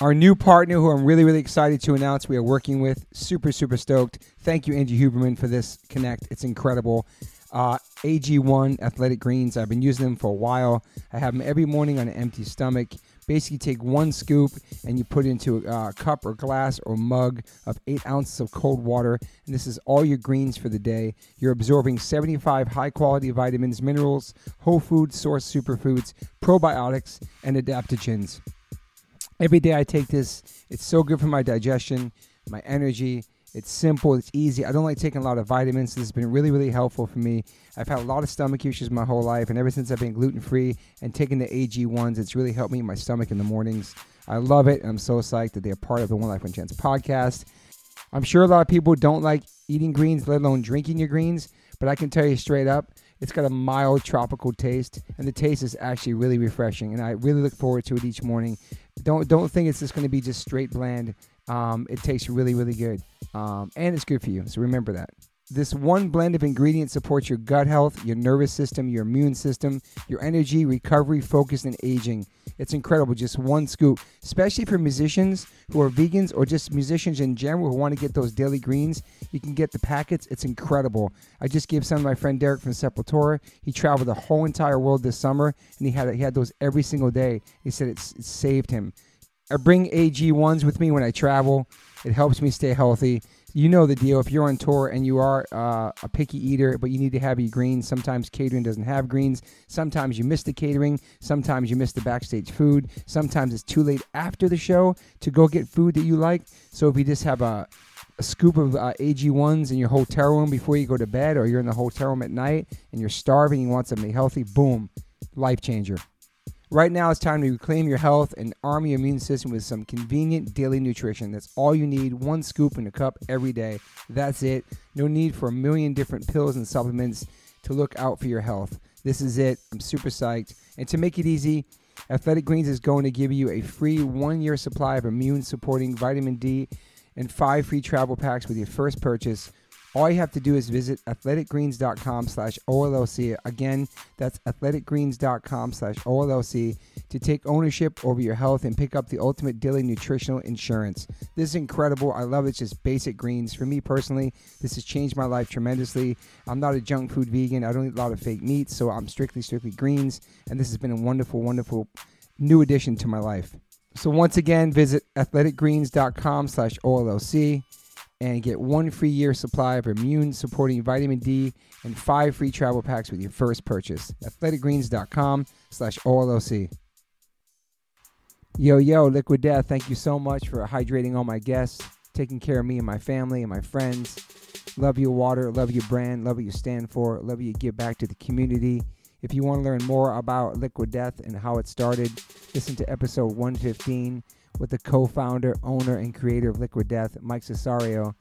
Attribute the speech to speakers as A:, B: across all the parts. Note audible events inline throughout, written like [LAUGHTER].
A: our new partner who I'm really, really excited to announce we are working with. Super, super stoked. Thank you, Angie Huberman, for this connect. It's incredible. Uh, AG1 Athletic Greens, I've been using them for a while. I have them every morning on an empty stomach. Basically, take one scoop and you put it into a uh, cup or glass or mug of eight ounces of cold water. And this is all your greens for the day. You're absorbing 75 high quality vitamins, minerals, whole food source superfoods, probiotics, and adaptogens. Every day I take this, it's so good for my digestion, my energy. It's simple, it's easy. I don't like taking a lot of vitamins. This has been really, really helpful for me. I've had a lot of stomach issues my whole life, and ever since I've been gluten free and taking the AG1s, it's really helped me in my stomach in the mornings. I love it, and I'm so psyched that they're part of the One Life One Chance podcast. I'm sure a lot of people don't like eating greens, let alone drinking your greens, but I can tell you straight up, it's got a mild tropical taste, and the taste is actually really refreshing. And I really look forward to it each morning. Don't don't think it's just going to be just straight bland. Um, it tastes really really good, um, and it's good for you. So remember that. This one blend of ingredients supports your gut health, your nervous system, your immune system, your energy, recovery, focus, and aging. It's incredible, just one scoop, especially for musicians who are vegans or just musicians in general who want to get those daily greens. You can get the packets, it's incredible. I just gave some to my friend Derek from Sepultura. He traveled the whole entire world this summer and he had, he had those every single day. He said it's, it saved him. I bring AG1s with me when I travel, it helps me stay healthy you know the deal. If you're on tour and you are uh, a picky eater, but you need to have your greens, sometimes catering doesn't have greens. Sometimes you miss the catering. Sometimes you miss the backstage food. Sometimes it's too late after the show to go get food that you like. So if you just have a, a scoop of uh, AG1s in your hotel room before you go to bed, or you're in the hotel room at night and you're starving, you want something healthy, boom, life changer. Right now, it's time to reclaim your health and arm your immune system with some convenient daily nutrition. That's all you need one scoop in a cup every day. That's it. No need for a million different pills and supplements to look out for your health. This is it. I'm super psyched. And to make it easy, Athletic Greens is going to give you a free one year supply of immune supporting vitamin D and five free travel packs with your first purchase. All you have to do is visit athleticgreens.com slash OLLC. Again, that's athleticgreens.com slash OLLC to take ownership over your health and pick up the ultimate daily nutritional insurance. This is incredible. I love it. It's just basic greens. For me personally, this has changed my life tremendously. I'm not a junk food vegan. I don't eat a lot of fake meat, so I'm strictly, strictly greens. And this has been a wonderful, wonderful new addition to my life. So once again, visit athleticgreens.com slash OLLC and get one free year supply of immune supporting vitamin D and five free travel packs with your first purchase. Athleticgreens.com slash OLOC. Yo, yo, Liquid Death, thank you so much for hydrating all my guests, taking care of me and my family and my friends. Love your water, love your brand, love what you stand for, love what you give back to the community. If you want to learn more about Liquid Death and how it started, listen to episode 115 with the co-founder, owner, and creator of Liquid Death, Mike Cesario.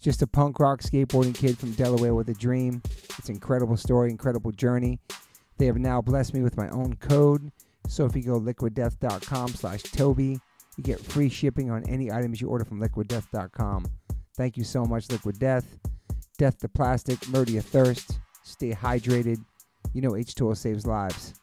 A: Just a punk rock skateboarding kid from Delaware with a dream. It's an incredible story, incredible journey. They have now blessed me with my own code. So if you go liquiddeath.com slash Toby, you get free shipping on any items you order from liquiddeath.com. Thank you so much, Liquid Death. Death to plastic, murder your thirst, stay hydrated. You know H2O saves lives.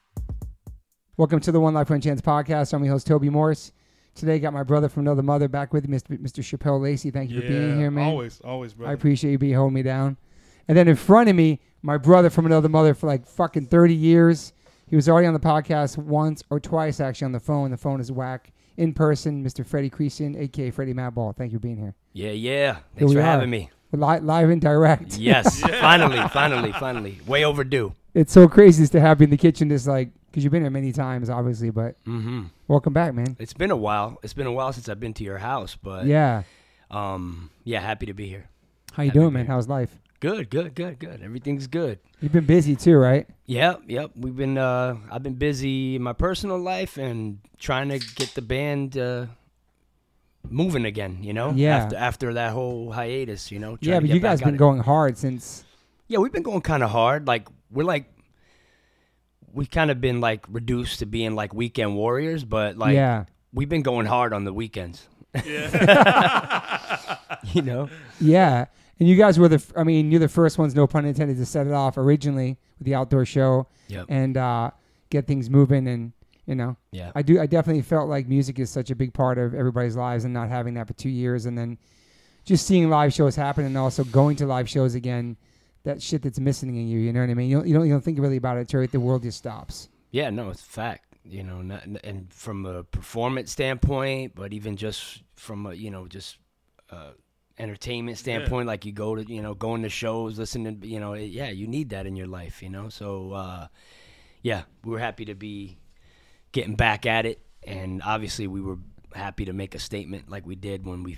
A: Welcome to the One Life One Chance podcast. I'm your host, Toby Morse. Today, got my brother from another mother back with me, Mr. Mr. Chappelle Lacey. Thank you for being here, man.
B: Always, always, brother.
A: I appreciate you being holding me down. And then in front of me, my brother from another mother for like fucking 30 years. He was already on the podcast once or twice, actually, on the phone. The phone is whack. In person, Mr. Freddie Creason, a.k.a. Freddie Madball. Thank you for being here.
C: Yeah, yeah.
A: Here
C: Thanks
A: we
C: for
A: are. [LAUGHS]
C: having me.
A: We're li- live and direct.
C: Yes, finally, finally, finally. Way overdue.
A: [LAUGHS] It's so crazy just to have you in the kitchen, just like, because you've been here many times, obviously, but welcome back, man.
C: It's been a while. It's been a while since I've been to your house, but
A: Yeah.
C: um, yeah, happy to be here.
A: How you
C: Happy
A: doing,
C: to
A: man?
C: be here.
A: How's life?
C: Good, good, good, good. Everything's good.
A: You've been busy too, right?
C: Yep, yep. We've been uh, I've been busy in my personal life and trying to get the band uh, moving again. You know,
A: Yeah.
C: After after that whole hiatus, you know.
A: yeah,
C: trying to
A: but
C: get
A: you
C: back
A: guys
C: on
A: been
C: it.
A: going hard since
C: Yeah, we've been going kind of hard. Like we're like we've kind of been like reduced to being like weekend warriors, but like
A: Yeah.
C: we've been going hard on the weekends. Yeah. [LAUGHS] you know?
A: Yeah, and you guys were the. f- I mean, you're the first ones, no pun intended, to set it off originally with the outdoor show
C: Yep.
A: and uh, get things moving. And You know,
C: Yeah.
A: I do. I definitely felt like music is such a big part of everybody's lives, and not having that for two years, and then just seeing live shows happen, and also going to live shows again. That shit that's missing in you. You know what I mean? You don't. You don't, you don't think really about it. Terry. The world just stops.
C: Yeah, no, it's fact. You know, not, and from a performance standpoint, but even just from a you know just uh, entertainment standpoint, like you go to you know going to shows, listening, you know, yeah, you need that in your life, you know. So uh, yeah, we were happy to be getting back at it, and obviously we were happy to make a statement like we did when we,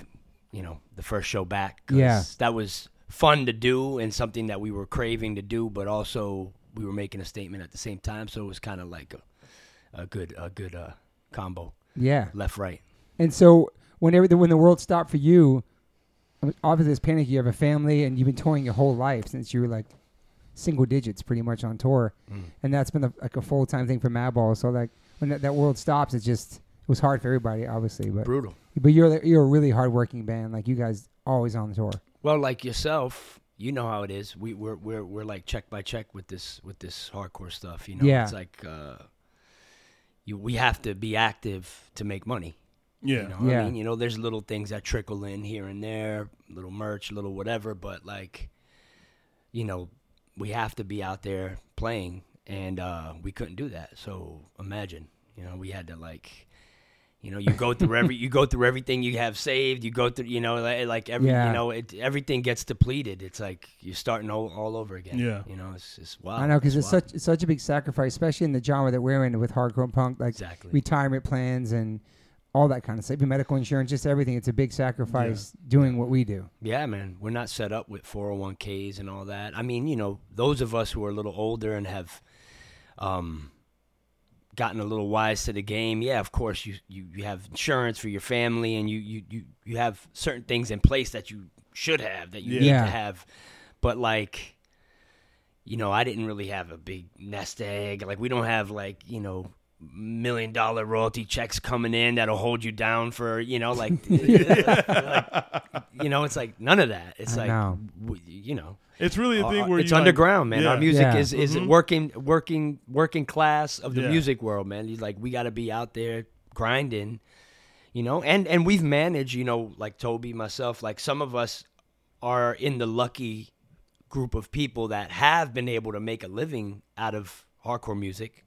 C: you know, the first show back. 'cause
A: Yeah.
C: that was fun to do and something that we were craving to do, but also we were making a statement at the same time, so it was kind of like a, a good a good uh, combo,
A: Yeah.
C: left right.
A: And so whenever the, when the world stopped for you, I mean, obviously it's panic. You have a family and you've been touring your whole life since you were like single digits, pretty much on tour,
C: Mm.
A: and that's been a, like a full time thing for Madball. So like when that, that world stops, it just it was hard for everybody, obviously. But
C: Brutal.
A: but you're you're a really hard working band. Like you guys always on the tour.
C: Well, like yourself, you know how it is. We we're we're we're like check by check with this with this hardcore stuff. You know,
A: Yeah.
C: it's like uh, you we have to be active to make money.
B: Yeah.
C: You know what
A: Yeah.
C: I mean? You know, there's little things that trickle in here and there, little merch, little whatever, but like, you know, we have to be out there playing and uh we couldn't do that. So imagine, you know, we had to like you know, you go through every you go through everything you have saved, you go through you know, like, like every
A: Yeah.
C: you know, it, everything gets depleted. It's like you're starting all, all over again.
B: Yeah.
C: You know, it's it's wild.
A: I know because
C: It's
A: it's
C: Uh, wild.
A: such it's such a big sacrifice, especially in the genre that we're in with hardcore and punk, like
C: Exactly.
A: retirement plans and all that kind of stuff, even medical insurance, just everything. It's a big sacrifice doing what we do.
C: Yeah, man, we're not set up with 401ks and all that. I mean, you know, those of us who are a little older and have um, gotten a little wise to the game, yeah, of course, you, you, you have insurance for your family and you, you, you, you have certain things in place that you should have, that you need
A: Yeah.
C: to have. But, like, you know, I didn't really have a big nest egg. Like, we don't have, like, you know, million dollar royalty checks coming in that'll hold you down for, you
A: [LAUGHS]
C: know, like, [LAUGHS] you know, it's like none of that. It's
A: I
C: like,
A: know.
C: w- you know,
B: It's really a thing where
C: Uh, it's
B: you, like-
C: underground, man. Our
B: Yeah. Mm-hmm.
C: music
A: Yeah.
C: is is working, working, working class of the
B: Yeah.
C: music world, man. He's like, we got to be out there grinding, you know. And and we've managed, you know, like Toby, myself, like some of us are in the lucky group of people that have been able to make a living out of hardcore music.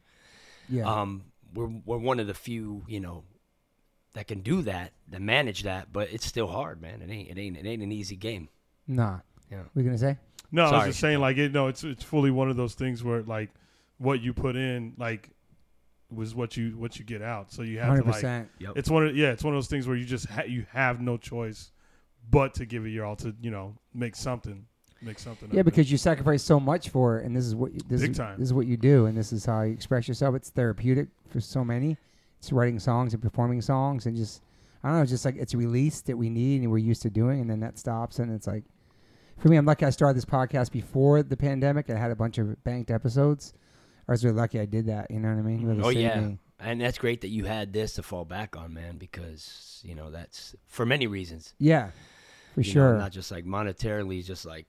A: Yeah.
C: Um, we're we're one of the few, you know, that can do that, that manage that, but it's still hard, man. It ain't it ain't it ain't an easy game.
A: Nah.
C: Yeah.
A: We're gonna say?
B: No, I was
C: Sorry.
B: just saying, like, it, no, it's it's fully one of those things where like what you put in, like, was what you what you get out. So you have
A: Hundred
B: to like,
A: percent.
B: it's one of yeah, it's one of those things where you just ha- you have no choice but to give it your all to you know make something make something.
A: Yeah,
B: of it.
A: because you sacrifice so much for it, and this is what you, this
B: Big
A: is,
B: time.
A: this is what you do, and this is how you express yourself. It's therapeutic for so many. It's writing songs and performing songs, and just I don't know, it's just like it's a release that we need and we're used to doing, and then that stops, and it's like for me, I'm lucky I started this podcast before the pandemic. and I had a bunch of banked episodes. I was really lucky I did that. You know what I mean? It really
C: Oh
A: saved
C: yeah,
A: me.
C: and that's great that you had this to fall back on, man. Because you know that's for many reasons.
A: yeah, for
C: you know,
A: sure.
C: not just like monetarily, just like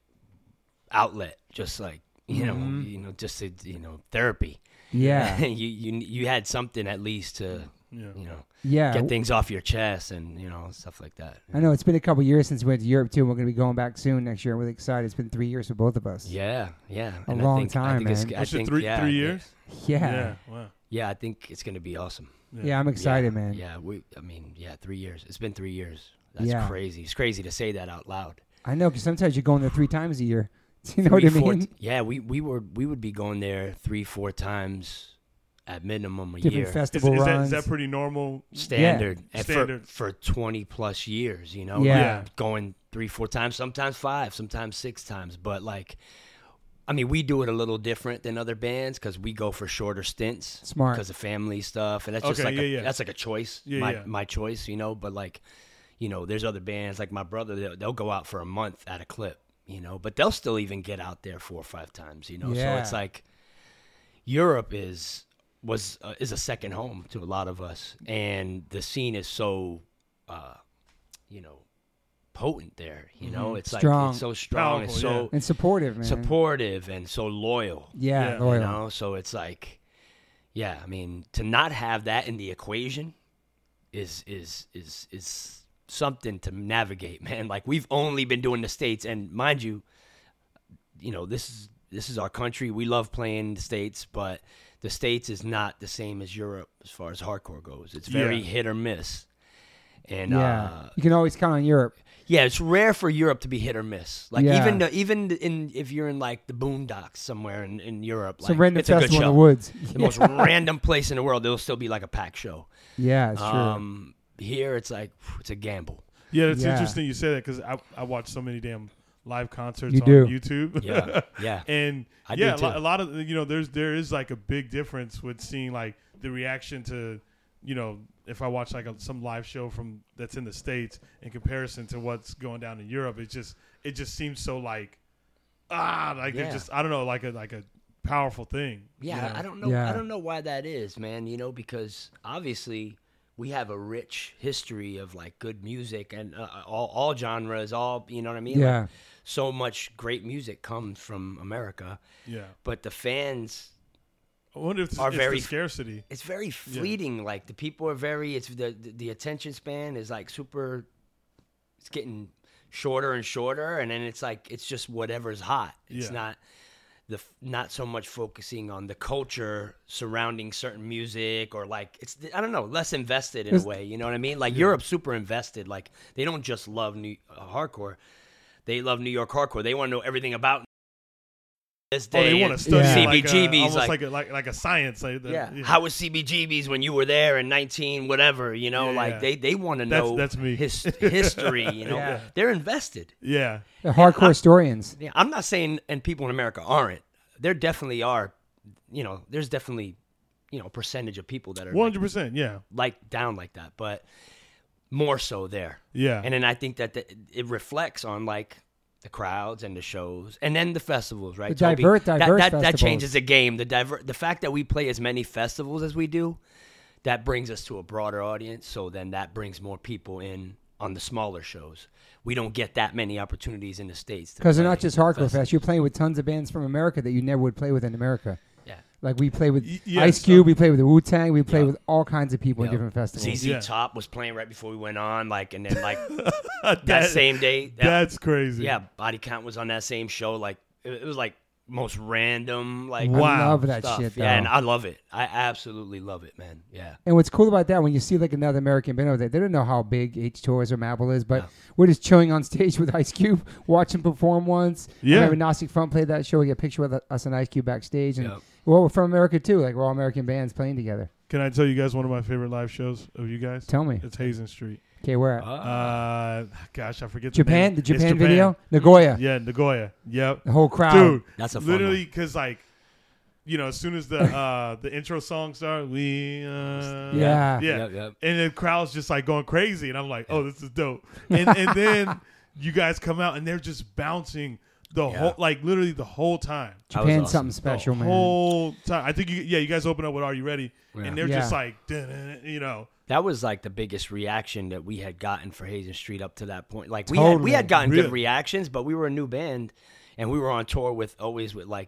C: outlet, just like you know,
A: Mhm.
C: you know, just to, you know, therapy.
A: yeah,
C: [LAUGHS] you you you had something at least to
B: yeah,
C: you know
A: yeah.
C: get things off your chest and you know stuff like that.
A: I know it's been a couple years since we went to Europe too. and We're going to be going back soon next year. I'm really excited. It's been three years for both of us.
C: Yeah, yeah.
A: A
C: And
A: long
C: I think,
A: time,
C: I think It's,
A: man.
C: I
B: Was it
C: think,
B: three-
C: yeah,
B: three
C: yeah.
B: years?
A: Yeah.
B: yeah, wow.
C: Yeah, I think it's gonna be awesome.
B: Yeah.
A: Yeah, I'm excited,
C: Yeah,
A: man.
C: Yeah, we. I mean, yeah, three years. It's been three years. That's
A: Yeah.
C: crazy. It's crazy to say that out loud.
A: I know because sometimes you're going there three times a year. [LAUGHS] You know what I
C: Three,
A: mean?
C: four- yeah, we we were we would be going there three four times at minimum a
A: Different
C: year.
B: Is,
A: festival
B: is, that,
A: runs.
B: is that pretty normal?
C: Standard, and
B: Standard.
C: For, for twenty plus years, you know, like,
A: Yeah.
C: going three four times, sometimes five, sometimes six times, but like. I mean, we do it a little different than other bands because we go for shorter stints.
A: Smart.
C: because of family stuff, and that's just
B: Okay,
C: like a,
B: yeah, yeah.
C: that's like a choice.
B: Yeah,
C: my
B: yeah.
C: my choice, you know. But like, you know, there's other bands like my brother. They'll, they'll go out for a month at a clip, you know, but they'll still even get out there four or five times, you know. So it's
A: Yeah.
C: like Europe is was uh, is a second home to a lot of us, and the scene is so, uh, you know, potent there. You know, it's like
A: Strong.
C: it's so strong, it's
B: Mm-hmm. Powerful,
C: so
A: and supportive, man.
C: supportive, and so loyal
A: Oh, Yeah,
B: Yeah.
A: loyal.
C: you know so it's like yeah, I mean, to not have that in the equation is is is is something to navigate, [LAUGHS] man. Like we've only been doing the states, and mind you, you know this is this is our country. We love playing the states, but the states is not the same as Europe as far as hardcore goes. It's very
B: Yeah.
C: hit or miss, and
A: yeah,
C: uh,
A: you can always count on Europe.
C: yeah, it's rare for Europe to be hit or miss. Like
A: Yeah.
C: even the, even the- in if you're in like the boondocks somewhere in, in Europe,
A: It's
C: like
A: a random
C: it's a good
A: festival
C: show.
A: in the woods.
C: The most random place in the world, there'll still be like a pack show.
A: [LAUGHS] yeah, it's true.
C: Um, here it's like it's a gamble.
B: Yeah, it's
A: Yeah.
B: interesting you say that because I, I watch so many damn live concerts
A: You
B: on
A: do.
B: YouTube. [LAUGHS]
C: Yeah, [LAUGHS] yeah.
B: and
C: I do
B: yeah, a lo-
C: too.
B: a lot of you know, there's there is like a big difference with seeing like the reaction to, you know, if I watch like a, some live show from that's in the states in comparison to what's going down in Europe, it just it just seems so like ah like
C: Yeah.
B: it's just I don't know like a like a powerful thing.
C: Yeah,
B: you know?
C: I don't know.
A: Yeah.
C: I don't know why that is, man. You know, because obviously we have a rich history of like good music and uh, all all genres. All you know what I mean? Like,
A: yeah,
C: so much great music comes from America,
B: Yeah,
C: but the fans
B: I wonder if it's,
C: Are
B: it's
C: very-
B: the scarcity.
C: it's very fleeting. Like the people are very. It's the the, the attention span is like super. It's getting shorter and shorter, and then it's like it's just whatever's hot. It's
B: Yeah.
C: not the f- not so much focusing on the culture surrounding certain music or like it's I don't know less invested in a
A: It's-
C: way. You know what I mean? Like Europe's super invested. Like they don't just love new uh, hardcore. They love New York hardcore. They want to know everything about this
B: Oh,
C: day.
B: they want
C: and
B: to study
A: Yeah.
B: like
C: CBGBs,
B: a, almost
C: like-
B: like a, like like a science. Like the,
C: yeah. How was CBGB's when you were there in 19 whatever, you know,
B: Yeah,
C: like
B: yeah.
C: they they want to
B: That's-
C: know
B: that's me. [LAUGHS]
C: His, history, you know.
A: Yeah.
C: They're invested.
B: yeah.
A: They're hardcore historians.
C: Yeah, I'm not saying and people in America aren't. There definitely are, you know, there's definitely, you know, a percentage of people that are
B: One
C: like,
B: hundred percent, yeah, [LAUGHS]
C: like down like that, but more so there.
B: yeah,
C: And then I think that the, it reflects on like the crowds and the shows, and then the festivals, right?
A: The
C: So it'll
A: diver-
C: that,
A: diverse
C: that, that
A: festivals.
C: changes the game. The diver- the fact that we play as many festivals as we do, that brings us to a broader audience. So then that brings more people in on the smaller shows. We don't get that many opportunities in the states to
A: Because they're
C: play
A: not just hardcore
C: festivals.
A: fest. You're playing with tons of bands from America that you never would play with in America.
C: Yeah.
A: Like we play with
B: Y- yeah,
A: Ice
B: so-
A: Cube, we play with the Wu Tang, we play
C: Yeah.
A: with all kinds of people in
C: Yeah.
A: different festivals.
C: ZZ
B: Yeah.
C: Top was playing right before we went on, like,
A: [LAUGHS]
C: and then like
B: that,
C: that same day, that-
B: That's crazy.
C: yeah, Body Count was on that same show. Like, it, it was like most random, like
A: I
B: Wow.
A: love that
C: stuff.
A: shit. Though.
C: Yeah, and I love it. I absolutely love it, man. Yeah.
A: And what's cool about that when you see like another American band over there, they don't know how big H Tours or Mabel is, but we're just chilling on [LAUGHS] stage with Ice Cube, watch him perform once.
B: Yeah.
A: Whenever Gnostic Front played that show, we get a picture with us and Ice Cube backstage. And
C: Yep.
A: well, we're from America too. Like we're all American bands playing together.
B: Can I tell you guys one of my favorite live shows of you guys?
A: Tell me.
B: It's Hazen Street.
A: Okay, where at?
B: Uh, gosh, I forget.
A: Japan, the
B: the name. It's
A: Japan, video? Nagoya.
B: Yeah, Nagoya.
A: [LAUGHS]
B: Yep.
A: The whole crowd.
B: Dude,
C: That's a fun
B: literally because like, you know, as soon as the
A: [LAUGHS]
B: uh the intro song starts, we uh,
A: Yeah.
B: yeah,
C: Yep, yep.
B: and the crowd's just like going crazy, and I'm like, oh, this
A: [LAUGHS]
B: is dope. And and then you guys come out and they're just bouncing the
C: Yeah.
B: whole like literally the whole time.
C: That was
A: Japan's
C: awesome.
A: something special,
B: the
A: man.
B: Whole time, I think you, yeah, you guys open up with "Are You Ready?"
C: Yeah.
B: and they're just
A: Yeah.
B: like, "Dun-dun-dun," you know,
C: That was like the biggest reaction that we had gotten for Hazen Street up to that point. Like we had,
A: Totally.
C: we had gotten
B: Really?
C: good reactions, but we were a new band, and we were on tour with always with like,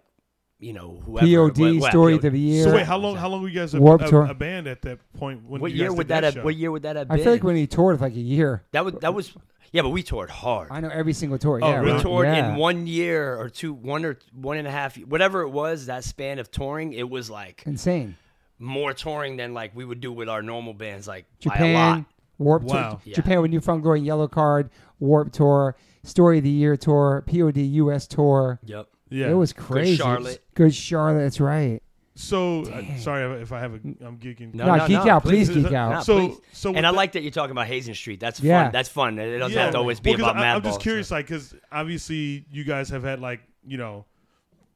C: you know, whoever.
A: POD story of the year.
B: So wait, how long? How long were you guys a,
A: Warped
B: a-
A: Tour.
B: a band at that point? When
C: What
B: you
C: year
B: guys did
C: would that?
B: that
C: have,
B: show?
C: what year would that have
A: I
C: been?
A: feel like when he toured for like a year,
C: that was that was yeah, but we toured hard.
A: I know every single tour. yeah,
B: really?
C: we
A: right?
C: toured
A: yeah.
C: in one year or two, one or one and a half, whatever it was. That span of touring, it was like
A: Insane.
C: more touring than like we would do with our normal bands, like by a lot.
A: Japan, Warp Tour.
B: Wow.
C: Yeah.
A: Japan with Newfound Glory and Yellow Card, Warp Tour, Story of the Year Tour, POD US Tour.
C: Yep.
B: Yeah,
A: It was crazy. It was
C: Charlotte.
A: Good Charlotte. That's right.
B: So uh, sorry if I have a. I'm geeking.
A: No, geek out. Please,
B: please.
A: geek
C: Nah,
A: out.
B: So-
C: please.
B: so with
C: and I
B: the-
C: like that you're talking about Hazen Street. That's
A: Yeah.
C: fun. That's fun. It doesn't
B: Yeah.
C: have to always be
B: Well, 'cause
C: about
B: I,
C: Mad
B: I'm
C: Balls,
B: just curious,
C: so.
B: like, because obviously you guys have had like you know,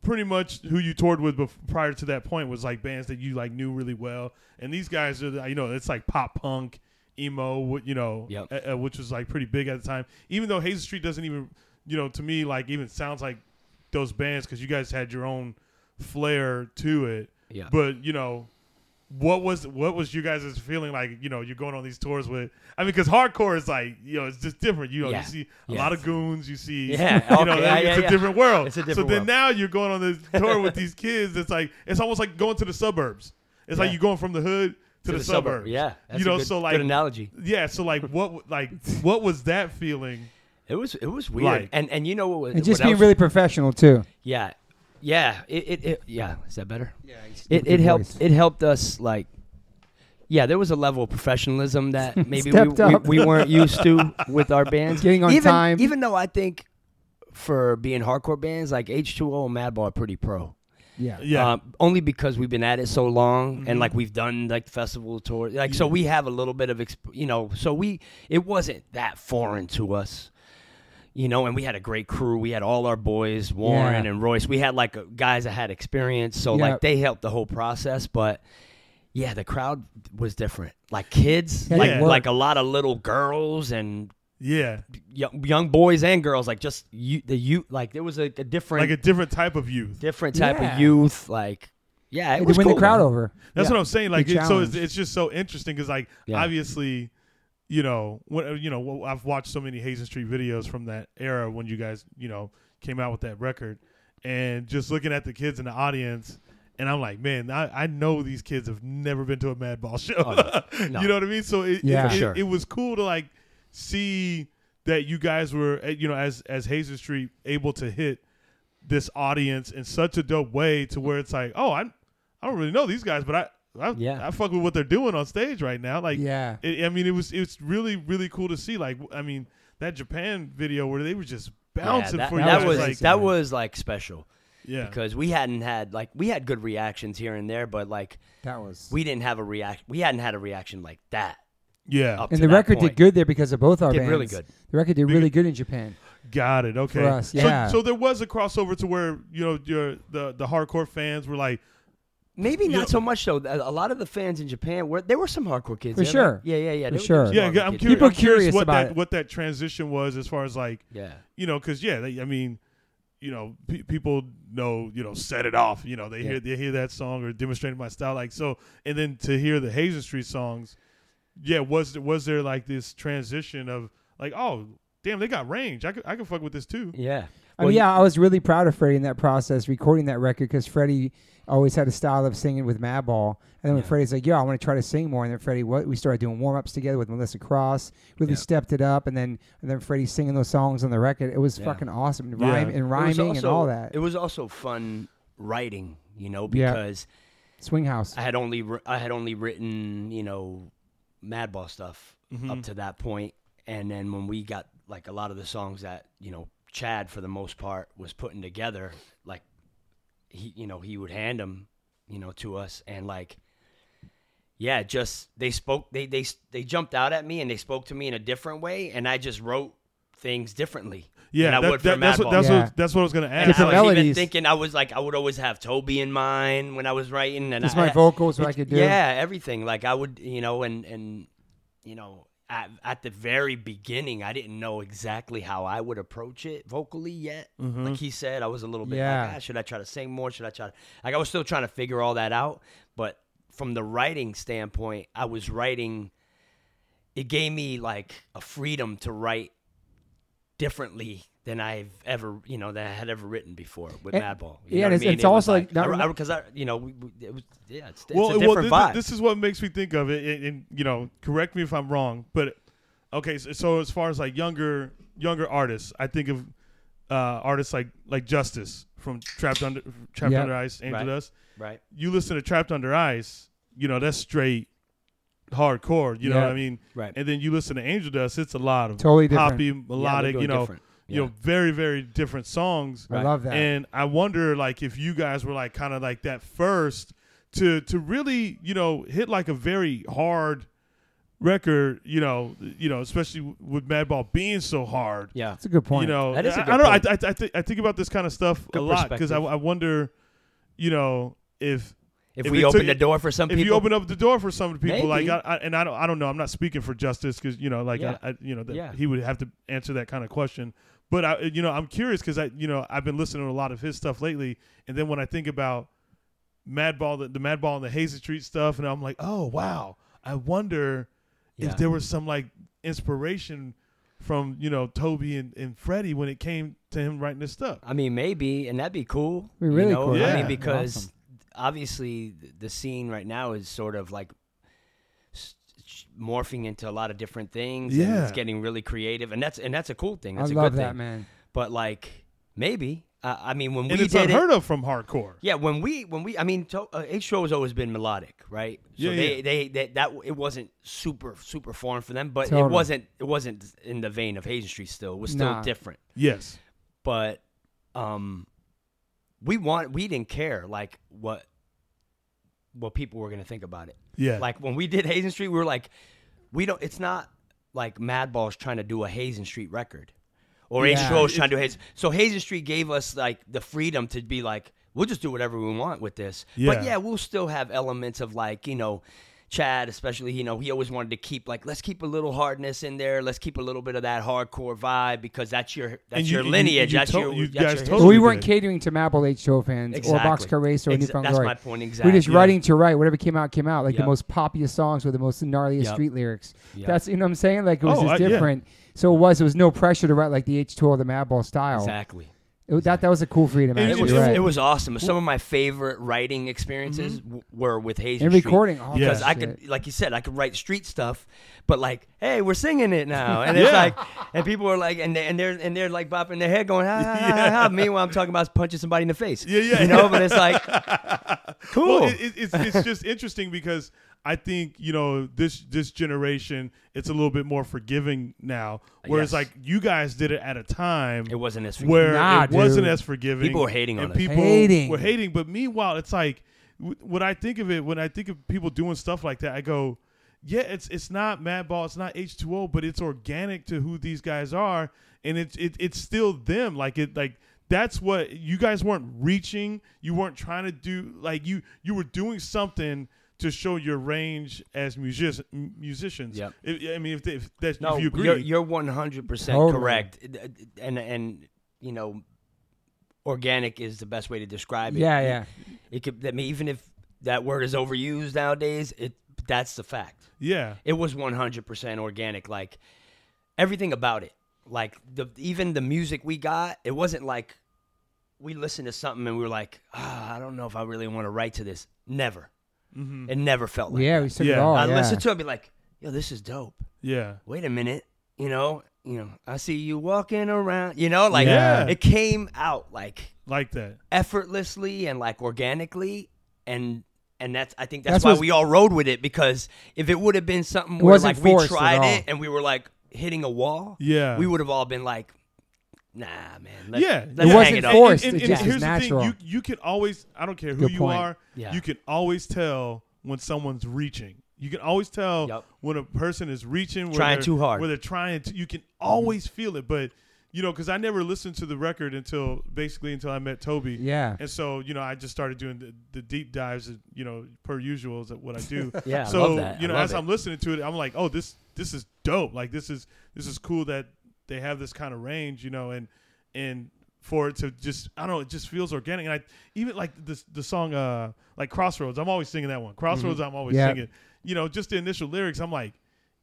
B: pretty much who you toured with bef- prior to that point was like bands that you like knew really well, and these guys are the- you know it's like pop punk, emo, what- you know,
C: Yep.
B: uh, uh, which was like pretty big at the time. Even though Hazel Street doesn't even you know to me like even sounds like those bands because you guys had your own flair to it.
C: Yeah.
B: But you know, what was what was you guys' feeling like? You know, you're going on these tours with. I mean, because hardcore is like you know it's just different. You know,
C: Yeah.
B: you see a
C: Yeah.
B: lot of goons. You see,
C: Yeah.
B: [LAUGHS] you know,
C: Okay. Yeah,
B: it's
C: yeah,
B: a
C: yeah.
B: different world.
C: It's a
B: so
C: different
B: then
C: world. [LAUGHS]
B: now you're going on this tour with these kids. It's like it's almost like going to the suburbs. It's
C: Yeah.
B: like you going from the hood to, the, suburbs.
C: Yeah, that's
B: you
C: a
B: know,
C: good-
B: so
C: good
B: like
C: analogy.
B: yeah, so like what w-
C: [LAUGHS]
B: like what was that feeling?
C: It was it was weird,
B: Like-
C: and and you know what? was-
A: And just
C: what
A: being
C: else-
A: really professional too.
C: yeah, yeah, it, it, it yeah. Is that better?
A: Yeah,
C: It it helped it helped us like. Yeah, there was a level of
A: [LAUGHS]
C: professionalism that maybe we,
A: Stepped
C: we,
A: up.
C: we weren't used to with our bands.
A: Getting on
C: even,
A: time.
C: Even though I think for being hardcore bands, like H2O and Madball are pretty pro.
A: Yeah. Mm-hmm.
B: Yeah.
C: Uh, only because we've been at it so long and like we've done like festival tours. Like, so we have a little bit of, exp- you know, so we, it wasn't that foreign to us, you know, and we had a great crew. We had all our boys, Warren
A: Yeah.
C: and Royce. We had like uh, guys that had experience. So
A: Yeah.
C: like they helped the whole process. But yeah, the crowd was different. Like kids,
A: Yeah,
C: like,
B: yeah.
C: like a lot of little girls and
B: yeah.
C: young, young boys and girls. Like just you, the you, like there was a, a different
B: Like a different type of youth.
C: different type
A: Yeah.
C: of youth. Like, yeah, it
A: And to
C: was
A: win
C: cool,
A: the crowd
C: man.
A: over.
B: That's
A: Yeah.
B: what I'm saying. Like,
A: Big
B: it, so it's,
A: challenge.
B: it's just so interesting because, like,
C: Yeah.
B: obviously, you know, what you know, wh- I've watched so many Hazen Street videos from that era when you guys, you know, came out with that record, and just looking at the kids in the audience, and I'm like, man, I, I know these kids have never been to a Madball [LAUGHS] show.
C: Oh, no. No.
B: you know what I mean? So it,
A: Yeah.
B: it,
A: For
B: it-
C: sure.
B: it was cool to like see that you guys were, eh, you know, as as Hazen Street able to hit this audience in such a dope way to where it's like, oh, I I don't really know these guys, but I I,
C: Yeah.
B: I fuck with what they're doing on stage right now. Like,
A: yeah.
B: it, I mean, it was it's really really cool to see. Like, I mean, that Japan video where they were just bouncing
C: yeah, that,
B: for you
C: that
B: guys,
C: was
B: like,
C: that was like special
B: yeah,
C: because we hadn't had like we had good reactions here and there, but like
A: That was.
C: we didn't have a react. We hadn't had a reaction like that.
B: yeah,
C: Up
A: and
C: to
A: the
C: that
A: record
C: point.
A: did good there because of both our
C: Did
A: bands.
C: really good.
A: The record did
B: Big-
A: really good in Japan.
B: got it. Okay,
A: us, yeah.
B: So, so there was a crossover to where you know your the the hardcore fans were like,
C: Maybe
B: You know-
C: not so much though. A a lot of the fans in Japan were there were some hardcore kids
A: For
C: yeah, there-
A: sure.
C: Yeah, yeah, yeah.
A: For
C: there were
A: sure.
C: some
B: yeah,
C: hardcore
B: I'm
C: kids
B: curious,
A: People
B: I'm curious
A: curious
B: what
A: about
B: that
A: it.
B: what that transition was as far as like
C: there. Yeah.
B: you know, because yeah, they, I mean, you know, pe- people know, you know, set it off. You know, they
C: Yeah.
B: hear they hear that song or demonstrating my style, like so. And then to hear the Hazen Street songs, yeah, was was there like this transition of like, oh, damn, they got range. I could I could fuck with this too.
C: Yeah.
A: I mean, yeah, I was really proud of Freddie in that process, recording that record, because Freddie always had a style of singing with Madball. And then when
C: Yeah.
A: Freddie's like, yo, I want to try to sing more. And then Freddie, what? We started doing warm ups together with Melissa Cross, really
C: Yeah.
A: stepped it up. And then and then Freddie singing those songs on the record. It was
C: Yeah.
A: fucking awesome. And,
B: Yeah.
A: rhyme, and
C: It was
A: rhyming and
C: also-
A: all that.
C: It was also fun writing, you know,
A: Yeah.
C: because
A: Swing House.
C: I had only wr- I had only written you know Madball stuff
B: Mm-hmm.
C: up to that point, and then when we got like a lot of the songs that you know Chad for the most part was putting together, like he you know he would hand them you know to us and like yeah just they spoke they they they jumped out at me and they spoke to me in a different way and I just wrote things differently than
B: Yeah,
C: I would
B: that, that,
C: for
B: that's
C: Madball.
B: what that's
A: Yeah.
B: what that's what I was gonna
C: And
B: ask.
A: Different
C: I was
B: Like,
A: melodies.
C: even thinking I was like I would always have Toby in mind when I was writing, and
A: Just
C: I,
A: my vocals, what I
C: it-
A: could do.
C: Yeah, everything. Like I would, you know, and and you know, at, at the very beginning, I didn't know exactly how I would approach it vocally yet. Like he said, I was a little bit
A: Mm-hmm. Yeah.
C: like, ah, should I try to sing more? Should I try? To... Like I was still trying to figure all that out. But from the writing standpoint, I was writing. It gave me like a freedom to write differently than I've ever, you know, that I had ever written before with
A: And-
C: Madball.
A: yeah,
C: You know
A: and
C: what I
A: it's-
C: mean?
A: it's
C: It was
A: also, like, not
C: I-
A: remem-
C: I- because I, you know, we, we- it was yeah, it's, it's
B: well,
C: a
B: it- well,
C: different
B: thi- thi-
C: vibe.
B: this is what makes me think of it, and, and you know, correct me if I'm wrong, but okay. So, so as far as like younger younger artists, I think of uh, artists like like Justice from Trapped Under Trapped
A: Yeah.
B: Under Ice, Angel
C: Right.
B: Dust.
C: right?
B: You listen to Trapped Under Ice, you know that's straight hardcore. You know
A: Yeah.
B: what I mean?
C: Right.
B: And then you listen to Angel Dust, it's a lot of
A: Totally different.
B: poppy, melodic. you know, you know, very very different songs.
A: I love that.
B: And I wonder, like, if you guys were like kind of like that first to to really, you know, hit like a very hard record, you know, you know, especially with Madball being so hard.
C: yeah,
A: That's a good point.
B: You know,
C: That is a
B: I, I
C: good
B: don't know. I,
C: point.
B: I, I, thi- I think about this kind of stuff
C: Good
B: a lot because I,
C: perspective.
B: I wonder, you know, if
C: If,
B: if
C: we
B: it
C: open
B: took-
C: the door for some
B: if you
C: people,
B: open up the door for some people, like
C: Maybe.
B: I, I, and I don't, I don't know. I'm not speaking for justice because you know, like
C: Yeah.
B: I, I, you know, that
C: Yeah.
B: he would have to answer that kind of question. But I, you know, I'm curious because I, you know, I've been listening to a lot of his stuff lately, and then when I think about Madball, the, the Madball and the Hazy Street stuff, and I'm like, oh wow, I wonder
C: Yeah.
B: if there was some like inspiration from you know Toby and, and Freddie when it came to him writing this stuff.
C: I mean, maybe, and that'd be cool.
A: Be really
C: you know?
A: cool.
B: Yeah.
C: I
B: That'd
C: mean,
B: be
C: because
A: awesome.
C: obviously th- the scene right now is sort of like s- s- morphing into a lot of different things and
B: Yeah.
C: it's getting really creative and that's and that's a cool thing
A: I
C: that's a
A: love
C: good
A: that,
C: thing
A: man.
C: but like maybe uh, i mean when
B: and
C: we
B: it's
C: did it
B: unheard of from hardcore.
C: yeah, when we when we I mean to, uh, H2O has always been melodic, right? So
B: Yeah,
C: they,
B: yeah.
C: they they that it wasn't super super foreign for them, but it
A: Totally.
C: wasn't it wasn't in the vein of Hazen Street still. It was still
A: Nah.
C: different.
B: Yes.
C: But um we want we didn't care like what what people were going to think about it.
B: Yeah.
C: Like when we did Hazen Street, we were like we don't it's not like Madball's trying to do a Hazen Street record. Or
A: Yeah.
C: H2O's trying to do Hazen. So Hazen Street gave us like the freedom to be like, we'll just do whatever we want with this.
B: Yeah.
C: But yeah, we'll still have elements of like, you know, Chad, especially, you know, he always wanted to keep like, let's keep a little hardness in there. Let's keep a little bit of that hardcore vibe because that's your that's
B: And you-
C: your
B: you-
C: lineage.
B: you
C: that's
B: to-
C: your
B: you
C: that's
B: guys
C: your
B: totally
A: Well, we
B: did.
A: weren't catering to Mapple H Show fans or
C: Exactly.
A: Boxcar Race or
C: Exa-
A: Newfound
C: that's
A: Glory.
C: my point
A: We're just
C: exactly.
A: writing to write whatever came out came out, like the
C: Yep.
A: most poppiest songs with the most gnarliest
C: Yep.
A: street lyrics.
C: Yep.
A: That's you know what I'm saying. Like it was
B: Oh,
A: just
B: I- yeah.
A: different. So it was. It was no pressure to write like the H2O or the Madball style.
C: Exactly.
A: It- that that was a cool freedom.
B: And
C: It
A: actually,
C: was,
A: you're right.
C: it was awesome. Some of my favorite writing experiences w- were with Hazen
A: and
C: Street.
A: recording. Oh,
B: Yeah.
C: because I
A: shit.
C: could, like you said, I could write street stuff, but like, hey, we're singing it now,
B: [LAUGHS]
C: and it's
B: Yeah.
C: like, and people are like, and they, and they're and they're like bopping their head, going, ha ha ha,
B: [LAUGHS]
C: ha, ha. Meanwhile, I'm talking about punching somebody in the face.
B: Yeah, yeah.
C: You know, but
B: [LAUGHS]
C: it's like, cool.
B: Well, it, it, it's it's just interesting because I think you know this this generation it's a little bit more forgiving now. Whereas
C: Yes.
B: like you guys did it at a time
C: It wasn't as forgiving.
B: where
A: Nah,
B: it wasn't
A: dude.
B: as forgiving.
C: People were hating
B: and
C: on us.
B: People
A: Hating.
B: were hating, but meanwhile, it's like w- when I think of it, when I think of people doing stuff like that, I go. Yeah, it's it's not Madball, it's not H two O, but it's organic to who these guys are, and it's it, it's still them. Like it like that's what you guys weren't reaching. You weren't trying to do like you you were doing something to show your range as music, musicians.
C: Yep.
B: If- I mean, if, they, if that's
C: no,
B: if you agree,
C: are you're 100 percent
A: Totally.
C: correct, and and you know, organic is the best way to describe it.
A: yeah, yeah.
C: It could, I mean, even if that word is overused nowadays, it that's the fact.
B: yeah,
C: It was 100% organic. Like everything about it, like the even the music we got, it wasn't like we listened to something and we were like, ah, I don't know if I really want to write to this. Never. It never felt like.
A: yeah,
C: that.
A: we took it
B: Yeah.
A: all.
C: I
A: yeah.
C: listened to it, and be like, yo, this is dope.
B: yeah.
C: Wait a minute, you know, you know, I see you walking around, you know, like
B: Yeah.
C: it came out like
B: like that.
C: effortlessly and like organically and and that's I think that's,
A: That's
C: why
A: what's-
C: we all rode with it because if it would have been something
A: It
C: where
A: wasn't
C: like we
A: forced at
C: tried
A: all.
C: it and we were like hitting a wall,
B: Yeah.
C: we would have all been like, nah, man, let's,
B: yeah,
C: let's
A: It
C: hang
A: wasn't
C: it up.
A: forced. it just
B: here's
A: was
B: the
A: natural.
B: thing: you you can always I don't care who
A: Good
B: you
A: point.
B: are,
C: Yeah.
B: you can always tell when someone's reaching. You can always tell
C: Yep.
B: when a person is reaching, where
C: Trying
B: they're-
C: too hard.
B: where they're trying to. You can always feel it, but you know, because I never listened to the record until basically until I met Toby.
A: Yeah.
B: and so you know, I just started doing the, the deep dives. You know, per usual is what I do.
C: [LAUGHS] Yeah, I
B: so
C: love that.
B: you
C: I
B: know,
C: love
B: as
C: it.
B: I'm listening to it, I'm like, oh, this this is dope. Like this is this is cool that they have this kind of range, you know, and and for it to just I don't know, it just feels organic. And I even like this the song uh like Crossroads. I'm always singing that one. Crossroads. I'm always
A: Yeah.
B: singing. You know, just the initial lyrics. I'm like,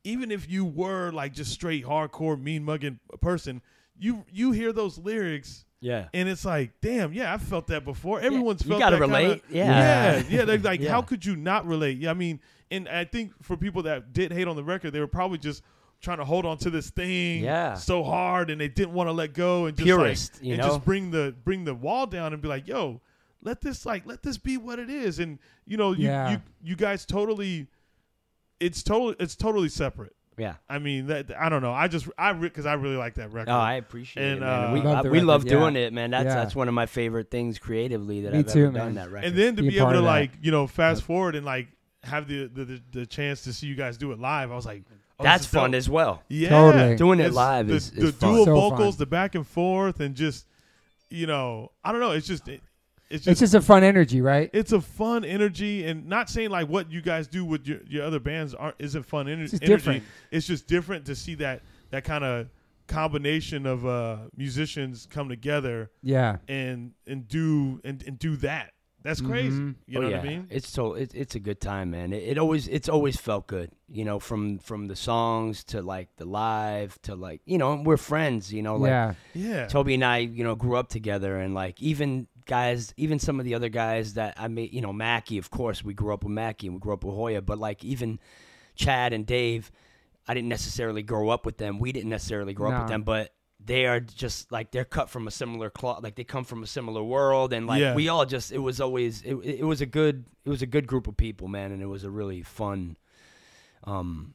B: even if you were like just straight hardcore mean mugging person, you you hear those lyrics
C: Yeah.
B: and it's like, damn, yeah, I felt that before. Everyone's
C: you
B: felt
C: gotta
B: that kinda-
C: relate. Yeah.
B: yeah, yeah. They're like,
C: [LAUGHS] Yeah.
B: how could you not relate? Yeah, I mean, and I think for people that did hate on the record, they were probably just trying to hold on to this thing,
C: Yeah.
B: so hard, and they didn't want to let go and just
C: Purist,
B: like,
C: you
B: and
C: know?
B: just bring the bring the wall down and be like, yo, let this like let this be what it is, and you know, you
A: Yeah.
B: you, you guys totally, it's totally it's totally separate.
C: Yeah.
B: I mean, that I don't know. I just I because I really like that record.
C: No, Oh, I appreciate
B: And,
C: it, man.
B: uh,
C: we
A: Love the
C: we love
A: record, yeah.
C: doing it, man. That's
A: Yeah.
C: that's one of my favorite things creatively that
A: Me
C: I've
A: too,
C: ever done.
A: man.
C: That record.
B: and then to
A: Be a
B: be able
A: part
B: to
A: of that.
B: like you know fast forward and like have the the, the the chance to see you guys do it live i was like oh,
C: that's
B: this is dope.
C: fun as well.
B: yeah
A: Totally.
C: Doing it
B: It's-
C: live
B: the,
C: is-
B: the
C: is fun.
B: dual
A: So
B: vocals
A: fun.
B: the back and forth and just you know i don't know it's just it, it's just
A: It's just a fun energy, right?
B: it's a fun energy and not saying like what you guys do with your, your other bands aren't isn't fun ener-
A: just
B: energy
A: different.
B: it's just different to see that that kind of combination of uh musicians come together
A: Yeah.
B: and and do and, and do that that's crazy
A: Mhm.
B: you know what i mean
C: It's so Mm-hmm. Oh, it, it's a good time, man. It, it always it's always felt good, you know, from from the songs to like the live to like you know, and we're friends, you know, like
A: yeah.
B: yeah
C: Toby and I, you know, grew up together and like even guys, even some of the other guys that I mean, you know, Mackey, of course, we grew up with Mackey and we grew up with Hoya, but like even Chad and Dave, I didn't necessarily grow up with them. We didn't necessarily grow up
A: Nah.
C: with them, but they are just like they're cut from a similar cloth, like they come from a similar world, and like
B: Yeah.
C: we all just it was always it, it it was a good it was a good group of people, man, and it was a really fun. Um,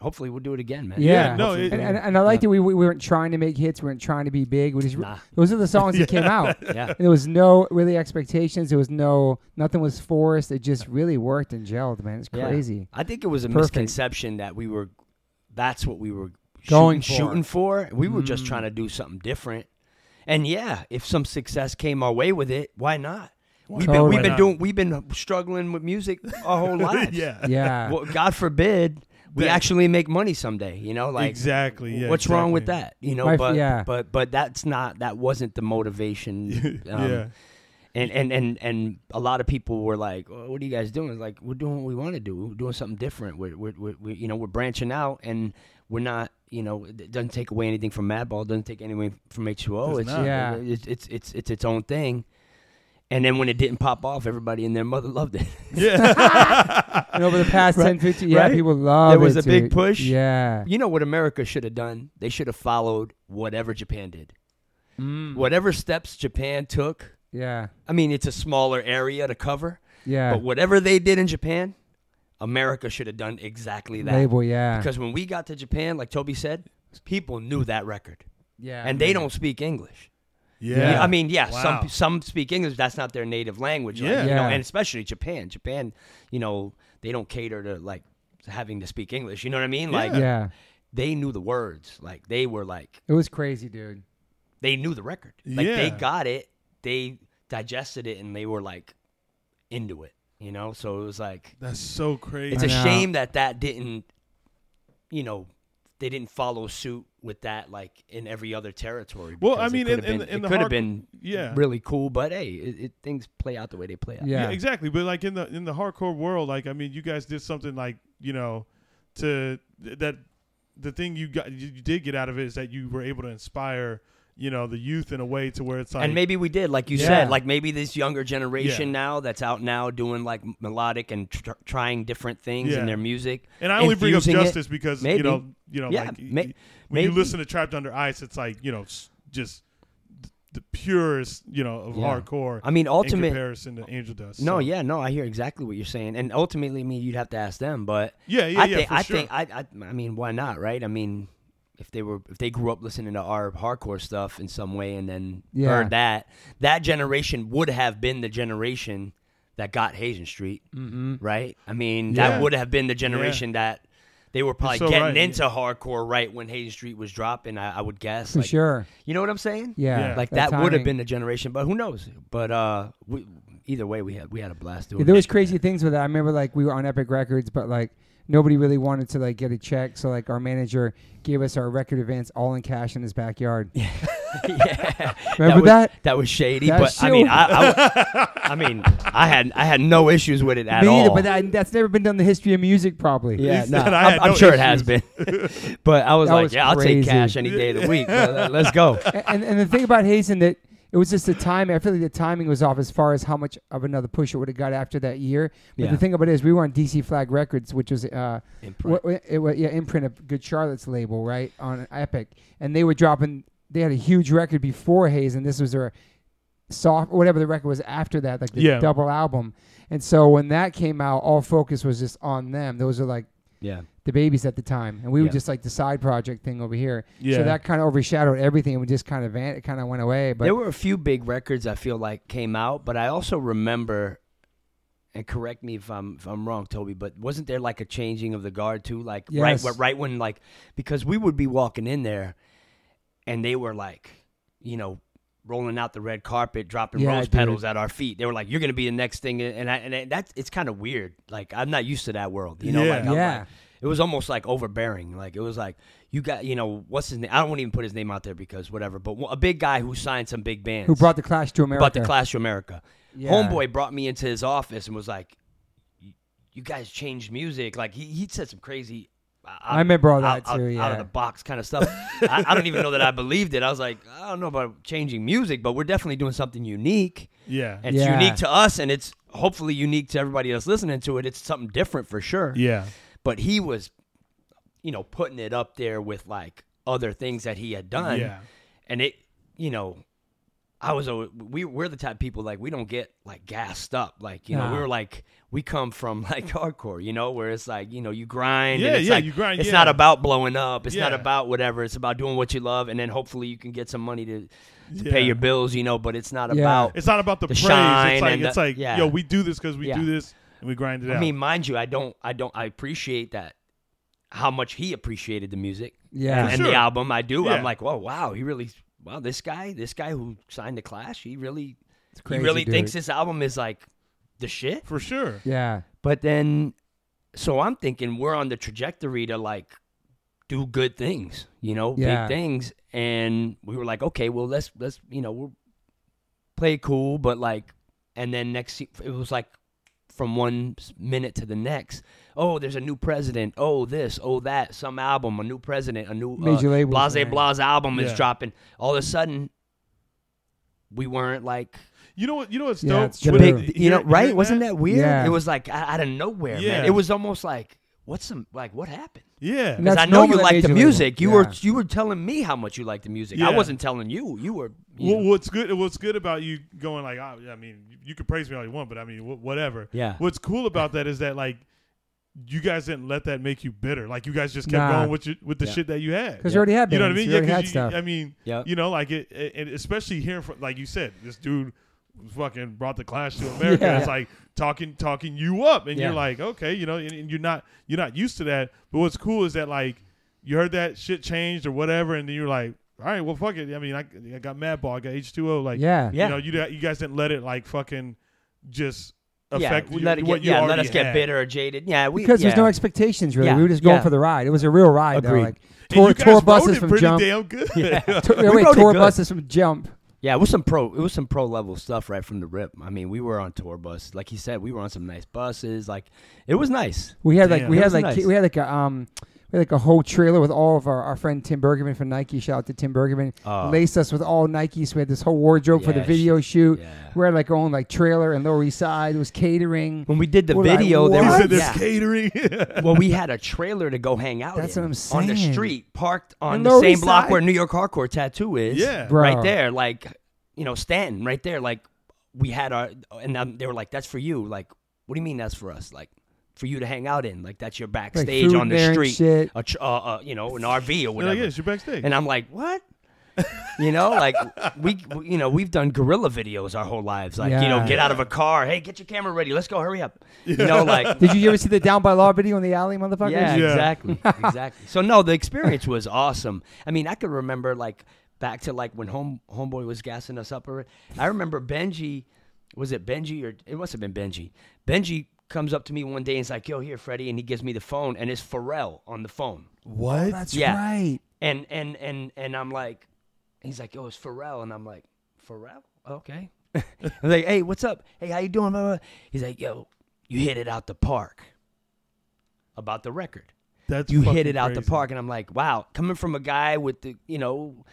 C: hopefully we'll do it again, man.
A: Yeah. Yeah,
B: no,
A: And,
B: it-
A: and, and I like
C: Yeah.
A: that we, we weren't trying to make hits. We weren't trying to be big. We just,
C: Nah.
A: Those are the songs
B: [LAUGHS]
A: that came out.
C: yeah.
A: There was no really expectations. There was no, nothing was forced. It just really worked and gelled, man. It's
C: Yeah. [LAUGHS]
A: crazy.
C: I think it was a
A: Perfect.
C: misconception that we were that's what we were
A: Going for.
C: shooting, shooting for. We were just
A: Mm.
C: trying to do something different. And yeah, if some success came our way with it, why not? We've been,
A: Totally.
C: we've been
B: Why not?
C: doing we've been struggling with music
B: [LAUGHS]
C: our whole
B: [LAUGHS]
C: lives.
B: yeah,
A: Yeah.
C: Well, God forbid we
B: That-
C: actually make money someday, you know, like
B: exactly. Yeah,
C: what's wrong with
B: exactly.
C: that? You know,
A: My f-
C: but
A: yeah.
C: but but that's not that wasn't the motivation.
B: [LAUGHS]
C: um,
B: yeah,
C: and and and and a lot of people were like, "Oh, "What are you guys doing?" It's Like, we're doing what we want to do. We're doing something different. We're, we're, we're, we you know we're branching out, and we're not you know it doesn't take away anything from Madball. Doesn't take anything from H two O.
B: Does
C: It's
B: not.
A: Yeah.
C: it's, it's it's it's its own thing. And then when it didn't pop off, everybody and their mother [LAUGHS] loved it.
A: and over the past 10, 15 yeah,
C: [LAUGHS] right.
A: people love
C: There was
A: it,
C: a big
A: dude.
C: push.
A: Yeah.
C: you know what America should have done? They should have followed whatever Japan did.
A: Mm-hmm.
C: Whatever steps Japan took.
A: Yeah.
C: I mean, it's a smaller area to cover,
A: Yeah.
C: but whatever they did in Japan, America should have done exactly that.
A: Label, yeah.
C: Because when we got to Japan, like Toby said, people knew that record,
A: yeah.
C: and they don't speak English.
B: yeah.
C: Yeah, I mean, yeah,
B: Wow.
C: some some speak English. That's not their native language. like,
B: Yeah.
C: you know,
A: Yeah.
C: and especially Japan. Japan, you know, they don't cater to like having to speak English. You know what I mean? Like
A: Yeah.
C: they knew the words. Like they were like
A: It was crazy, dude.
C: they knew the record. Like
B: Yeah.
C: they got it. They digested it, and they were like into it. You know, so it was like
B: that's so crazy.
C: it's
A: I
C: a
A: know.
C: shame that that didn't you know they didn't follow suit with that like in every other territory
B: Well, I
C: because
B: mean,
C: it could
B: in- in- in
C: have been,
B: the
C: it could have
B: hard-
C: been
B: yeah.
C: really cool but hey it, it, things play out the way they play out
A: Yeah.
B: yeah. exactly but like in the in the hardcore world like i mean you guys did something like you know to that the thing you got you, you did get out of it is that you were able to inspire you know the youth in a way to where it's like
C: and maybe we did like you
A: Yeah.
C: said like maybe this younger generation
B: Yeah.
C: now that's out now doing like melodic and tr- trying different things
B: Yeah.
C: in their music
B: and i only bring up
C: infusing it.
B: justice because
C: Maybe.
B: you know you know
C: Yeah,
B: like
C: ma-
B: when you
C: maybe.
B: listen to trapped under ice it's like you know s- just th- the purest you know of
C: Yeah.
B: hardcore
C: i mean
B: in
C: ultimately
B: comparison to angel dust
C: no
B: So-
C: yeah no i hear exactly what you're saying and ultimately i mean you'd have to ask them but
B: yeah yeah
C: I
B: yeah
C: think
B: for
C: I
B: sure.
C: think I, I I mean why not right? I mean if they were if they grew up listening to our hardcore stuff in some way and then
A: Yeah.
C: heard that that generation would have been the generation that got Hazen Street,
A: Mm-hmm.
C: right? I mean
B: Mm. Yeah.
C: that would have been the generation that they were probably
B: so
C: getting
B: right, yeah.
C: into hardcore right when Hazen Street was dropping. I, I would guess
A: For
C: like,
A: sure.
C: You know what I'm saying?
A: Yeah.
B: Yeah.
C: Like that would have been the generation, but who knows? But uh, we, either way, we had we had a blast doing.
A: Yeah, there
C: that
A: was
C: shit,
A: crazy
C: man.
A: things with that. I remember like we were on Epic Records, but like nobody really wanted to like get a check, so like our manager gave us our record events all in cash in his backyard.
C: [LAUGHS] yeah.
A: Remember
C: was-
A: that?
C: That was shady,
A: That
C: but
A: was
C: I mean,
A: shady.
C: I,
A: [LAUGHS]
C: I, I mean, I had I had no issues with it at
A: Me
C: all.
A: neither, but that, that's never been done in the history of music, probably.
C: yeah,
B: He
C: no,
B: said, "I
C: I'm,
B: had
C: I'm
B: no
C: sure it has been. [LAUGHS] but I was
A: That
C: like,
A: was
C: yeah, I'll take
A: crazy.
C: cash any day of the week. brother. Let's
A: [LAUGHS]
C: go.
A: A- and and the thing about Hazen that it was just the timing. I feel like the timing was off as far as how much of another push it would have got after that year. But
C: Yeah.
A: the thing about it is, we were on DC Flag Records, which was uh,
C: Imprint.
A: wh- wh- it wa- yeah, imprint of Good Charlotte's label, right on Epic, and they were dropping. They had a huge record before Hazen. This was their soft, whatever the record was after that, like the
B: Yeah.
A: double album. And so when that came out, all focus was just on them. Those are like
C: Yeah,
A: the babies at the time, and we were
C: Yeah.
A: just like the side project thing over here. So
B: Yeah.
A: that kind of overshadowed everything, and we just kind of van- it kind of went away. But
C: there were a few big records I feel like came out, but I also remember. And correct me if I'm if I'm wrong, Toby. But wasn't there like a changing of the guard too? Like
A: Yes.
C: right, right when like because we would be walking in there, and they were like, you know, rolling out the red carpet, dropping
A: Yeah,
C: rose
A: dude.
C: petals at our feet. They were like, "You're gonna be the next thing," and I, and I- that's it's kind of weird. Like I'm not used to that world, you know. Like,
B: Yeah.
C: I'm
A: Yeah.
C: like- it was almost like overbearing. Like it was like you got, you know, what's his name? I don't want to even put his name out there because whatever. But a big guy who signed some big bands
A: who brought the Clash to America?
C: brought the Clash to America.
A: Yeah.
C: Homeboy brought me into his office and was like, "You- "You guys changed music." Like he he said some crazy uh,
A: I remember all that
C: out,
A: too,
C: out- out
A: yeah.
C: of the box kind of
A: [LAUGHS]
C: stuff. I, I don't even know that I believed it. I was like, I don't know about changing music, but we're definitely doing something unique.
B: Yeah.
C: And It's
A: Yeah.
C: unique to us, and it's hopefully unique to everybody that's listening to it. It's something different for sure.
B: yeah.
C: But he was, you know, putting it up there with like other things that he had done.
B: Yeah.
C: And it, you know, I was always, we we're the type of people like we don't get like gassed up. Like you know,
A: Nah.
C: we were like we come from [LAUGHS] like hardcore, you know, where it's like you know you grind.
B: Yeah,
C: and it's
B: yeah,
C: like,
B: you grind,
C: It's
B: yeah.
C: not about blowing up. It's not
B: Yeah.
C: about whatever. It's about doing what you love, and then hopefully you can get some money to, to pay
B: Yeah.
C: your bills, you know. But it's not
A: Yeah.
C: about
B: It's not about the,
C: The
B: praise.
C: shine
B: It's like
C: and
B: it's
C: the-
B: like
C: yeah.
B: yo, we do this because we
C: Yeah.
B: do this and we grind it out.
C: I mean, mind you, I don't, I don't, I appreciate that how much he appreciated the music
A: Yeah.
C: and, and
B: Sure.
C: the album. I do.
B: Yeah.
C: I'm like, whoa, wow, he really, wow, this guy, this guy who signed the Clash, he really, he
A: crazy,
C: really
A: dude.
C: thinks this album is like the shit.
B: for sure.
A: Yeah.
C: But then, so I'm thinking we're on the trajectory to like do good things, you know,
A: Yeah.
C: big things, and we were like, okay, well, let's let's you know, we'll play it cool, but like, and then next se- it was like from one s- minute to the next, oh, there's a new president, oh this, oh that, some album, a new president, a new
A: Major
C: uh,
A: labels,
C: Blase
A: man.
C: Blah's album is
B: Yeah.
C: dropping. All of a sudden, we weren't like
B: You know what? You know what's
A: Yeah,
B: dope?
A: it's
C: the
A: True.
C: big,
B: Hearing-
C: you know, right?
B: hearing
C: Wasn't that weird?
A: Yeah.
C: It was like o- out of nowhere,
B: Yeah.
C: man. It was almost like, what's some like what happened?
B: Yeah.
A: And
C: Because I
A: that's
C: know you
A: normal at
C: like
A: major
C: the
A: label.
C: music. You were
A: Yeah.
C: you were telling me how much you like the music.
B: Yeah.
C: I wasn't telling you. You were. you
B: Well,
C: know.
B: what's good? What's good about you going like? "Oh, I, I mean, you can praise me all you want, but I mean, wh- whatever.
C: Yeah.
B: What's cool about that is that like, you guys didn't let that make you bitter. Like you guys just kept
A: Nah.
B: going with your, with the
C: Yeah.
B: shit that you had.
A: Because you already had
B: You know what I
A: bands,
B: mean?
A: You already
B: 'cause
A: had stuff.
B: I mean,
C: Yeah.
B: you know, like it, it, and especially hearing from, like you said, this dude fucking brought the Clash to America.
A: Yeah.
B: It's like talking, talking you up, and you're
C: Yeah.
B: like, okay, you know, and, and you're not, you're not used to that. But what's cool is that like you heard that shit changed or whatever, and then you're like, all right, well, fuck it. I mean, I, I got Mad Ball, I got H2O, like,
A: yeah.
C: Yeah.
B: you know, you you guys didn't let it like fucking just
C: yeah,
B: affect
C: we
B: you-
C: let it
B: what
C: get,
B: you
C: yeah, let
B: already
C: us get
B: had.
C: bitter or jaded. Yeah, we,
A: Because there's
C: yeah.
A: no expectations really.
C: Yeah.
A: We were just going
C: Yeah.
A: for the ride. It was a real ride though.
C: Agreed.
A: Like
B: And
A: tour,
B: you guys
A: tour
B: rode
A: buses
B: it
A: from
B: pretty
A: jump.
B: damn good. [LAUGHS]
A: tour,
C: [LAUGHS] We
A: wait,
C: rode it
A: tour
C: good.
A: buses from jump.
C: yeah, it was some pro. It was some pro level stuff right from the rip. I mean, we were on tour buses, like you said, we were on some nice buses. Like it was nice.
A: We had like
B: Damn.
A: we
C: That
A: had
C: was
A: like
C: nice.
A: we had like a um we had like a whole trailer with all of our, our friend Tim Bergman from Nike. Shout out to Tim Bergman.
C: Oh.
A: Laced us with all Nikes. We had this whole wardrobe for the
C: Yeah, sh-
A: video shoot.
C: yeah.
A: We had like our own like trailer and Lower East Side. It was catering.
C: When we did the
A: We're like,
C: video,
B: He
C: there
A: what?
C: was
B: said there's
C: yeah.
B: catering. [LAUGHS]
C: well, we had a trailer to go hang out.
A: That's
C: in,
A: what I'm
C: On the
A: saying.
C: street, parked on
A: And
C: the
A: Lower
C: same
A: East
C: block
A: Side.
C: where New York Hardcore Tattoo is.
B: Yeah.
A: Bro.
C: right there, like you know, Stanton, right there. Like we had our, and um, they were like, "That's for you." Like, what do you mean that's for us? Like, for you to hang out in? Like that's your backstage
A: food
C: on
A: there
C: the
A: and
C: street,
A: shit.
C: a tr- uh, uh, you know, an RV or
B: They're like,
C: whatever.
B: yeah, it's your backstage.
C: And I'm like, what? you know, like we, we- you know, we've done guerrilla videos our whole lives. Like, you
A: Yeah.
C: know, get out of a car. Hey, get your camera ready. Let's go. Hurry up. You
A: [LAUGHS]
C: know, like
A: Did you ever see the Down by Law video in the alley, motherfuckers?
C: yeah,
B: Yeah.
C: exactly, exactly. So no, the experience was awesome. I mean, I could remember like back to like when home homeboy was gassing us up. Or I remember Benji, was it Benji or it must have been Benji. Benji comes up to me one day and is like, "Yo, here, Freddie," and he gives me the phone, and it's Pharrell on the phone,
A: What? That's
C: Yeah.
A: right.
C: and and and and I'm like, he's like, "Yo, it's Pharrell," and I'm like, "Pharrell, okay." [LAUGHS] I'm like, "Hey, what's up? Hey, how you doing?" Blah, blah, blah." He's like, "Yo, you hit it out the park." About the record
B: That's
C: you hit
B: fucking
C: it out the
B: crazy.
C: park and i'm like wow coming from a guy with the you know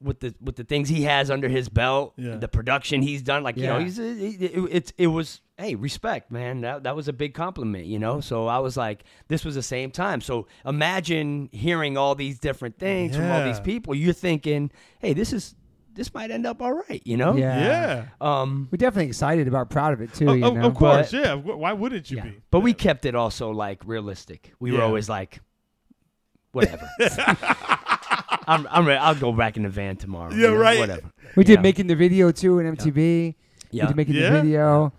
C: with the with the things he has under his belt
B: Yeah.
C: the production he's done like you know
A: Yeah.
C: he's it, it, it, it was hey respect man that, that was a big compliment you know so i was like this was the same time so imagine hearing all these different things from all these
B: Yeah.
C: people you're thinking hey this is this might end up all right you know
A: Yeah.
B: Oh, Yeah. Oh,
C: um
A: We're definitely excited about proud of it too.
B: Of-
A: you
B: of,
A: know?
B: of course,
C: But-
B: yeah. of cour- Why wouldn't you
C: yeah.
B: be?
C: but we kept it also like realistic we were
B: Yeah.
C: always like
B: [LAUGHS]
C: whatever I'm, I'm ready. I'll go back in the van tomorrow.
B: Yeah,
C: know,
B: right.
C: Whatever.
A: We did
C: Yeah.
A: making the video too in MTV. We
C: Yeah.
A: did making the
B: Yeah.
A: video,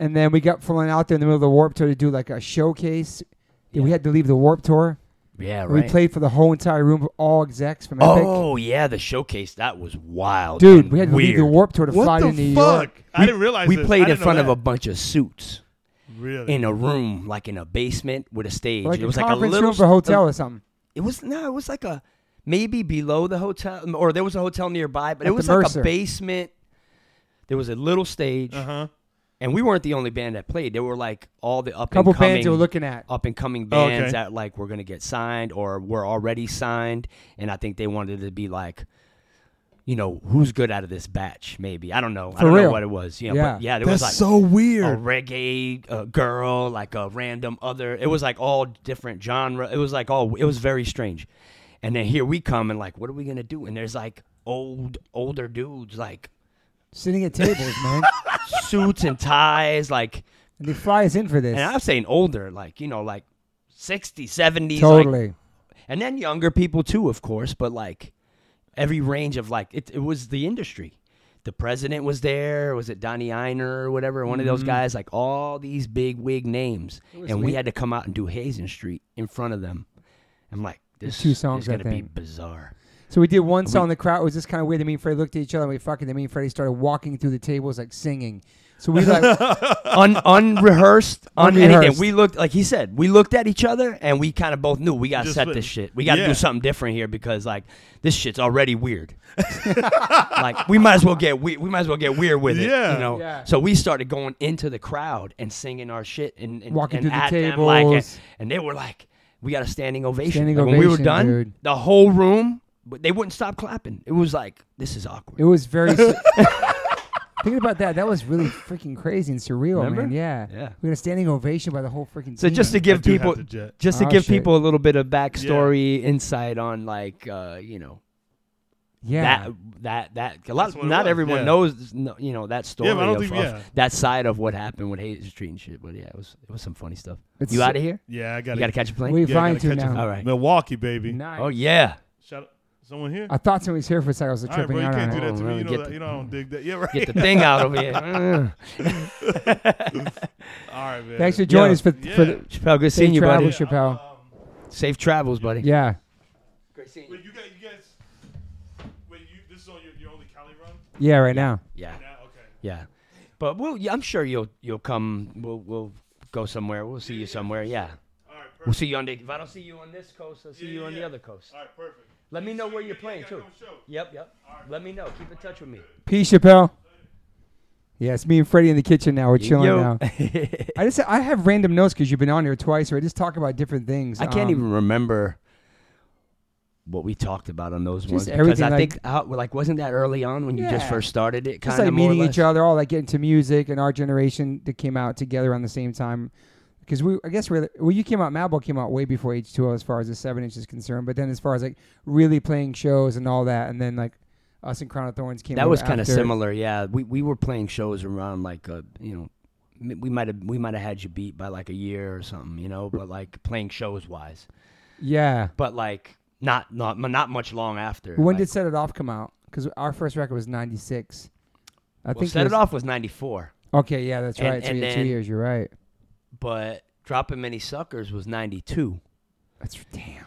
A: and then we got flown out there in the middle of the Warp Tour to do like a showcase. Yeah, We
C: Yeah.
A: had to leave the Warp Tour.
C: Yeah,
A: and We
C: right.
A: played for the whole entire room of all execs from Epic.
C: oh, yeah, the showcase. That was wild.
A: Dude,
C: and
A: we had to leave
C: weird.
A: the Warp Tour to fly
B: What
A: to
B: the
A: New
B: fuck?
A: York.
B: I didn't realize
C: We
B: this. I
C: played in
B: didn't know
C: front of
B: that.
C: a bunch of suits
B: really.
C: in a room, like in a basement with a stage.
A: Like
C: it was
A: a
C: like a
A: conference
C: little
A: room for a hotel or something.
C: It was no, it was like a maybe below the hotel, or there was a hotel nearby, but
A: At
C: it
A: the
C: was like
A: Mercer. Uh-huh.
C: a basement. There was a little stage,
B: uh huh.
C: and we weren't the only band that played. There were like all the up
A: couple
C: and coming
A: bands you were looking at.
C: up and coming
B: Oh, okay.
C: bands that like were gonna get signed or were already signed, and I think they wanted to be like, you know, who's good out of this batch? Maybe I don't know. I
A: For
C: don't
A: real.
C: know what it was. Yeah,
A: Yeah.
C: but yeah, there
B: That's
C: was like
B: so
C: a
B: weird.
C: reggae a girl, like a random other. It was like all different genre. It was like all. It was very strange. And then here we come and like, what are we gonna do? And there's like old older dudes like
A: Sitting at tables, man.
C: suits and ties like
A: [LAUGHS] And they fly us in for this.
C: and i'm saying older like you know like 60 70s like,
A: totally.
C: and then younger people too, of course. But like every range of like it, it was the industry. The president was there. Was it Donnie Einer or whatever? One of those guys. Like all these big wig names,
A: Mm-hmm. was
C: and we
A: neat.
C: had to come out and do Hazen Street in front of them. I'm like, this
A: two songs,
C: is gonna
A: I
C: be
A: think.
C: bizarre.
A: so we did one song. The crowd was just kind of weird. Me and Freddie looked at each other and we fucking. Then me and Freddie started walking through the tables like singing. So we like
C: [LAUGHS] Un, unrehearsed, un anything.
A: Unrehearsed.
C: We looked like he said. We looked at each other, and we kind of both knew we got to
B: Just
C: set
B: like-
C: this shit. We got to
B: yeah.
C: do something different here because like this shit's already weird. [LAUGHS] like we might as well get we, we might as well get weird with it.
B: Yeah.
C: You know.
A: Yeah.
C: So we started going into the crowd and singing our shit and, and
A: Walking
C: and
A: through the
C: at them, like, and-
A: tables.
C: and they were like, "We got a standing ovation."
A: Standing
C: Like, when we were
A: ovation,
C: done,
A: dude.
C: the whole room, but they wouldn't stop clapping. It was like this is awkward.
A: it was very. su-
C: [LAUGHS]
A: Thinking about that, that was really freaking crazy and surreal,
C: Remember?
A: man. Yeah.
C: Yeah.
A: We had a standing ovation by the whole freaking.
C: So
A: team.
C: just to give
B: Mm, do have
C: people
B: to jet.
C: just to
A: Oh,
C: give
A: shit.
C: people a little bit of backstory insight on like uh, you know
A: yeah,
C: that that that a lot
B: That's what it
C: not
B: was,
C: everyone
B: yeah.
C: knows no- you know that story
B: Yeah, but I don't
C: of,
B: think-
C: of
B: yeah.
C: that side of what happened with Hayes Street and shit. But yeah, it was it was some funny stuff.
A: It's-
C: you out of here?
B: Yeah, I
C: You
B: gotta,
C: got to catch a plane.
A: we
B: yeah, I
A: flying
B: gotta
A: to
B: catch a-
A: now.
C: All right.
B: Milwaukee, baby.
A: Nice.
C: Oh yeah.
B: Shout out, someone here.
A: I thought somebody was here for a second. I was like,
B: All right,
A: tripping
B: bro, you
A: out
B: can't
A: on
B: do
A: it.
B: that to
C: Oh,
B: me.
C: really?
B: You know,
C: Get
B: that,
C: the-
B: you know, I
C: [LAUGHS]
B: don't dig that. Yeah, right.
C: Get the thing out over
A: [LAUGHS]
B: [LAUGHS]
C: here.
B: All right, man.
A: Thanks for joining
C: Yo.
A: us for, for the
B: Yeah.
C: Chappelle, good
A: safe
C: seeing you, buddy.
A: travels, Chappelle.
B: um,
C: Safe travels, buddy.
A: Yeah.
C: Great seeing
B: Wait, you guys, you guys. Wait, you. This is on your, your only Cali run.
A: Yeah, right now.
C: Yeah,
B: Now, okay.
C: yeah. But we'll. yeah, I'm sure you'll you'll come. We'll we'll go somewhere. We'll see you somewhere. Yeah.
B: All right, perfect.
C: We'll see you on the. If I don't see you on this coast, I'll see
B: Yeah,
C: you
B: yeah,
C: on the
B: yeah.
C: other coast.
B: All right, perfect.
C: Let me know
B: So
C: where
B: you-
C: you're
B: yeah,
C: playing
B: yeah,
C: too.
B: come show.
C: Yep, yep. Let me know. Keep in touch with me.
A: Peace, Chappelle. Yeah, it's me and Freddie in the kitchen now. We're chilling
C: [LAUGHS]
A: now. I just I have random notes because you've been on here twice, or I just talk about different things.
C: I can't
A: Um,
C: even remember what we talked about on those ones because
A: everything,
C: I
A: like-
C: think how, like wasn't that early on when you just
A: Yeah.
C: first started it?
A: just
C: Kind of
A: like meeting each other, all like getting to music and our generation that came out together around the same time. Because we, I guess, really, well, you came out, Madball came out way before H2O as far as the seven inch is concerned. But then as far as like really playing shows and all that, and then like us and Crown of Thorns came.
C: That
A: out
C: was kind of
A: after.
C: similar. Yeah, we we were playing shows around like uh, you know. m- We might have we might have had you beat by like a year or something, you know. But like playing shows wise,
A: Yeah.
C: but like not not not much long after.
A: When
C: like-
A: did Set It Off come out? Because our first record was '96. I
C: well,
A: think
C: set it
A: was-
C: off was ninety four.
A: Okay, yeah, that's
C: And-
A: right. so
C: and
A: we had two
C: then-
A: years. You're right.
C: but dropping many suckers was 92
A: That's damn.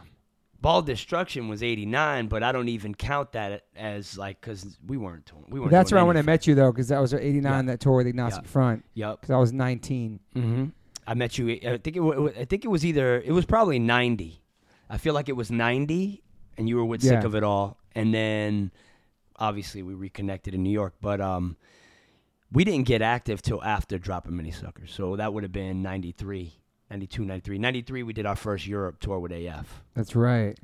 C: ball destruction was 89 but i don't even count that as like because we weren't touring we weren't
A: That's
C: doing
A: around when I
C: anything.
A: met you though, because that was '89 that tour with Agnostic Front.
C: yep
A: Because I was 19.
C: mm-hmm. i met you i think it was i think it was either it was probably 90 i feel like it was 90 and you were with sick
A: Yeah.
C: of it all and then obviously we reconnected in new york but um we didn't get active till after dropping many suckers so that would have been 93 92 93 93 we did our first europe tour with af
A: That's right.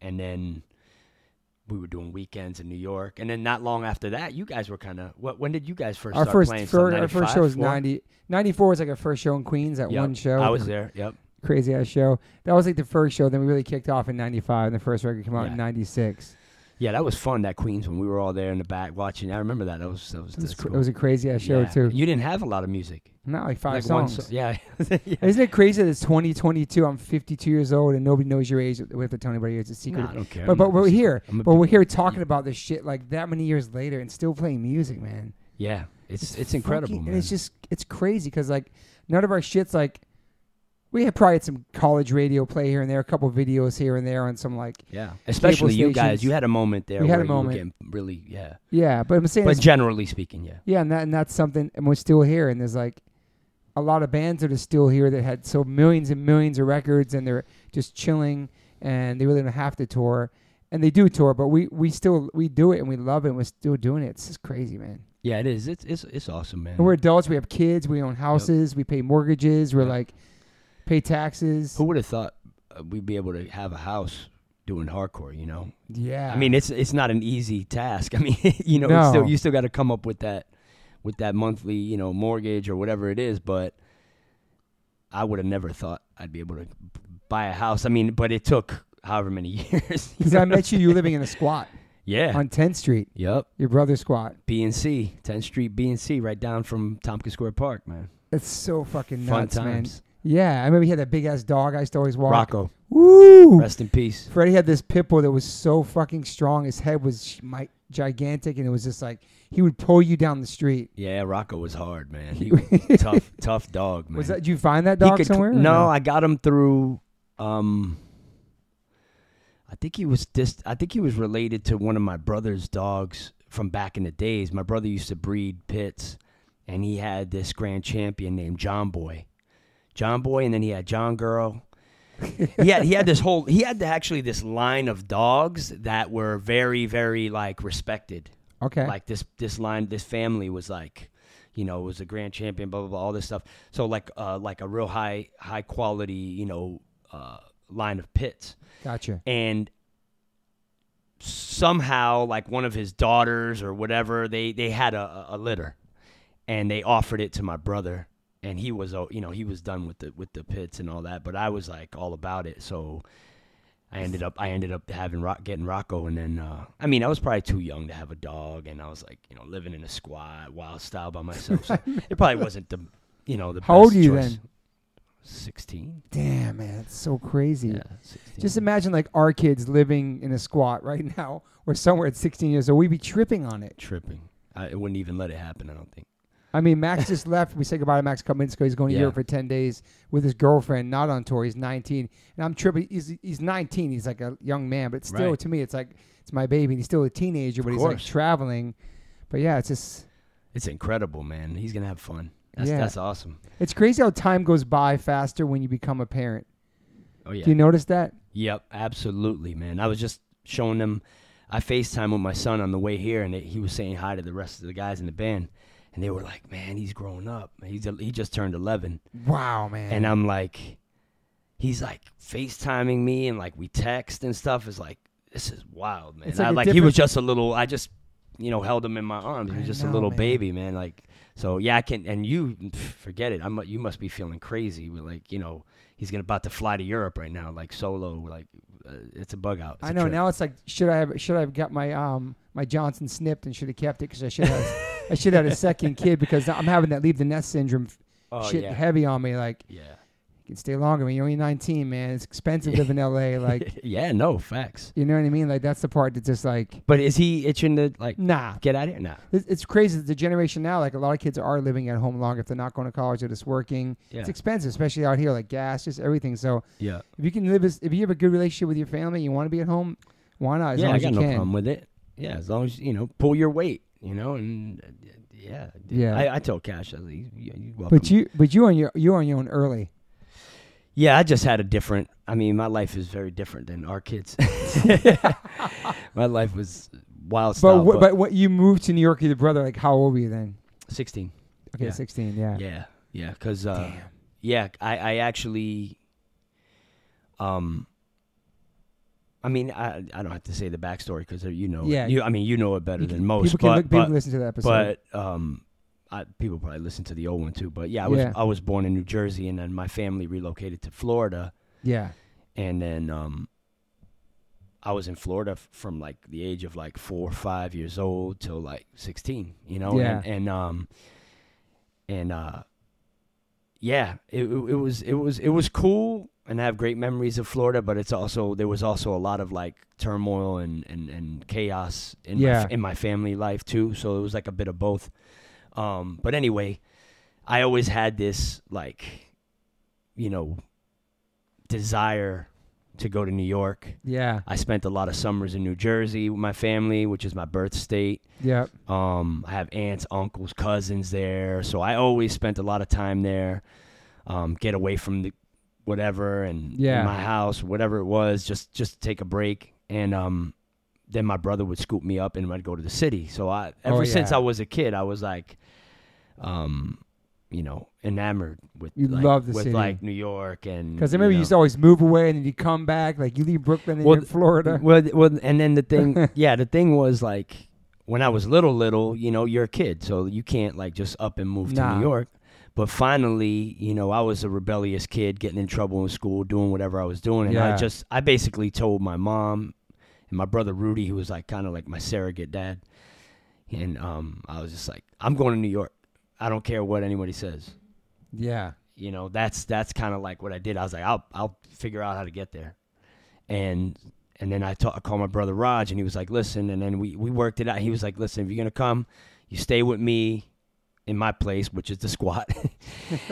C: and then we were doing weekends in New York, and then not long after that, you guys were kind of. What? When did you guys first?
A: our
C: start
A: first
C: playing?
A: fir-
C: Some
A: our first show
C: 95,
A: was
C: four?
A: 90 94 was like our first show in queens that
C: Yep.
A: one show
C: I was there. Yep.
A: crazy ass show that was like the first show then we really kicked off in 95 and the first record came out in
C: Yeah.
A: 96
C: Yeah, that was fun. That Queens when we were all there in the back watching. I remember that. That was that was.
A: it was,
C: that's
A: cr- it
C: cool.
A: was a crazy ass show
C: Yeah.
A: too
C: You didn't have a lot of music.
A: not like five
C: like
A: songs
C: One so-
A: [LAUGHS]
C: yeah. [LAUGHS] yeah.
A: isn't it crazy that it's 2022 i'm 52 years old and nobody knows your age we have to tell anybody it's a secret
C: Nah, I don't care.
A: but, but we're here
C: I'm a
A: but
C: big-
A: we're here talking about this shit like that many years later and still playing music man
C: Yeah, it's it's incredible,
A: fucking-
C: man.
A: And it's just it's crazy because like none of our shits like we had probably had some college radio play here and there, a couple videos here and there on some like
C: yeah, especially you
A: stations.
C: guys. You had a moment there.
A: We had a
C: where you were
A: moment.
C: getting really, yeah.
A: yeah. But I'm saying
C: But
A: it's-
C: generally speaking, yeah.
A: yeah, and that and that's something, and we're still here. And there's like a lot of bands that are still here that had so millions and millions of records, and they're just chilling, and they really don't have to tour, and they do tour, but we we still we do it and we love it, and we're still doing it. It's just crazy, man.
C: Yeah, it is. It's it's it's awesome, man.
A: And we're adults. We have kids. We own houses. We pay mortgages. We're
C: Yep.
A: like pay taxes.
C: Who would have thought uh, we'd be able to have a house doing hardcore? You know,
A: Yeah. [LAUGHS]
C: I mean, it's it's not an easy task. [LAUGHS] I mean, you know, it's
A: No.
C: still, you still got to come up with that with that monthly, you know, mortgage or whatever it is. But I would have never thought I'd be able to buy a house. I mean, but it took however many [LAUGHS] years.
A: because I met you, you living in a squat
C: [LAUGHS] yeah.
A: on 10th Street,
C: Yep.
A: your brother's squat.
C: B and C, 10th Street B and C, right down from Tompkins Square Park, man.
A: It's so fucking
C: Fun
A: nuts, man.
C: times.
A: Yeah, I remember he had that big ass dog I used to always walk.
C: Rocco,
A: Woo!
C: rest in peace.
A: Freddie had this pit bull that was so fucking strong. His head was sh- my, gigantic, and it was just like he would pull you down the street.
C: Yeah, Rocco was hard, man.
A: [LAUGHS]
C: He was tough, tough dog, man.
A: Was that? Did you find that
C: He
A: dog
C: could-
A: somewhere? or
C: No, I got him through. Um, I think he was dis- I think he was related to one of my brother's dogs from back in the days. My brother used to breed pits, and he had this grand champion named John Boy, John Boy, and then he had
A: [LAUGHS]
C: John Girl. he had he had this whole he had actually this line of dogs that were very very like respected
A: Okay.
C: like this this line this family was like you know was a grand champion blah blah blah all this stuff so like uh like a real high high quality you know uh line of pits
A: gotcha.
C: and somehow like one of his daughters or whatever they they had a, a- a litter and they offered it to my brother and he was oh, you know he was done with the with the pits and all that but i was like all about it so i ended up i ended up having rock getting rocco and then uh i mean i was probably too young to have a dog and i was like you know living in a squad wild style by myself
A: [LAUGHS]
C: so it probably wasn't the you know the
A: How old
C: best
A: are you
C: choice.
A: then?
C: 16
A: Damn, man, it's so crazy.
C: yeah 16.
A: Just imagine like our kids living in a squat right [LAUGHS] now, or somewhere at 16 years old. We'd be tripping on it.
C: tripping i it wouldn't even let it happen i don't think
A: I mean, Max
C: [LAUGHS]
A: just left. We said goodbye to Max a couple minutes ago. He's going to
C: Yeah.
A: Europe for 10 days with his girlfriend, not on tour. He's 19. And I'm tripping. He's, he's 19. He's like a young man, but still,
C: Right.
A: to me, it's like, it's my baby. And he's still a teenager, but he's like
C: course.
A: traveling. But yeah, it's just,
C: It's incredible, man. He's gonna have fun. That's
A: Yeah.
C: that's awesome.
A: it's crazy how time goes by faster when you become a parent.
C: Oh yeah.
A: Do you notice that?
C: yep, absolutely, man. I was just showing them. I FaceTime with my son on the way here, and he was saying hi to the rest of the guys in the band, and they were like, "Man, he's grown up. He's he just turned 11."
A: Wow, man.
C: And I'm like, he's like FaceTiming me, and like we text and stuff. Is like, this is wild, man.
A: It's like
C: I,
A: a
C: like he
A: different-
C: was just a little. I just, you know, held him in my arms. He
A: I
C: was just
A: know,
C: a little
A: man.
C: baby, man. Like, so yeah, I can. And you pff, forget it. I'm. You must be feeling crazy. We're like, you know, he's gonna about to fly to Europe right now, like solo. Like, uh, it's a bug out. It's
A: I
C: a
A: know
C: trip.
A: now it's like should I have should I have got my um my Johnson snipped and should have kept it because I should have I should have had a second kid because I'm having that leave the nest syndrome f-
C: [LAUGHS] Oh
A: shit
C: yeah.
A: heavy on me like
C: yeah.
A: you can stay longer when you're only 19 man it's expensive to live in
C: [LAUGHS]
A: LA [LAUGHS] like
C: yeah. No facts.
A: you know what I mean like that's the part that's just like
C: But is he itching to like
A: nah
C: get out of here? Nah.
A: It's- it's crazy the generation now like a lot of kids are living at home longer if they're not going to college they're just working
C: Yeah.
A: it's expensive especially out here like gas just everything so
C: Yeah.
A: if you can live as, if you have a good relationship with your family you want to be at home why not as
C: yeah,
A: long
C: I
A: as
C: got
A: you
C: no
A: can
C: problem with it. Yeah, as long as you know, pull your weight, you know, and uh, d- yeah, d-
A: Yeah.
C: I, I tell Cash, I was like, "You- you- you're welcome."
A: But you, but you on your you on your own early.
C: yeah, I just had a different. I mean, my life is very different than
A: [LAUGHS]
C: our kids. [LAUGHS] my life was wild
A: But
C: style.
A: what,
C: But,
A: but what you moved to New York with your brother? Like how old were you then?
C: sixteen.
A: Okay,
C: Yeah.
A: sixteen. Yeah.
C: Yeah, yeah, because uh, yeah, I, I actually, um, I mean, I I don't have to say the backstory because you know, it.
A: Yeah.
C: you I mean, you know it better
A: You
C: than
A: can-
C: most.
A: people can
C: but-
A: look, people
C: but,
A: listen to the episode.
C: but um, I, people probably listen to the old one too. But yeah, I was
A: Yeah.
C: I was born in New Jersey, and then my family relocated to Florida,
A: yeah,
C: and then um, I was in Florida f- from like the age of like four or five years old till like sixteen, you know,
A: Yeah.
C: and, and um, and uh, yeah, it it it was it was it was cool. And I have great memories of Florida, but it's also there was also a lot of like turmoil and and, and chaos in my,
A: Yeah.
C: f- in my family life too. So it was like a bit of both. Um, but anyway, I always had this like, you know, desire to go to New York.
A: yeah,
C: I spent a lot of summers in New Jersey with my family, which is my birth state.
A: yeah.
C: Um, I have aunts, uncles, cousins there, so I always spent a lot of time there. Um, get away from the whatever and
A: Yeah.
C: my house, whatever it was, just just take a break. And um, then my brother would scoop me up and I'd go to the city. So I
A: Oh,
C: ever since
A: yeah.
C: I was a kid, I was like, um, you know, enamored with
A: You
C: like,
A: love the
C: with
A: city.
C: like New York and
A: Because I remember you
C: know.
A: used to always move away and then you come back. Like you leave Brooklyn and
C: Well,
A: you're in Florida.
C: [LAUGHS] Well, th- well, and then
A: [LAUGHS]
C: the thing, yeah, the thing was like when I was little, little, you know, you're a kid, so you can't like just up and move to
A: Nah.
C: New York. But finally, you know, I was a rebellious kid, getting in trouble in school, doing whatever I was doing, and
A: Yeah.
C: I just, I basically told my mom and my brother Rudy, who was like kind of like my surrogate dad, and um, I was just like, I'm going to New York. I don't care what anybody says.
A: yeah.
C: You know, that's that's kind of like what I did. I was like, I'll I'll figure out how to get there, and and then I, ta- I called my brother Raj, and he was like, listen. And then we we worked it out. He was like, listen, if you're gonna come, you stay with me in my place, which is the squat. [LAUGHS]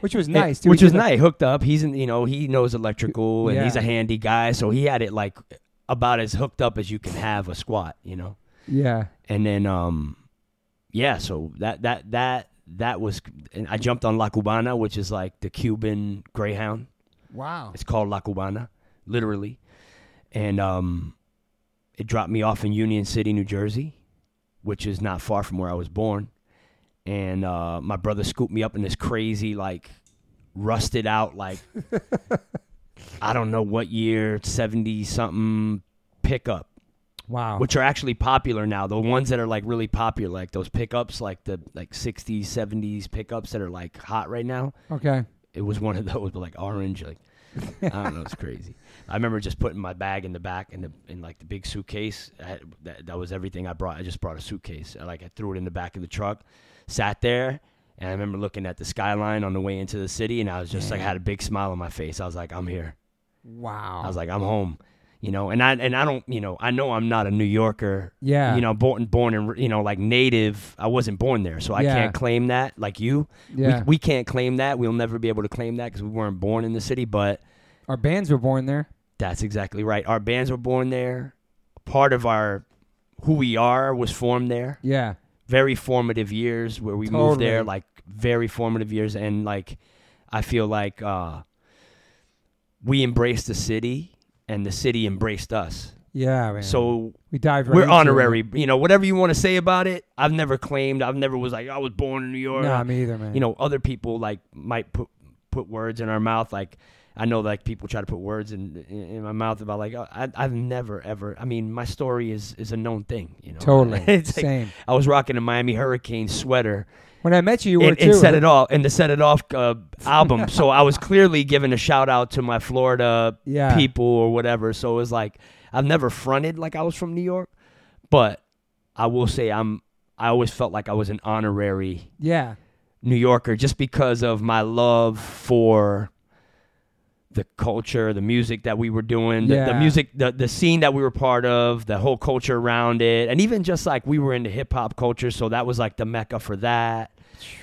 A: Which was nice. too.
C: which
A: You
C: was
A: did, like,
C: nice. Hooked up. He's in, you know he knows electrical, and he's
A: Yeah.
C: a handy guy, so he had it like about as hooked up as you can have a squat. You know
A: Yeah.
C: and then um yeah so that that that that was and i jumped on la cubana which is like the cuban greyhound
A: Wow.
C: it's called la cubana literally and um it dropped me off in union city new jersey which is not far from where i was born and uh my brother scooped me up in this crazy like rusted out like i don't know what year 70 something pickup
A: Wow.
C: which are actually popular now. The ones that are like really popular, like those pickups, like the like '60s, '70s pickups that are like hot right now.
A: okay.
C: It was one of those, but like orange, like I don't know, it's crazy. I remember just putting my bag in the back in the in like the big suitcase. I had, that that was everything I brought. I just brought a suitcase. I, like I threw it in the back of the truck, sat there. And I remember looking at the skyline on the way into the city, and I was just like had a big smile on my face. I was like, "I'm here."
A: Wow.
C: I was like, I'm home, you know. And I and I don't, you know, I know I'm not a New Yorker.
A: Yeah.
C: You know, born born and you know like native. I wasn't born there, so I
A: Yeah.
C: can't claim that. Like you,
A: yeah.
C: we, we can't claim that. We'll never be able to claim that because we weren't born in the city. But
A: Our bands were born there.
C: that's exactly right. Our bands were born there. Part of our who we are was formed there
A: Yeah.
C: very formative years where we moved there
A: Totally.
C: like very formative years and like i feel like uh we embraced the city and the city embraced us
A: Yeah, man.
C: so
A: we dived right
C: we're
A: into it.
C: honorary you know whatever you want to say about it i've never claimed i've never was like "Oh, i was born in new york
A: Nah, me either, man.
C: you know other people like might put put words in our mouth like i know like people try to put words in in, in my mouth about like I, i've never ever i mean my story is is a known thing you know
A: Totally.
C: [LAUGHS] It's like-
A: Same.
C: I was rocking a Miami Hurricane sweater
A: When I met you, you were
C: and,
A: too.
C: and set it off and the set it off uh,
A: [LAUGHS]
C: album. so I was clearly giving a shout out to my Florida
A: Yeah.
C: people or whatever. So it was like I've never fronted like I was from New York, but I will say I'm. I always felt like I was an honorary
A: Yeah.
C: New Yorker just because of my love for the culture, the music that we were doing, the, the
A: Yeah.
C: music, the, the scene that we were part of, the whole culture around it, and even just like we were into hip hop culture, so that was like the mecca for that.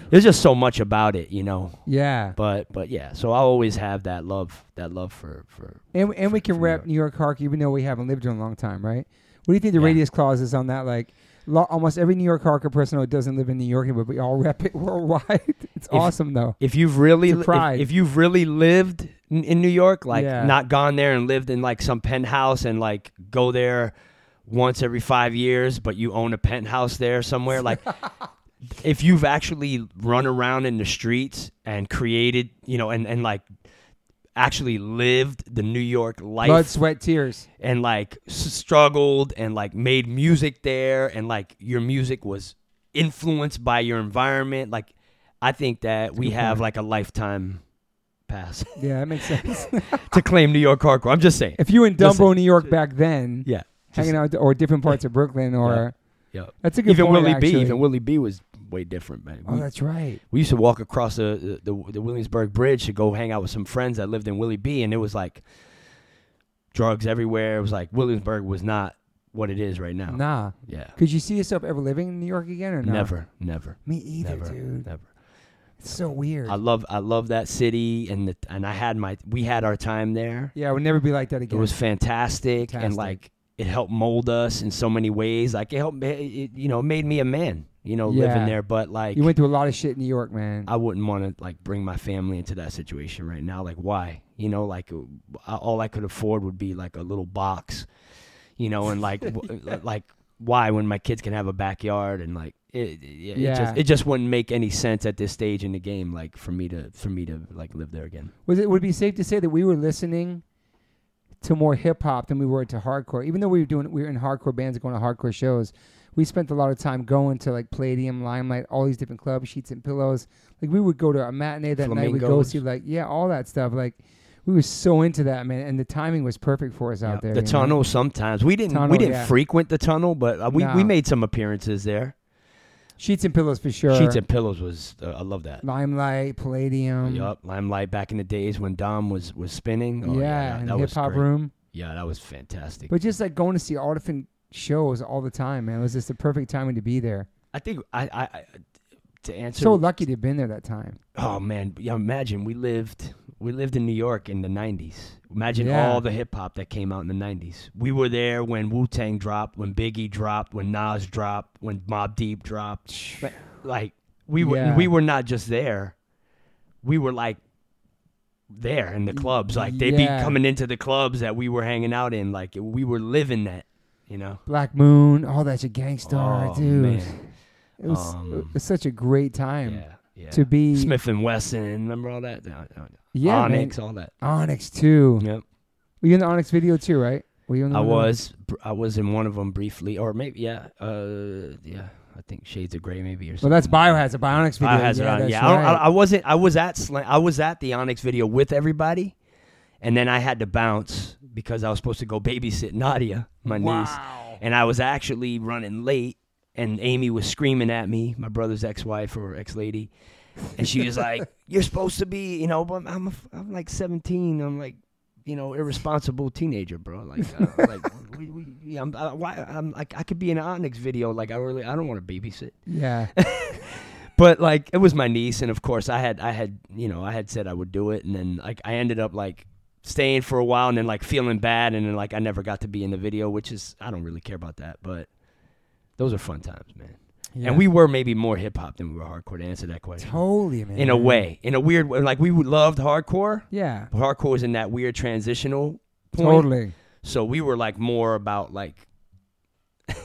C: There's just so much about it, you know.
A: Yeah.
C: But but yeah, so I always have that love, that love for for.
A: And, and we
C: for-
A: can
C: for New
A: rep
C: York.
A: New York Hardcore even though we haven't lived here in a long time, right? What do you think the
C: Yeah.
A: radius clause is on that? Like, lo- almost every New York Hardcore person who doesn't live in New York, but we all [LAUGHS] rep it worldwide. [LAUGHS] it's awesome, though.
C: If you've really
A: It's a
C: li- if-
A: pride.
C: if, you've really lived in, in New York, like
A: Yeah.
C: not gone there and lived in like some penthouse and like go there once every 5 years, but you own a penthouse there somewhere
A: [LAUGHS]
C: like if you've actually run around in the streets and created, you know, and and like actually lived the New York life
A: Blood, sweat, tears.
C: and like s- struggled and like made music there and like your music was influenced by your environment like i think that we
A: good
C: have
A: point.
C: like a lifetime pass [LAUGHS]
A: Yeah, that makes sense. [LAUGHS]
C: to claim new york hardcore i'm just saying
A: if you in Dumbo,
C: Listen,
A: New York back then,
C: yeah
A: hanging out, or different parts of Brooklyn, or
C: yeah
A: that's a good
C: even
A: point.
C: willie b
A: actually.
C: even willie b was way different man
A: oh,
C: we,
A: that's right.
C: we used to walk across the, the the williamsburg bridge to go hang out with some friends that lived in willie b and it was like drugs everywhere it was like williamsburg was not what it is right now
A: Nah,
C: yeah
A: could you see yourself ever living in New York again or not?
C: never never
A: Me either,
C: never
A: dude.
C: never
A: It's so weird.
C: I love I love that city and the, and I had my we had our time there.
A: yeah, it would never be like that
C: It
A: again.
C: was fantastic, and
A: Fantastic.
C: like it helped mold us in so many ways. Like it helped it, it, you know made me a man. You know
A: Yeah.
C: living there, but like
A: you went through a lot of shit in New York, man.
C: I wouldn't want to like bring my family into that situation right uh, now. Like why? You know like I- all I could afford would be like a little box. you know, and
A: [LAUGHS]
C: like w- uh, like why when my kids can have a backyard and like it, it, it
A: Yeah.
C: just it just wouldn't make any sense at this stage in the game like for me to for me to like live there again.
A: Was it would it be safe to say that we were listening to more hip hop than we were to hardcore? Even though we were doing we were in hardcore bands and going to hardcore shows, we spent a lot of time going to like Palladium, Limelight, all these different clubs, sheets and pillows. Like we would go to a matinee that night. We'd go
C: Flamingos.
A: see like yeah, all that stuff. Like we were so into that man, and the timing was perfect for us
C: Yeah.
A: out there.
C: the
A: you know?
C: tunnel sometimes we didn't
A: Tunnel,
C: we didn't
A: yeah.
C: frequent the tunnel, but uh, we
A: No.
C: we made some appearances there.
A: sheets and pillows for sure.
C: Sheets and pillows was uh, I love that.
A: Limelight, Palladium.
C: yup, limelight back in the days when Dom was was spinning. Oh,
A: yeah,
C: that-
A: and
C: that was
A: hip hop
C: great.
A: room.
C: Yeah, that was fantastic.
A: But just like going to see all different shows all the time, man. It was just the perfect timing to be there.
C: I think I, I, I to answer.
A: So lucky to have been there that time.
C: oh man, yeah, imagine we lived we lived in New York in the '90s. Imagine
A: Yeah.
C: all the hip hop that came out in the '90s. We were there when Wu Tang dropped, when Biggie dropped, when Nas dropped, when Mob Deep dropped. Like, like, we were
A: Yeah.
C: we were not just there. We were like there in the clubs. Like they'd
A: Yeah.
C: be coming into the clubs that we were hanging out in. Like we were living that. You know.
A: Black Moon, all that shit, Gangstar,
C: Oh,
A: dude.
C: man.
A: It was it
C: Um,
A: was such a great time
C: Yeah. Yeah.
A: to be
C: Smith and Wesson. Remember all that? No, no, no.
A: yeah,
C: Onyx,
A: Man.
C: all that.
A: Onyx too.
C: Yep.
A: Were you in the Onyx video too, right? Were you in the
C: I
A: one of them?
C: was br- I was in one of them briefly, or maybe yeah, uh, yeah. I think Shades of Gray maybe or something.
A: Well, that's Biohazard. Bionic's video.
C: Biohazard.
A: yeah,
C: Yeah,
A: that's
C: yeah. I, don't- I,
A: right.
C: I wasn't. I was at Slam, I was at the Onyx video with everybody, and then I had to bounce because I was supposed to go babysit Nadia, my niece,
A: wow.
C: and I was actually running late. And Amy was screaming at me, my brother's ex-wife or ex-lady, and she was like, "You're supposed to be, you know, but I'm a, I'm like 17. I'm like, you know, irresponsible teenager, bro. Like, uh, like, [LAUGHS] we, we, yeah, I'm, I, why, I'm like, I could be in an Onyx video. Like, I really, I don't want to babysit.
A: Yeah.
C: But like, it was my niece, and of course, I had, I had, you know, I had said I would do it, and then like, I ended up like staying for a while, and then like feeling bad, and then like, I never got to be in the video, which is, I don't really care about that, but those are fun times, man.
A: yeah.
C: [LAUGHS] And we were maybe more hip hop than we were hardcore to answer that [LAUGHS] question.
A: totally man.
C: In a way, in a weird way, like we loved hardcore,
A: Yeah.
C: but hardcore was in that weird transitional point.
A: Totally.
C: So we were like more about like [LAUGHS]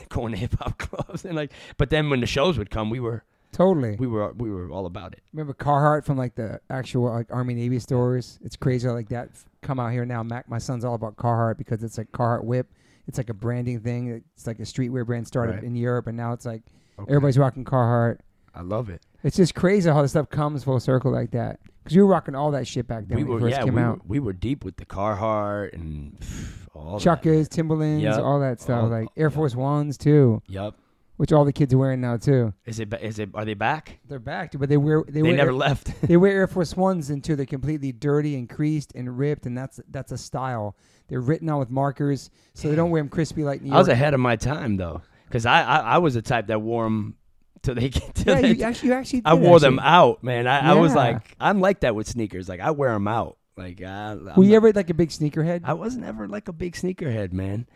C: going to hip hop [LAUGHS] clubs and like. But then when the shows would come, we were
A: Totally.
C: we were we were all about it.
A: Remember Carhartt from like the actual like Army Navy stores? It's crazy how like that f- come out here now. Mac, my son's all about Carhartt because it's like Carhartt whip. It's like a branding thing. It's like a streetwear brand started
C: Right.
A: in Europe, and now it's like everybody's rocking Carhartt.
C: I love it.
A: It's just crazy how this stuff comes full circle like that. Because you were rocking all that shit back then
C: we
A: when it
C: were
A: first
C: yeah
A: came
C: we,
A: out.
C: Were, we were deep with the Carhartt and [SIGHS] pff, all
A: Chukkas, Timberlands,
C: Yep.
A: all that stuff.
C: All-
A: like Air
C: yep.
A: Force Ones too,
C: That. Yep.
A: which all the kids are wearing now too.
C: Is it ba- is it are they back?
A: They're back, dude, but they wear they,
C: They,
A: wear
C: never left. [LAUGHS]
A: they wear Air Force Ones until they're completely dirty and creased and ripped, and that's that's a style. They're written on with markers, so they don't wear them crispy like New
C: I was
A: York.
C: ahead of my time though, because I, I I was the type that wore them till they [LAUGHS] get till
A: yeah,
C: they,
A: you actually, you actually
C: I
A: did,
C: wore them
A: actually.
C: out, man. I, I was
A: Yeah.
C: like, I'm like that with sneakers. Like I wear them out. Like I, I'm
A: Were you
C: not-
A: ever like a big sneakerhead?
C: I wasn't ever like a big sneakerhead, man.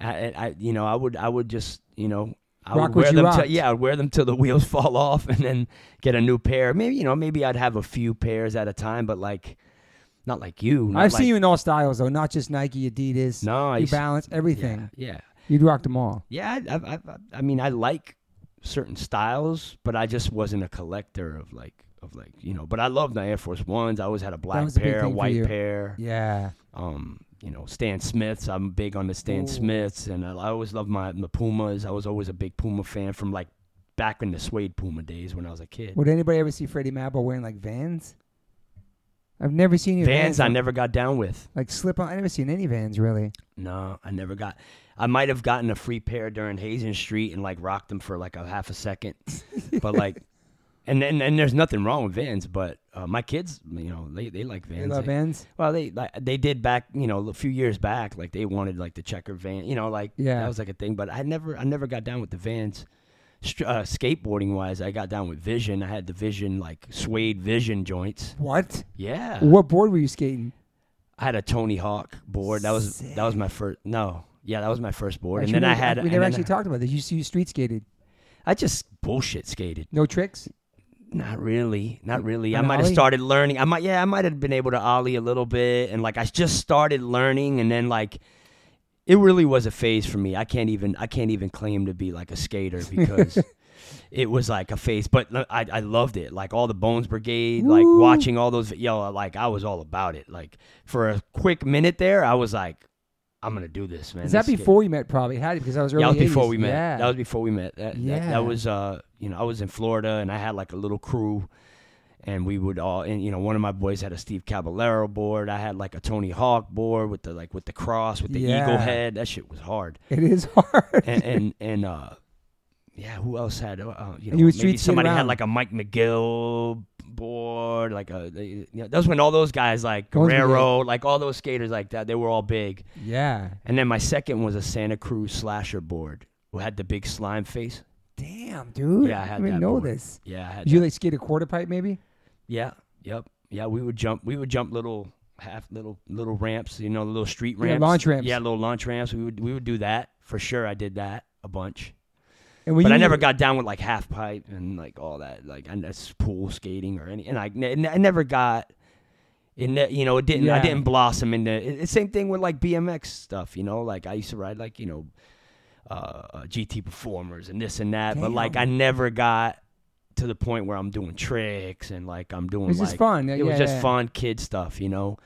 C: I, I- I you know, I would, I would just, you know, I
A: Rock what
C: would wear
A: you
C: them.
A: rocked.
C: Till, yeah, I'd wear them till the [LAUGHS] wheels fall off, and then get a new pair. Maybe you know, maybe I'd have a few pairs at a time, but like, not like you. not
A: I've
C: like-
A: seen you in all styles though, not just Nike, Adidas,
C: [LAUGHS] No, I
A: New
C: used-
A: Balance, everything.
C: Yeah, yeah,
A: You'd rocked them all.
C: yeah. I, I, I, I mean, I like certain styles, but I just wasn't a collector of like, of like, you know. But I loved my Air Force Ones. I always had a black
A: was a big
C: pair, a
A: thing for
C: white
A: you.
C: pair.
A: Yeah,
C: um, you know, Stan Smiths. I'm big on the Stan
A: Ooh.
C: Smiths, and I, I always loved my, my Pumas. I was always a big Puma fan from like back in the suede Puma days when I was a kid.
A: Would anybody ever see Freddie Mabel wearing like Vans? I've never seen you in
C: Vans I
A: like-
C: never got down with.
A: like slip on. I never seen any Vans really.
C: No, I never got. I might have gotten a free pair during Hazen Street and like rocked them for like a half a second, [LAUGHS]
A: [LAUGHS]
C: but like, and then and there's nothing wrong with Vans, but uh, my kids, you know, they they like Vans. eh?
A: They love Vans.
C: Well, they like they did back, you know, a few years back. Like they wanted like the checker van, you know, like
A: Yeah.
C: that was like a thing. But I never, I never got down with the vans. Str- uh, skateboarding wise, I got down with Vision. I had the Vision like suede Vision joints.
A: What?
C: Yeah,
A: What board were you skating?
C: I had a Tony Hawk board. That was that was my first. No, yeah, that was my first board.
A: Actually,
C: and then
A: we
C: I
A: never-
C: had.
A: We never
C: and then
A: actually talked about this. You, you street skated.
C: I, I just bullshit skated.
A: No tricks.
C: Not really, not really. I
A: An
C: might have
A: ollie?
C: started learning. I might, yeah, I might have been able to ollie a little bit, and like I just started learning, and then like it really was a phase for me. I can't even I can't even claim to be like
A: [LAUGHS]
C: a skater because it was like a phase. But l- I I loved it. Like all the Bones Brigade, like
A: Woo.
C: watching all those yo, like I was all about it. Like for a quick minute there, I was like, I'm gonna do this, man.
A: Is that
C: This kid-
A: before you met? Probably had it because I was early.
C: yeah, that was before
A: 80s.
C: we met.
A: Yeah.
C: That was before we met. That, that- that,
A: Yeah.
C: was uh, you know, I was in Florida and I had like a little crew, and we would all and you know, one of my boys had a Steve Caballero board. I had like a Tony Hawk board with the like with the cross with the
A: Yeah.
C: eagle head. That shit was hard.
A: it is [LAUGHS] hard.
C: And
A: [LAUGHS]
C: and, and uh, yeah, who else had uh, uh, you know?
A: you would street
C: maybe
A: skate
C: somebody
A: around.
C: had like a Mike McGill board, like a they- you know, that's when all those guys like
A: Going to the-
C: Guerrero, like all those skaters like that, they were all big.
A: yeah.
C: And then my second was a Santa Cruz slasher board. Who had the big slime face?
A: Damn, dude.
C: Yeah, I had
A: didn't even
C: that
A: know
C: board.
A: this.
C: Yeah, I had
A: Did you
C: that.
A: like skate a quarter pipe maybe?
C: yeah, yep, yeah. We would jump. We would jump little half little little ramps. You know, little street
A: Yeah,
C: ramps.
A: launch ramps.
C: Yeah, little launch ramps. We would we would do that for sure. I did that a bunch,
A: And when
C: but
A: you,
C: I never got down with like half pipe and like all that. Like and that's pool skating or any. And I, n- I never got. It ne- you know, it didn't. I
A: Yeah.
C: didn't blossom into. It, it's same thing with like BMX stuff. You know, like I used to ride like you know, uh, uh, GT performers and this and that. But like I
A: Damn.
C: never got to the point where I'm doing tricks and like I'm doing
A: It was
C: like
A: just fun.
C: it was just fun kid stuff, you know.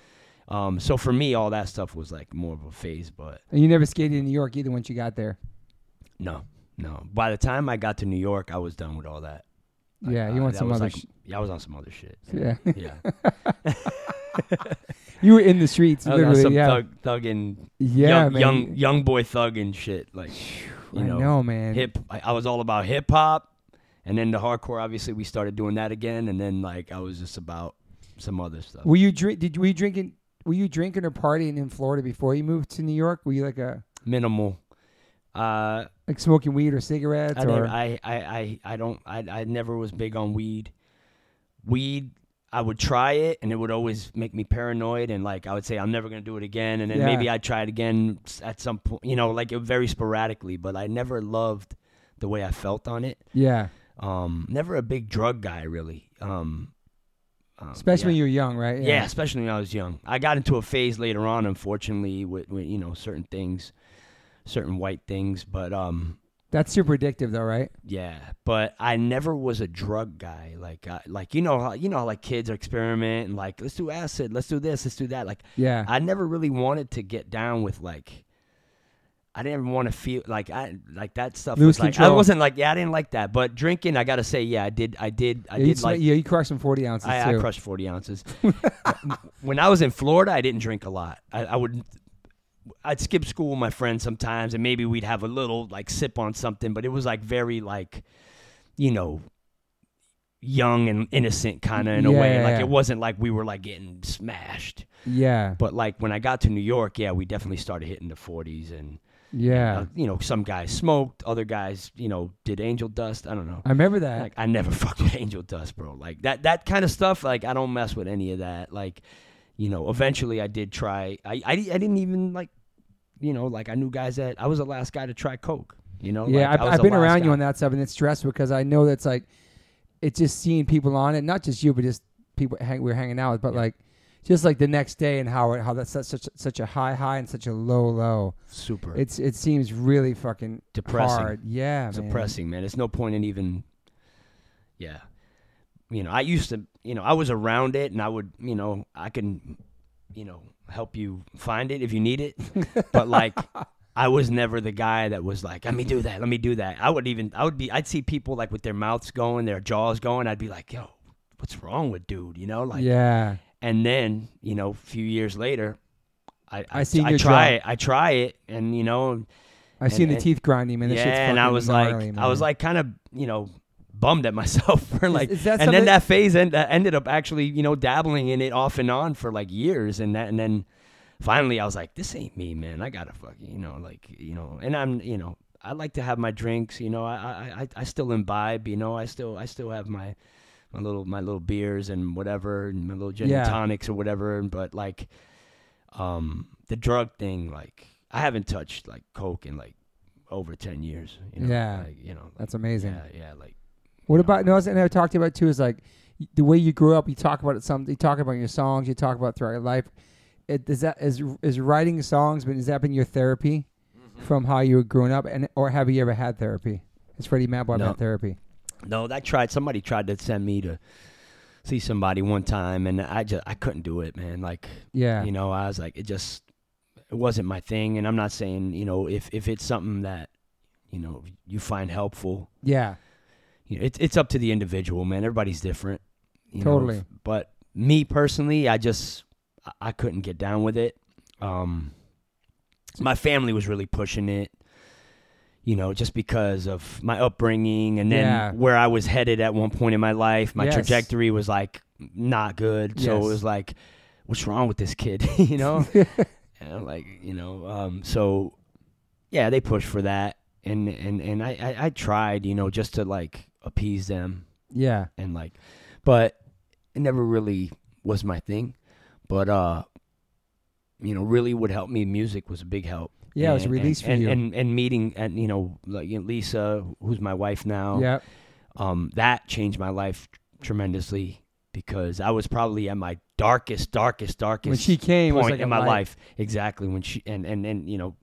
C: Um, so for me, all that stuff was like more of a phase, but
A: And you never skated in New York either once you got there.
C: no, no. By the time I got to New York, I was done with all that. Like,
A: yeah,
C: uh,
A: you want
C: that
A: some
C: was
A: other.
C: like- [LAUGHS]
A: sh-
C: yeah, I was on some
A: [LAUGHS]
C: other shit.
A: yeah,
C: yeah.
A: you were in the streets,
C: I was on
A: literally.
C: some
A: Yeah,
C: thug, thugging,
A: yeah,
C: young,
A: man.
C: young, young boy thugging shit. Like, you
A: I
C: know,
A: know, man.
C: hip. I, I was all about hip hop, and then the hardcore. Obviously, we started doing that again, and then like I was just about some other stuff.
A: Were you drink? Did were you drinking? Were you drinking or partying in Florida before you moved to New York? Were you like a
C: Minimal. Uh,
A: like smoking weed or cigarettes
C: I,
A: or
C: never, I, I, I, I don't I, I never was big on weed. Weed I would try it and it would always make me paranoid and like I would say I'm never gonna do it again and then
A: Yeah.
C: maybe I'd try it again s- at some point you know, like it very sporadically, but I never loved the way I felt on it.
A: yeah?
C: Um never a big drug guy really. Um um,
A: Especially
C: yeah.
A: when you were young, right?
C: Yeah. especially when I was young. I got into a phase later on, unfortunately, with, with you know certain things, certain white things. But um,
A: that's super addictive, though, right?
C: yeah, but I never was a drug guy. Like, I, like you know how you know how like kids experiment and like let's do acid, let's do this, let's do that. Like,
A: Yeah,
C: I never really wanted to get down with like. I didn't want to feel like I like that stuff.
A: Lose
C: was like, I
A: control.
C: wasn't like yeah, I didn't like that. But drinking, I gotta say, yeah, I did, I did, I
A: yeah, you
C: did
A: sm-
C: like.
A: yeah, you crushed some forty ounces
C: I, I
A: too.
C: crushed forty ounces. [LAUGHS] when I was in Florida, I didn't drink a lot. I, I would, I'd skip school with my friends sometimes, and maybe we'd have a little like sip on something, but it was like very like, you know, young and innocent kind of in a
A: Yeah,
C: way.
A: yeah,
C: like
A: yeah.
C: it wasn't like we were like getting smashed.
A: yeah,
C: But like when I got to New York, yeah, we definitely started hitting the forties, and
A: yeah.
C: uh, you know, some guys smoked, other guys, you know, did angel dust. I don't know.
A: I remember that.
C: Like I never [LAUGHS] fucked with angel dust, bro. Like that that kind of stuff. Like I don't mess with any of that. Like you know, eventually I did try. I I, di- I didn't even like you know like I knew guys that I was the last guy to try coke. You know,
A: yeah,
C: like,
A: I've, I've been around you on that stuff, and it's stressful because I know that's like, it's just seeing people on it, not just you, but just people hang, we were hanging out with, but like, just like the next day and how it, how that's such such such a high high and such a low low.
C: Super. It's
A: It's it seems really fucking
C: Depressing.
A: Hard. Yeah, man.
C: depressing, man. It's no point in even. Yeah, you know, I used to. You know, I was around it, and I would. You know, I can. You know, help you find it if you need it,
A: [LAUGHS]
C: but like. I was never the guy that was like, let me do that, let me do that. I would even, I would be, I'd see people like with their mouths going, their jaws going. I'd be like, yo, what's wrong with dude? You know, like,
A: yeah,
C: and then you know, a few years later, I, I,
A: I seen
C: I
A: your
C: try
A: jaw.
C: it, I try it, and you know,
A: I've seen the
C: and-
A: teeth grinding, man. This
C: yeah,
A: shit's
C: and I
A: fucking
C: was
A: gnarly,
C: like,
A: man.
C: I was like, kind of, you know, bummed at myself [LAUGHS] for like.
A: is that
C: and
A: something-
C: then that phase end, uh, ended up actually, you know, dabbling in it off and on for like years, and that, and then finally, I was like, this ain't me, man. I gotta fuck, you know, like, you know, and I'm, you know, I like to have my drinks, you know, I, I, I, I still imbibe, you know, I still, I still have my. My little my little beers and whatever and my little gin
A: Yeah.
C: and tonics or whatever, but like, um, the drug thing, like I haven't touched like coke in like over ten years. You know?
A: Yeah.
C: like, you know, like,
A: that's amazing.
C: yeah, yeah, like
A: What
C: you know.
A: about no? And I talked about too is like the way you grew up. You talk about it. Some you talk about your songs. You talk about throughout your life. it, is that is is writing songs, but has that been your therapy
C: Mm-hmm.
A: from how you were growing up, and or have you ever had therapy? Has Freddie Madbot
C: No.
A: had therapy?
C: No, that tried. Somebody tried to send me to see somebody one time, and I just I couldn't do it, man. Like
A: Yeah,
C: you know, I was like, it just it wasn't my thing. And I'm not saying you know if if it's something that you know you find helpful,
A: yeah,
C: you know, it's it's up to the individual, man. Everybody's different. you know.
A: Totally.
C: But me personally, I just I- I couldn't get down with it. Um, my family was really pushing it. You know, just because of my upbringing and then
A: Yeah.
C: where I was headed at one point in my life, my
A: Yes.
C: trajectory was like not good. So
A: Yes.
C: it was like, what's wrong with this kid? [LAUGHS] you know,
A: [LAUGHS]
C: and I'm like you know, um, so yeah, they pushed for that, and and and I, I I tried, you know, just to like appease them
A: yeah,
C: and like, but it never really was my thing. But uh, you know, really would help me. Music was a big help.
A: yeah. it was a
C: And-
A: release
C: and, and,
A: for you.
C: And, and meeting and you know like you know, Lisa, who's my wife now.
A: yeah,
C: Um, that changed my life tremendously because I was probably at my darkest, darkest, darkest
A: when she came, it was
C: point
A: like
C: in
A: a
C: my
A: light.
C: life. Exactly when she and and and you know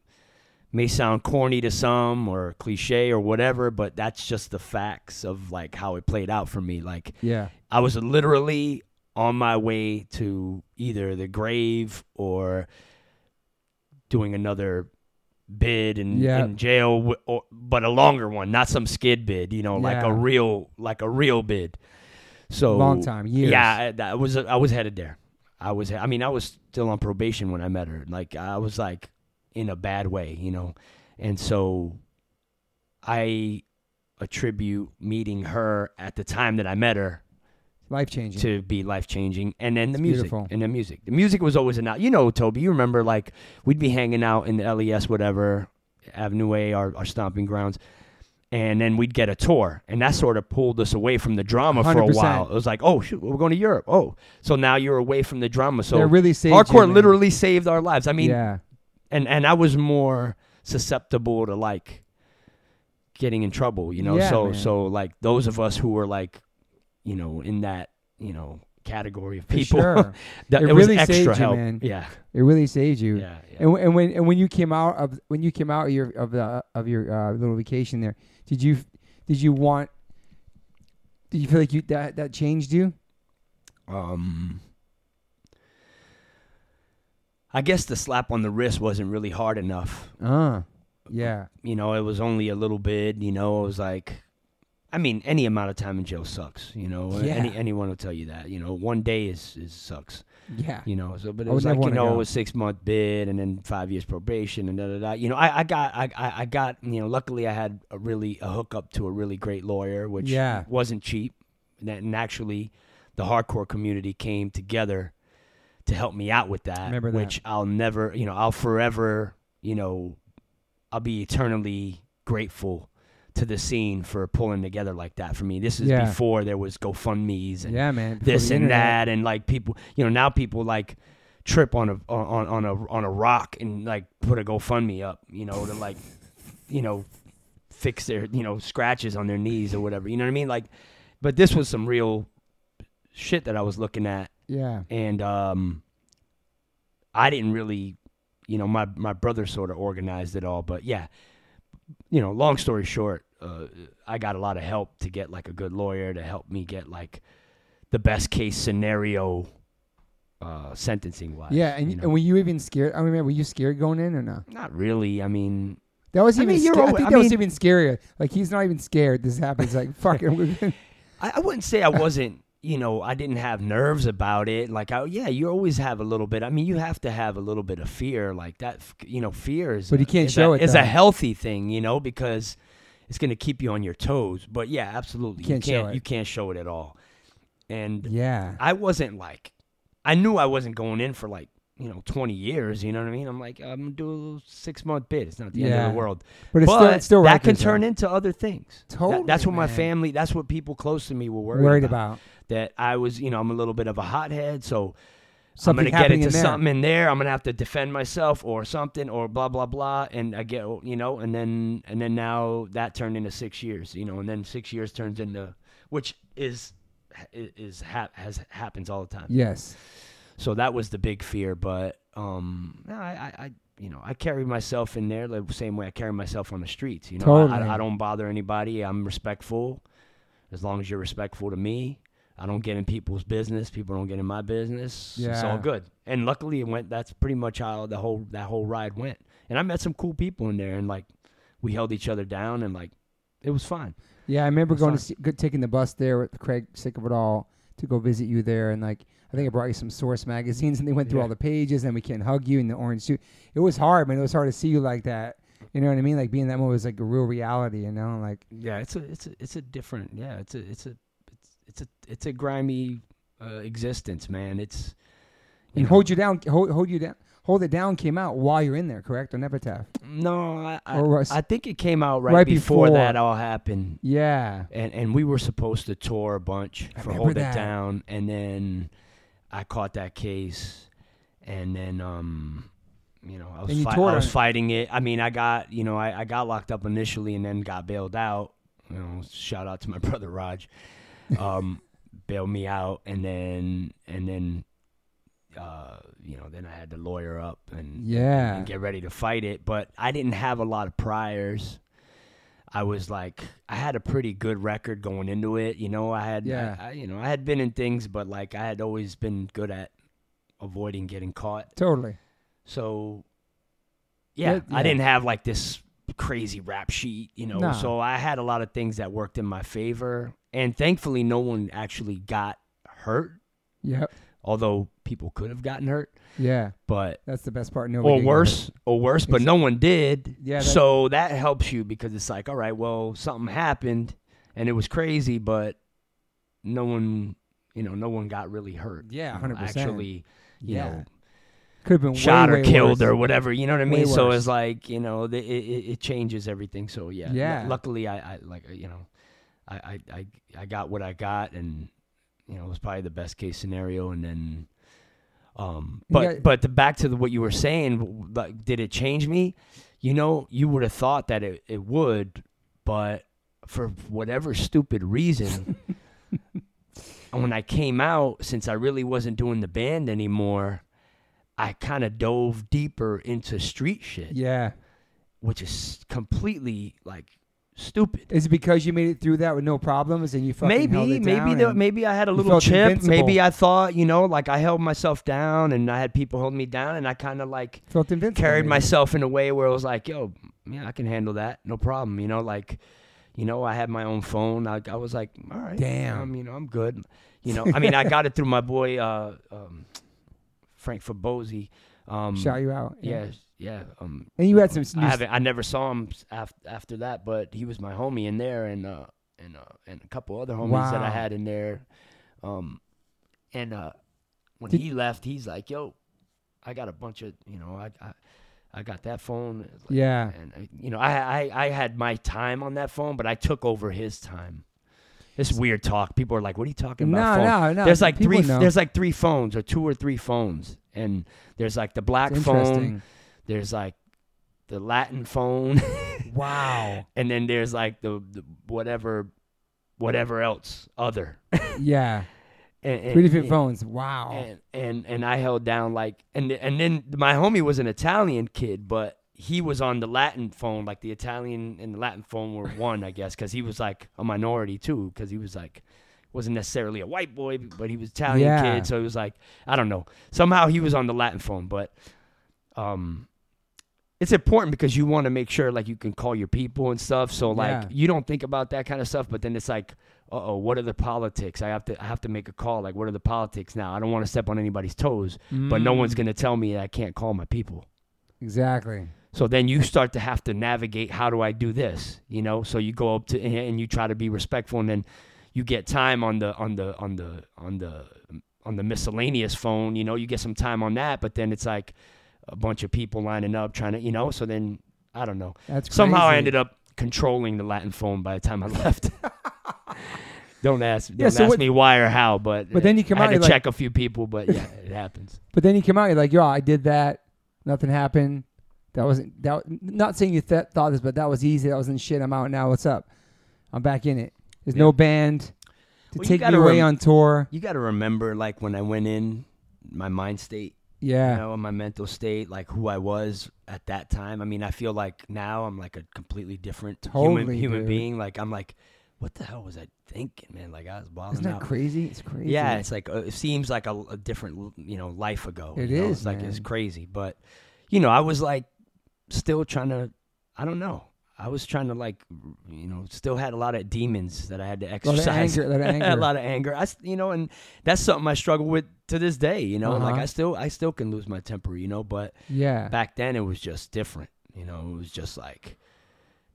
C: may sound corny to some or cliche or whatever, but that's just the facts of like how it played out for me. Like
A: Yeah,
C: I was literally on my way to either the grave or doing another bid in,
A: Yeah.
C: in jail, wi- or, but a longer one, not some skid bid. You know, like
A: Yeah.
C: a real like a real bid. So
A: long time, years.
C: yeah, I, that was I was headed there. I was I mean I was still on probation when I met her. Like I was like in a bad way, you know. And so I attribute meeting her at the time that I met her
A: life changing.
C: to be life changing and then the
A: It's
C: music
A: beautiful.
C: and the music. The music was always an out. You know, Toby, you remember like we'd be hanging out in the LES whatever Avenue A our, our stomping grounds and then we'd get a tour and that sort of pulled us away from the drama for a
A: 100%.
C: while. It was like, "Oh, shoot, we're going to Europe." Oh. So now you're away from the drama. So
A: That really saved you,
C: hardcore
A: man.
C: literally saved our lives. I mean,
A: yeah,
C: and and I was more susceptible to like getting in trouble, you know.
A: Yeah,
C: so
A: man.
C: so like those of us who were like, you know, in that you know category of
A: for
C: people,
A: sure.
C: [LAUGHS] that
A: It
C: it, was
A: really
C: extra
A: saved you,
C: help.
A: man.
C: Yeah,
A: It really saved you.
C: yeah, yeah.
A: And, w- and when and when you came out of when you came out of your of the of your uh, little vacation there, did you did you want? Did you feel like you that that changed you?
C: Um, I guess the slap on the wrist wasn't really hard enough.
A: Uh yeah,
C: You know, it was only a little bit. You know, it was like. I mean, any amount of time in jail sucks. You know,
A: Yeah.
C: any anyone will tell you that. You know, one day is is sucks.
A: yeah,
C: You know, so
A: I
C: but it
A: would
C: was
A: never
C: like you
A: wanna
C: know
A: go.
C: it was six month bid and then five years probation and da da da. You know, I, I got I I I got you know luckily I had a really a hookup to a really great lawyer, which
A: Yeah.
C: wasn't cheap. And, that, and actually, the hardcore community came together to help me out with that,
A: Remember that.
C: which I'll never you know I'll forever you know I'll be eternally grateful to the scene for pulling together like that for me. This is
A: Yeah.
C: before there was GoFundmes and
A: yeah, man. before
C: this
A: the
C: and
A: internet.
C: that and like people you know now people like trip on a on on a on a rock and like put a GoFundMe up you know to like you know fix their you know scratches on their knees or whatever you know what I mean like but this was some real shit that I was looking at
A: Yeah,
C: and um I didn't really you know my my brother sort of organized it all but yeah you know long story short uh, I got a lot of help to get like a good lawyer to help me get like the best case scenario uh sentencing wise
A: yeah. And,
C: you know?
A: and were you even scared? I remember, were you scared going in or not?
C: not really I mean
A: That was
C: I
A: even.
C: mean, you're
A: sca- I
C: alwa-
A: think
C: I
A: that was
C: mean-
A: even scarier. Like he's not even scared. This happens.
C: [LAUGHS]
A: Like fucking. we're gonna-
C: I, I wouldn't say I wasn't you know I didn't have nerves about it like I yeah you always have a little bit I mean you have to have a little bit of fear like that f- you know fear is
A: But
C: a-
A: you can't
C: is
A: show
C: a,
A: it,
C: is
A: though.
C: a healthy thing you know because it's going to keep you on your toes but yeah absolutely
A: You can't show
C: you can't
A: it.
C: you can't show it at all and
A: yeah,
C: I wasn't like, I knew I wasn't going in for like, you know, 20 years. You know what I mean? I'm like, I'm gonna do a little six month bid. It's not the end of
A: Yeah.
C: the world.
A: but it's still, it's still
C: that can
A: records, though.
C: turn into other things. That-
A: Totally,
C: that's what my
A: man.
C: family. That's what people close to me were worried,
A: worried about
C: about. That I was, you know, I'm a little bit of a hothead, so
A: something
C: I'm gonna get
A: happening
C: into
A: in there.
C: something in there. I'm gonna have to defend myself or something or blah blah blah. And I get, you know, and then and then now that turned into six years, you know, and then six years turns into which is is, is ha- has happens all the time.
A: Yes.
C: So that was the big fear, but um, no, I, I, I, you know, I carry myself in there the same way I carry myself on the streets. You know, I,
A: Totally.
C: I, I don't bother anybody. I'm respectful, as long as you're respectful to me. I don't get in people's business. People don't get in my business. It's all
A: Yeah.
C: good. And luckily, it went. That's pretty much how the whole that whole ride went. And I met some cool people in there, and like, we held each other down, and like, it was fine.
A: Yeah, I remember
C: That's
A: going to
C: fine.
A: see, good, taking the bus there with Craig sick of it all to go visit you there, and like I think I brought you some Source magazines, and they went through
C: Yeah.
A: all the pages, and we can hug you in the orange suit. It was hard, man. It was hard to see you like that. You know what I mean? Like being that moment was like a real reality, you know? Like
C: Yeah, it's a it's a it's a different. Yeah, it's a it's a it's it's a it's a grimy uh, existence, man. It's you
A: and
C: know,
A: hold you down, hold, hold you down, hold it down came out while you're in there, correct? On Epitaph.
C: No, I I,
A: Or was-
C: I think it came out right,
A: Right
C: before,
A: before.
C: that all happened,
A: Yeah,
C: and and we were supposed to tour a bunch
A: I
C: for
A: remember
C: Hold
A: that.
C: It Down, and then I caught that case, and then um, you know, I
A: And
C: was
A: you
C: fi-
A: toured
C: I was
A: on it.
C: fighting it. I mean, I got you know, I, I got locked up initially, and then got bailed out. You know, shout out to my [LAUGHS] brother Raj, um, bailed me out, and then and then. Uh, you know, then I had to lawyer up and
A: yeah.
C: and get ready to fight it. But I didn't have a lot of priors. I was like, I had a pretty good record going into it. You know, I had,
A: Yeah.
C: I, I- you know, I had been in things, but like I had always been good at avoiding getting caught.
A: Totally.
C: So, yeah,
A: Yeah, yeah.
C: I didn't have like this crazy rap sheet, you know.
A: Nah.
C: So I had a lot of things that worked in my favor, and thankfully, no one actually got hurt.
A: Yep.
C: Although people could have gotten hurt,
A: Yeah.
C: but
A: That's the best part. Nobody
C: or
A: did get hurt.
C: worse, or worse, but
A: Ex-
C: no one did.
A: Yeah, that-
C: so that helps you because it's like, all right, well, something happened and it was crazy, but no one, you know, no one got really hurt.
A: Yeah,
C: you know,
A: 100%.
C: Actually, you
A: Yeah.
C: know,
A: Could have been way,
C: shot
A: way
C: or killed
A: worse.
C: or whatever. You know what I
A: Way
C: mean? So
A: worse.
C: it's like, you know, the, it, it, it changes everything. So yeah, lu-
A: Yeah.
C: luckily, I, I like, you know, I, I, I, I got what I got, and you know, it was probably the best case scenario. And then, um,
A: You
C: but
A: got-
C: but the, back to the, what you were saying, w- like, did it change me? You know, you would have thought that it, it would, but for whatever
A: [LAUGHS]
C: stupid reason. when I came out, since I really wasn't doing the band anymore, I kind of dove deeper into street shit,
A: Yeah.
C: which is completely like stupid.
A: Is it because you made it through that with no problems and you fucking held
C: Maybe,
A: it
C: maybe,
A: down
C: the,
A: and-
C: maybe I had a
A: you
C: little
A: felt
C: chip. Maybe
A: invincible.
C: I thought, you know, like I held myself down, and I had people hold me down, and I kind of like
A: felt invincible.
C: carried
A: maybe.
C: myself in a way where I was like, yo, yeah, I can handle that, no problem. You know, like, you know, I had my own phone. I, I was like, all right,
A: Damn.
C: um, you know, I'm good. You
A: [LAUGHS]
C: know, I mean, I got it through my boy uh, um, Frank Fabozzi. Um,
A: shout you out.
C: yeah, yeah. Um,
A: And you had some s- new
C: I
A: s-
C: haven't. I never saw him after after that, but he was my homie in there, and uh, and uh, and a couple other homies that
A: Wow.
C: I had in there. Um, and uh, when
A: Did-
C: he left, he's like, "Yo, I got a bunch of you know, I I, I got that phone." It's like-
A: Yeah.
C: and I, you know, I, I I had my time on that phone, but I took over his time. It's weird talk. People are like, "What are you talking about?"
A: No,
C: phone?"
A: no, no.
C: there's like
A: people
C: three.
A: know.
C: There's like three phones, or two or three phones, and there's like the black
A: It's
C: phone
A: interesting.
C: there's like the Latin phone, [LAUGHS]
A: Wow.
C: and then there's like the, the whatever, whatever else other.
A: yeah.
C: And, and,
A: Three different
C: and-
A: phones. Wow.
C: And, and and I held down like and and then my homie was an Italian kid, but he was on the Latin phone, like the Italian and the Latin phone
A: [LAUGHS]
C: were one, I guess, because he was like a minority too, because he was like wasn't necessarily a white boy, but he was Italian
A: Yeah.
C: kid, so he was like I don't know. Somehow he was on the Latin phone, but um it's important because you want to make sure like you can call your people and stuff. So like
A: Yeah.
C: you don't think about that kind of stuff, but then it's like, uh oh, what are the politics? I have to I have to make a call. Like what are the politics now? I don't want to step on anybody's toes, but no one's
A: Mm,
C: gonna tell me that I can't call my people.
A: Exactly.
C: So then you start to have to navigate how do I do this? You know, so you go up to and- and you try to be respectful and then you get time on the on the on the on the on the miscellaneous phone, you know, you get some time on that, but then it's like a bunch of people lining up trying to, you know, so then I don't know.
A: That's crazy.
C: Somehow I ended up controlling the Latin phone by the time I
A: [LAUGHS]
C: left. [LAUGHS] don't ask, don't
A: Yeah, so
C: ask
A: what-
C: me why or how, but
A: But then you come
C: I
A: out,
C: had
A: you're
C: to
A: like-
C: check a few people, but yeah, it happens.
A: But then you come out, you're like, yo, I did that. Nothing happened. That wasn't that. Not saying you th- thought this, but that was easy. That wasn't shit. I'm out now. What's up? I'm back in it. There's no band to
C: Well, you
A: take me
C: gotta
A: away
C: rem-
A: on tour.
C: You got to remember, like when I went in, my mind state.
A: Yeah.
C: you know, and my mental state, like who I was at that time. I mean, I feel like now I'm like a completely different human
A: Totally,
C: human
A: dude.
C: being. Like I'm like, what the hell was I thinking, man? Like I was
A: Isn't
C: balling
A: that
C: out.
A: crazy? It's crazy.
C: Yeah, it's like uh, it seems like a, a different you know life ago.
A: It
C: you know?
A: is,
C: it's like it's
A: man.
C: crazy, but you know, I was like still trying to. I don't know. I was trying to like, you know, still had a lot of demons that I had to
A: a lot of
C: exercise.
A: anger. A lot of
C: [LAUGHS] a
A: anger.
C: lot of anger. I, s- you know, and that's something I struggle with to this day. You know, like
A: Uh-huh.
C: I still, I still can lose my temper. You know, but
A: yeah.
C: back then it was just different. You know, it was just like,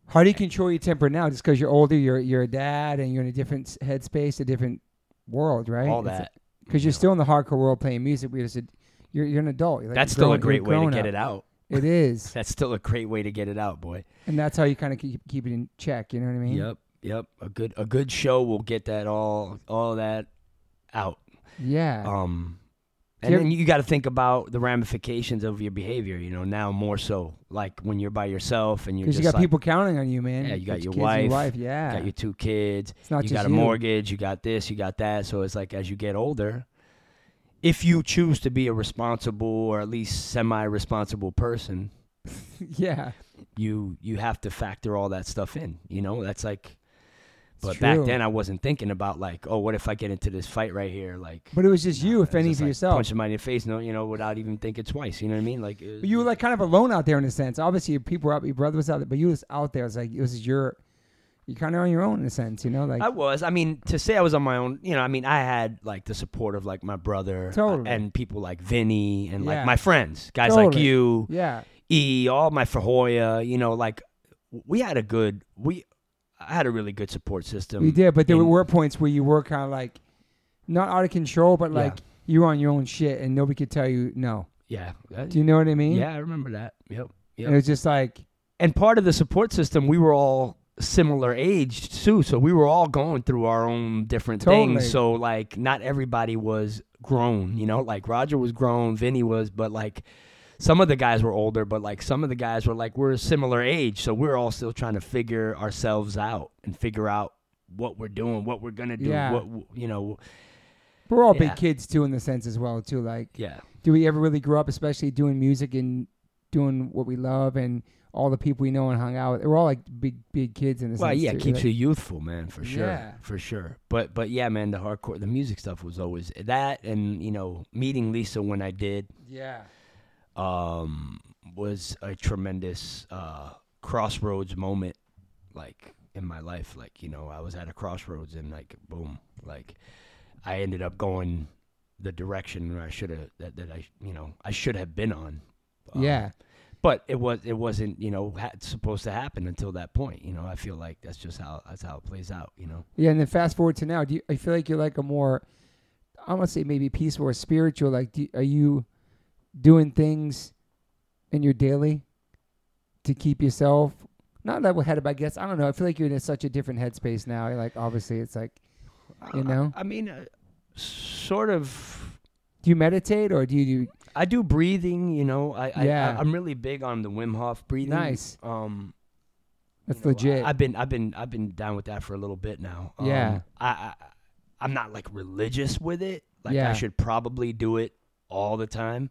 A: How do you control your temper now? Just because you're older, you're you're a dad, and you're in a different s- headspace, a different world, right?
C: all that.
A: Because you're still in the hardcore world playing music. We just said you're you're an adult. You're like
C: that's still a
A: grown-
C: great
A: you're
C: way to
A: grown
C: get
A: up.
C: it out.
A: It
C: [LAUGHS]
A: is,
C: That's still a great way to get it out, boy.
A: and that's how you kind of keep keep it in check. You know what I mean?
C: Yep, yep. A good a good show will get that all all that out.
A: Yeah.
C: Um,
A: Do
C: and
A: you
C: then you got to think about the ramifications of your behavior. You know, now more so, like when you're by yourself and you're
A: Because
C: just
A: you got
C: like,
A: people counting on you, man.
C: Yeah, you got your
A: kids and
C: wife,
A: Yeah.
C: got your two kids,
A: it's not
C: you
A: just
C: got a mortgage, you got this, you got that. So it's like as you get older, if you choose to be a responsible or at least semi-responsible person,
A: [LAUGHS] yeah.
C: you you have to factor all that stuff in. You know, that's like.
A: It's
C: But
A: true.
C: back then, I wasn't thinking about like, oh, what if I get into this fight right here? Like,
A: But it was just you, if
C: it's
A: any,
C: just
A: for
C: like
A: yourself.
C: punch somebody in the face, no, you know, without even thinking twice. You know what I mean? Like, it-
A: But you were like kind of alone out there in a sense. Obviously, your people were out, your brother was out there, but you was out there. It's like it was your, you're kind of on your own in a sense, you know. Like
C: I was. I mean, to say I was on my own, you know, I mean, I had like the support of like my brother, uh,
A: Totally.
C: and people like Vinny and
A: Yeah.
C: like my friends, guys like
A: Totally.
C: you,
A: yeah,
C: E, all my Fahoya. You know, like we had a good we. I had a really good support system.
A: we did. But there
C: in-
A: were points where you were kind of like, not out of control, but
C: Yeah.
A: like you were on your own shit, and nobody could tell you no.
C: Yeah. Uh,
A: Do you know what I mean?
C: Yeah, I remember that. Yep.
A: And it was just like
C: and part of the support system, we were all similar age too, so we were all going through our own different
A: Totally.
C: things. So like, not everybody was grown, you know. Like Roger was grown, Vinny was, but like some of the guys were older, but like some of the guys were like we're a similar age, so we're all still trying to figure ourselves out and figure out what we're doing, what we're gonna do,
A: Yeah.
C: what w- you know.
A: we're all big
C: Yeah.
A: kids too, in the sense as well too. Like,
C: Yeah,
A: do we ever really grow up, especially doing music and doing what we love and all the people we know and hung out with? We're all like big, big kids in a
C: Well,
A: sense.
C: yeah,
A: too.
C: it keeps you youthful, man, for sure,
A: Yeah.
C: for sure. But but yeah, man, the hardcore, the music stuff was always that, and you know, meeting Lisa when I did
A: Yeah.
C: um, was a tremendous uh, crossroads moment, like in my life. Like you know, I was at a crossroads, and like boom, like I ended up going the direction where I should have that, that I you know I should have been on. Um,
A: yeah.
C: but it was it wasn't you know ha- supposed to happen until that point you know i feel like that's just how that's how it plays out you know
A: Yeah, and then fast forward to now. Do you, I feel like you're like a more, I want to say maybe peaceful or spiritual. Like, do, are you doing things in your daily to keep yourself not level-headed? But I guess I don't know. I feel like you're in such a different headspace now. Like, obviously, it's like, You
C: I-
A: know?
C: i, mean uh, sort of
A: do you meditate or do you do?
C: i do breathing you know i, I-
A: Yeah.
C: I i'm really big on the wim hof breathing
A: Nice.
C: um
A: That's
C: you know,
A: legit.
C: I, have been i've been i've been down with that for a little bit now Um,
A: Yeah.
C: i, I i'm not like religious with it like
A: Yeah.
C: i should probably do it all the time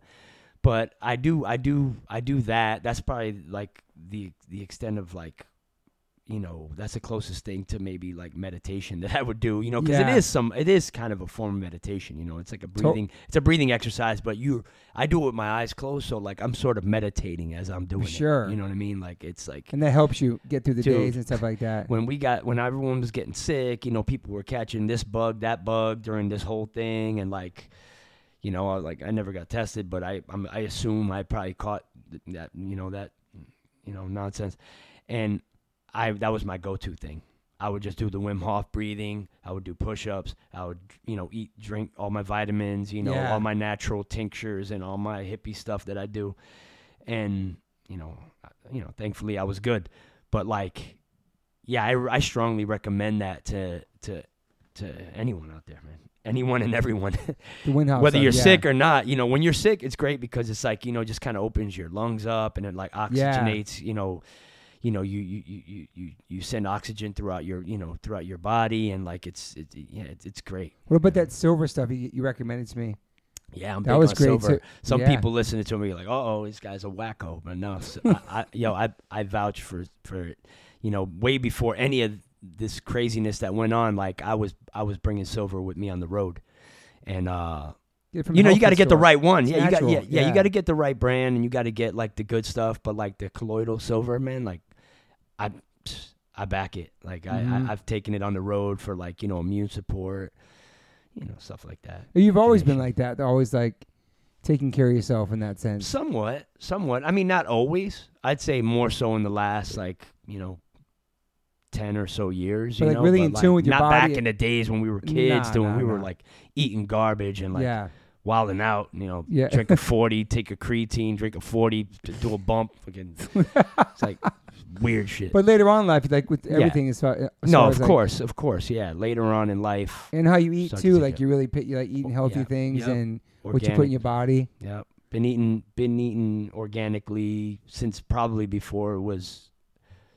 C: but i do i do i do that that's probably like the the extent of like you know that's the closest thing to maybe like meditation [LAUGHS] that i would do you know because
A: Yeah.
C: it is some it is kind of a form of meditation you know it's like a breathing it's a breathing exercise but you i do it with my eyes closed so like i'm sort of meditating as i'm doing
A: sure.
C: it you know what i mean like it's like
A: and that helps you get through the
C: Dude.
A: days and stuff like that.
C: when we got when everyone was getting sick, you know, people were catching this bug, that bug during this whole thing, and like, you know, I, like I never got tested, but I I'm, I assume I probably caught th- that you know that you know nonsense, and I that was my go-to thing. I would just do the Wim Hof breathing. I would do push-ups. I would, you know, eat, drink all my vitamins, you know,
A: Yeah.
C: all my natural tinctures and all my hippie stuff that I do. And you know, I- you know, thankfully I was good. But like, yeah, I, I strongly recommend that to to to anyone out there, man. Anyone and everyone,
A: The wind house,
C: whether
A: stuff,
C: you're
A: yeah.
C: sick or not. You know, when you're sick, it's great because it's like you know, just kind of opens your lungs up and it like
A: Yeah.
C: oxygenates. You know, you know, you you you you- you you send oxygen throughout your you know throughout your body and like it's it, yeah, it's it's great.
A: What about that silver stuff you, you recommended to me?
C: Yeah, I'm
A: That
C: big
A: was
C: on
A: great,
C: Silver.
A: too.
C: Some
A: Yeah.
C: people listening to me are like, "Oh, this guy's a wacko." But no, so I, [LAUGHS] I, yo, I I vouch for for you know way before any of this craziness that went on. Like I was I was bringing Silver with me on the road, and uh,
A: Get it from
C: you know
A: health
C: you got to
A: food
C: get the
A: store.
C: right one.
A: It's
C: yeah, you got
A: natural,
C: yeah, yeah,
A: yeah.
C: you got to get the right brand, and you got to get like the good stuff. But like the colloidal silver, man, like I I back it. Like
A: Mhm.
C: I, I I've taken it on the road for like you know immune support, you know stuff like that.
A: You've always been
C: connection.
A: like that. Always like taking care of yourself in that sense.
C: Somewhat, somewhat. I mean, not always. I'd say more so in the last like you know, ten or so years.
A: But,
C: you
A: like,
C: know,
A: really in
C: like,
A: tune with your
C: not
A: body.
C: back in the days when we were kids,
A: Nah,
C: doing
A: nah,
C: we were
A: nah.
C: like eating garbage and like
A: yeah.
C: wilding out. You know,
A: Yeah.
C: drink a forty, take a creatine, drink a forty, d- do a bump. Fucking, it's like weird shit.
A: But later on in life, like with
C: Yeah.
A: everything, as far as
C: no,
A: far
C: of
A: as, like,
C: course, of course, yeah. Later on in life,
A: and how you eat
C: Sucked
A: too.
C: dick
A: Like
C: up.
A: you really put you like eating
C: Oh,
A: healthy
C: yeah.
A: things
C: Yep.
A: and what you
C: organic.
A: put in your body.
C: Yep. Been eating been eating organically since probably before it was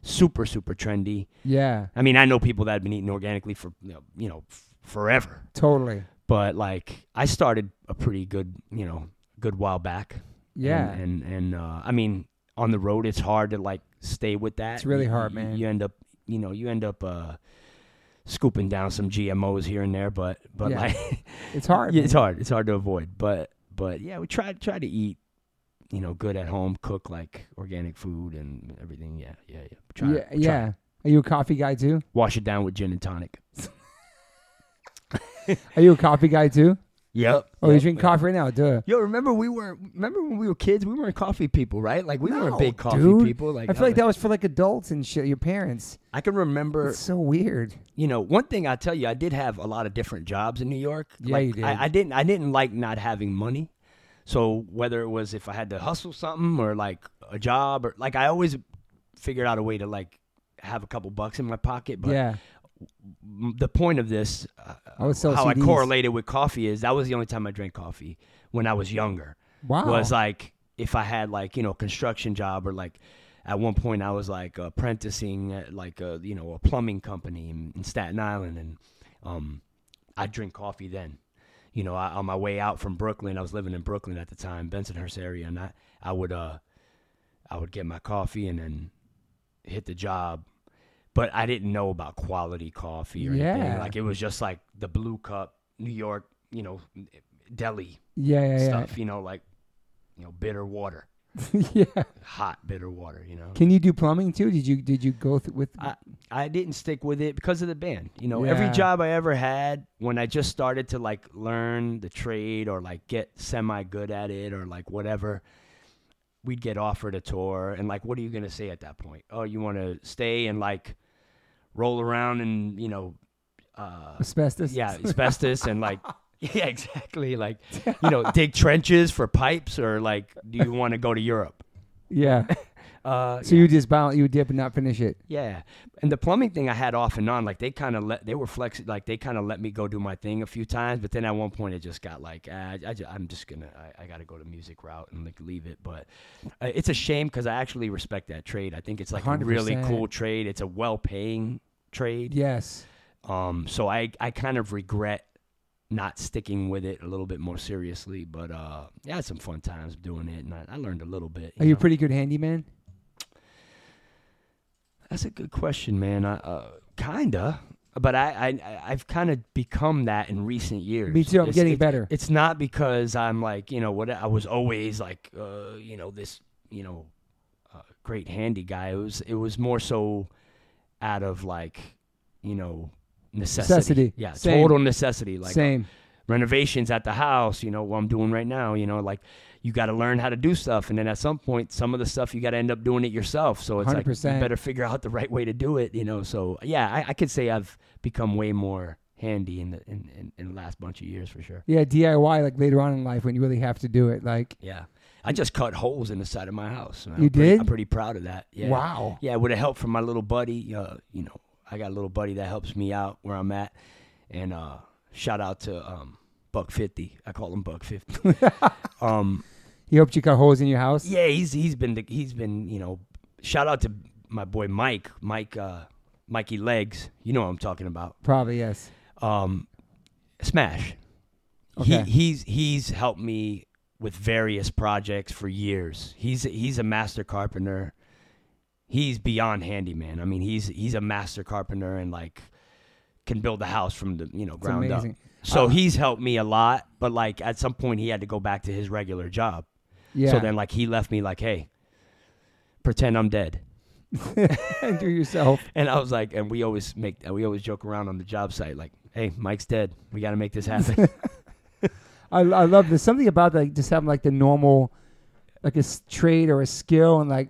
C: super super trendy.
A: Yeah,
C: I mean, I know people that have been eating organically for you know, you know f- forever,
A: totally.
C: but like I started a pretty good, you know, good while back.
A: Yeah,
C: And and, and uh, I mean, on the road it's hard to like stay with that.
A: It's really
C: You-
A: hard,
C: you-
A: man.
C: You end up, you know, you end up uh scooping down some GMOs here and there, but but
A: Yeah.
C: like
A: it's hard.
C: [LAUGHS] yeah,
A: man.
C: it's hard. It's hard to avoid. But but yeah, we try try to eat, you know, good at home, cook like organic food and everything. Yeah, yeah, yeah. Try,
A: yeah,
C: it, try
A: yeah.
C: it.
A: Are you a coffee guy too?
C: Wash it down with gin and tonic.
A: Are you a coffee guy too?
C: Yep.
A: Oh, you drink coffee right now, duh.
C: Yo, remember we were remember when we were kids, we weren't coffee people, right? Like we
A: No,
C: weren't big coffee
A: dude.
C: people. Like
A: I feel like that was for like adults and shit. Your parents.
C: I can remember
A: It's so weird.
C: you know, one thing I tell you, I did have a lot of different jobs in New York.
A: Yeah,
C: like,
A: you did.
C: I, I didn't. I didn't like not having money. So whether it was if I had to hustle something or like a job or like I always figured out a way to like have a couple bucks in my pocket. But
A: yeah,
C: m- the point of this, uh,
A: I would sell
C: how I
A: CDs.
C: correlated with coffee is that was the only time I drank coffee when I was younger
A: wow.
C: was uh, like if I had like you know construction job or like at one point I was like apprenticing at like a you know a plumbing company in, in Staten Island and um I drink coffee then you know I, on my way out from Brooklyn I was living in Brooklyn at the time Bensonhurst area and I I would uh I would get my coffee and then hit the job but I didn't know about quality coffee or
A: Yeah.
C: anything like it was just like the blue cup New York you know deli
A: yeah, yeah, yeah.
C: stuff, you know, like you know, bitter water,
A: [LAUGHS] yeah.
C: hot bitter water, you know.
A: Can you do plumbing too? Did you did you go th- with?
C: I uh, I didn't stick with it because of the band. You know, every
A: Yeah.
C: job I ever had when I just started to like learn the trade or like get semi good at it or like whatever, we'd get offered a tour and like what are you going to say at that point? Oh, you want to stay and like roll around and, you know, uh
A: asbestos.
C: yeah, asbestos and like yeah, exactly. Like, you know, dig trenches for pipes or like do you want to go to Europe?
A: [LAUGHS] yeah.
C: Uh,
A: So you just bounce, you dip and not finish it.
C: yeah. And the plumbing thing I had off and on, like they kind of let, they were flexi like they kind of let me go do my thing a few times. But then at one point it just got like, ah, I, I, ju- I'm just going to, I, I got to go to music route and like leave it. But uh, it's a shame because I actually respect that trade. I think it's like a really
A: 100%.
C: cool trade. It's a well paying trade.
A: Yes.
C: Um, so I, I kind of regret not sticking with it a little bit more seriously. But uh, yeah, I had some fun times doing it and I, I learned a little bit.
A: Are you a
C: know?
A: pretty good handyman?
C: That's a good question, man. I, uh, kinda, but I, I I- I've kind of become that in recent years.
A: Me too. I'm
C: It's-
A: getting
C: it's-
A: better.
C: It's not because I'm like you know what I was always like uh, you know this you know uh, great handy guy. It was it was more so out of like you know necessity.
A: Necessity.
C: Yeah,
A: Same.
C: total necessity. Like um,
A: Same.
C: renovations at the house, you know, what I'm doing right now, you know, like you got to learn how to do stuff. And then at some point, some of the stuff you got to end up doing it yourself. So it's like,
A: 100%.
C: you better figure out the right way to do it, you know? So yeah, I, I could say I've become way more handy in the, in, in, in the last bunch of years for sure.
A: Yeah, DIY like later on in life when you really have to do it. Like
C: Yeah. I just cut holes in the side of my house. man.
A: You
C: I'm pretty-
A: did?
C: I'm pretty proud of that. Yeah.
A: wow.
C: Yeah, with the help from my little buddy, uh, you know, I got a little buddy that helps me out where I'm at, and uh, shout out to um, Buck Fifty. I call him Buck Fifty. um,
A: He helped you cut holes in your house.
C: yeah, he's he's been the, he's been you know, shout out to my boy Mike, Mike, uh, Mikey Legs. You know what I'm talking about.
A: Probably yes.
C: Um, Smash.
A: Okay.
C: He, he's he's helped me with various projects for years. He's he's a master carpenter. He's beyond handyman. I mean, he's he's a master carpenter and like can build a house from the you know
A: It's
C: ground up.
A: amazing.
C: So
A: Uh,
C: he's helped me a lot, but like at some point he had to go back to his regular job.
A: Yeah.
C: So then like he left me like, hey, pretend I'm dead. [LAUGHS]
A: and [LAUGHS] do yourself.
C: And I was like, and we always make we always joke around on the job site like, hey, Mike's dead. We got to make
A: [LAUGHS]
C: this happen.
A: I, I love this. Something about like just having like the normal, like a s- trade or a skill, and like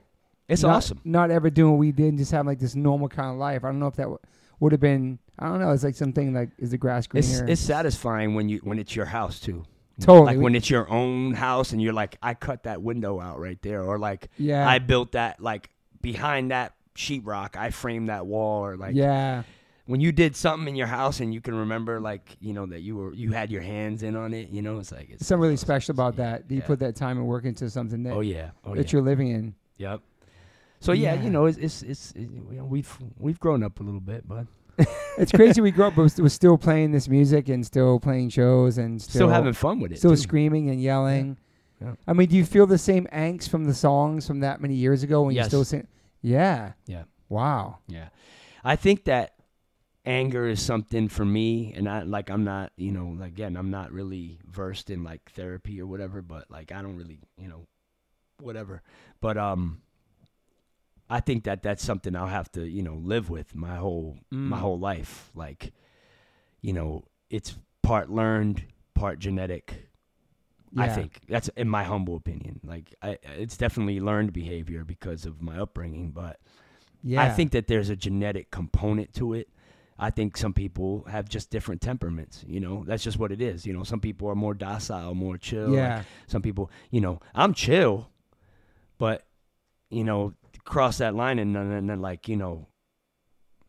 C: it's
A: not-
C: awesome.
A: Not ever doing what we did, and just having like this normal kind of life. I don't know if that w- would have been. I don't know. It's like something like is the grass
C: It's
A: greener?
C: it's satisfying when you when it's your house too.
A: Totally.
C: Like
A: We-
C: when it's your own house and you're like, I cut that window out right there, or like
A: yeah,
C: I built that like behind that sheetrock, I framed that wall, or like
A: yeah,
C: when you did something in your house and you can remember like you know that you were you had your hands in on it. You know, it's like it's
A: something really
C: awesome.
A: special about that. That you
C: Yeah.
A: put that time and work into something that
C: Oh yeah, oh
A: that
C: yeah,
A: you're living in.
C: yep. So yeah,
A: Yeah.
C: you know, it's it's, it's it, you know, we've we've grown up a little bit, but
A: It's crazy. we grew up, but was, was still playing this music and still playing shows and still,
C: still, having fun with it.
A: still
C: too.
A: screaming and yelling.
C: Yeah.
A: I mean, do you feel the same angst from the songs from that many years ago when you
C: Yes.
A: still sing? Yeah.
C: Yeah.
A: Wow.
C: Yeah. I think that anger is something for me and I like I'm not, you know, again, I'm not really versed in like therapy or whatever, but like I don't really, you know, whatever. But um I think that that's something I'll have to, you know, live with my whole my
A: Mm.
C: whole life. Like you know, it's part learned, part genetic. I
A: Yeah.
C: think that's in my humble opinion. Like I it's definitely learned behavior because of my upbringing, but
A: Yeah.
C: I think that there's a genetic component to it. I think some people have just different temperaments. You know, that's just what it is. You know, some people are more docile, more chill. like,
A: Yeah.
C: some people, you know, I'm chill, but you know, cross that line and then, and then like you know,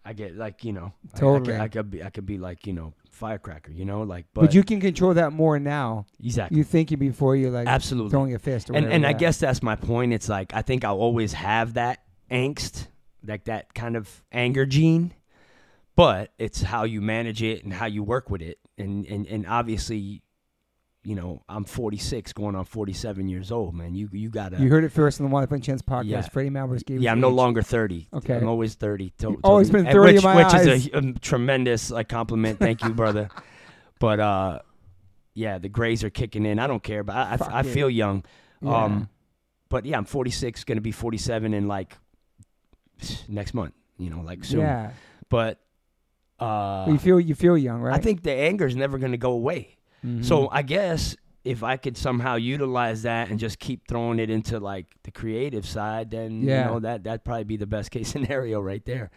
C: I get like you know, I-
A: Totally.
C: I, could, I could be I could be like you know, firecracker. You know, like
A: but,
C: but,
A: you can control that more now.
C: exactly
A: You think it before you like
C: absolutely
A: throwing a fist or
C: and
A: whatever,
C: and I
A: yeah.
C: guess that's my point. It's like I think I'll always have that angst, like that kind of anger gene, but it's how you manage it and how you work with it. And and and obviously, you know, I'm 46, going on 47 years old, man. You you gotta.
A: you heard it first on the One Up and Chance podcast.
C: Yeah.
A: Freddie Malvers gave.
C: yeah,
A: his
C: I'm no
A: age.
C: longer 30.
A: Okay.
C: I'm always 30. To,
A: You've always been
C: and
A: 30 in
C: which,
A: my
C: which
A: eyes.
C: is a, um, tremendous like compliment. Thank you,
A: [LAUGHS]
C: brother. but uh, yeah, the grays are kicking in. I don't care, but I, I,
A: Fuck
C: I
A: it.
C: feel young
A: Yeah.
C: um, but yeah, I'm 46, going to be 47 in like next month, you know, like soon.
A: yeah.
C: But uh,
A: you feel you feel young, right?
C: I think the anger is never going to go away.
A: Mhm.
C: So I guess if I could somehow utilize that and just keep throwing it into like the creative side, then
A: Yeah.
C: you know that that'd probably be the best case [LAUGHS] scenario right there.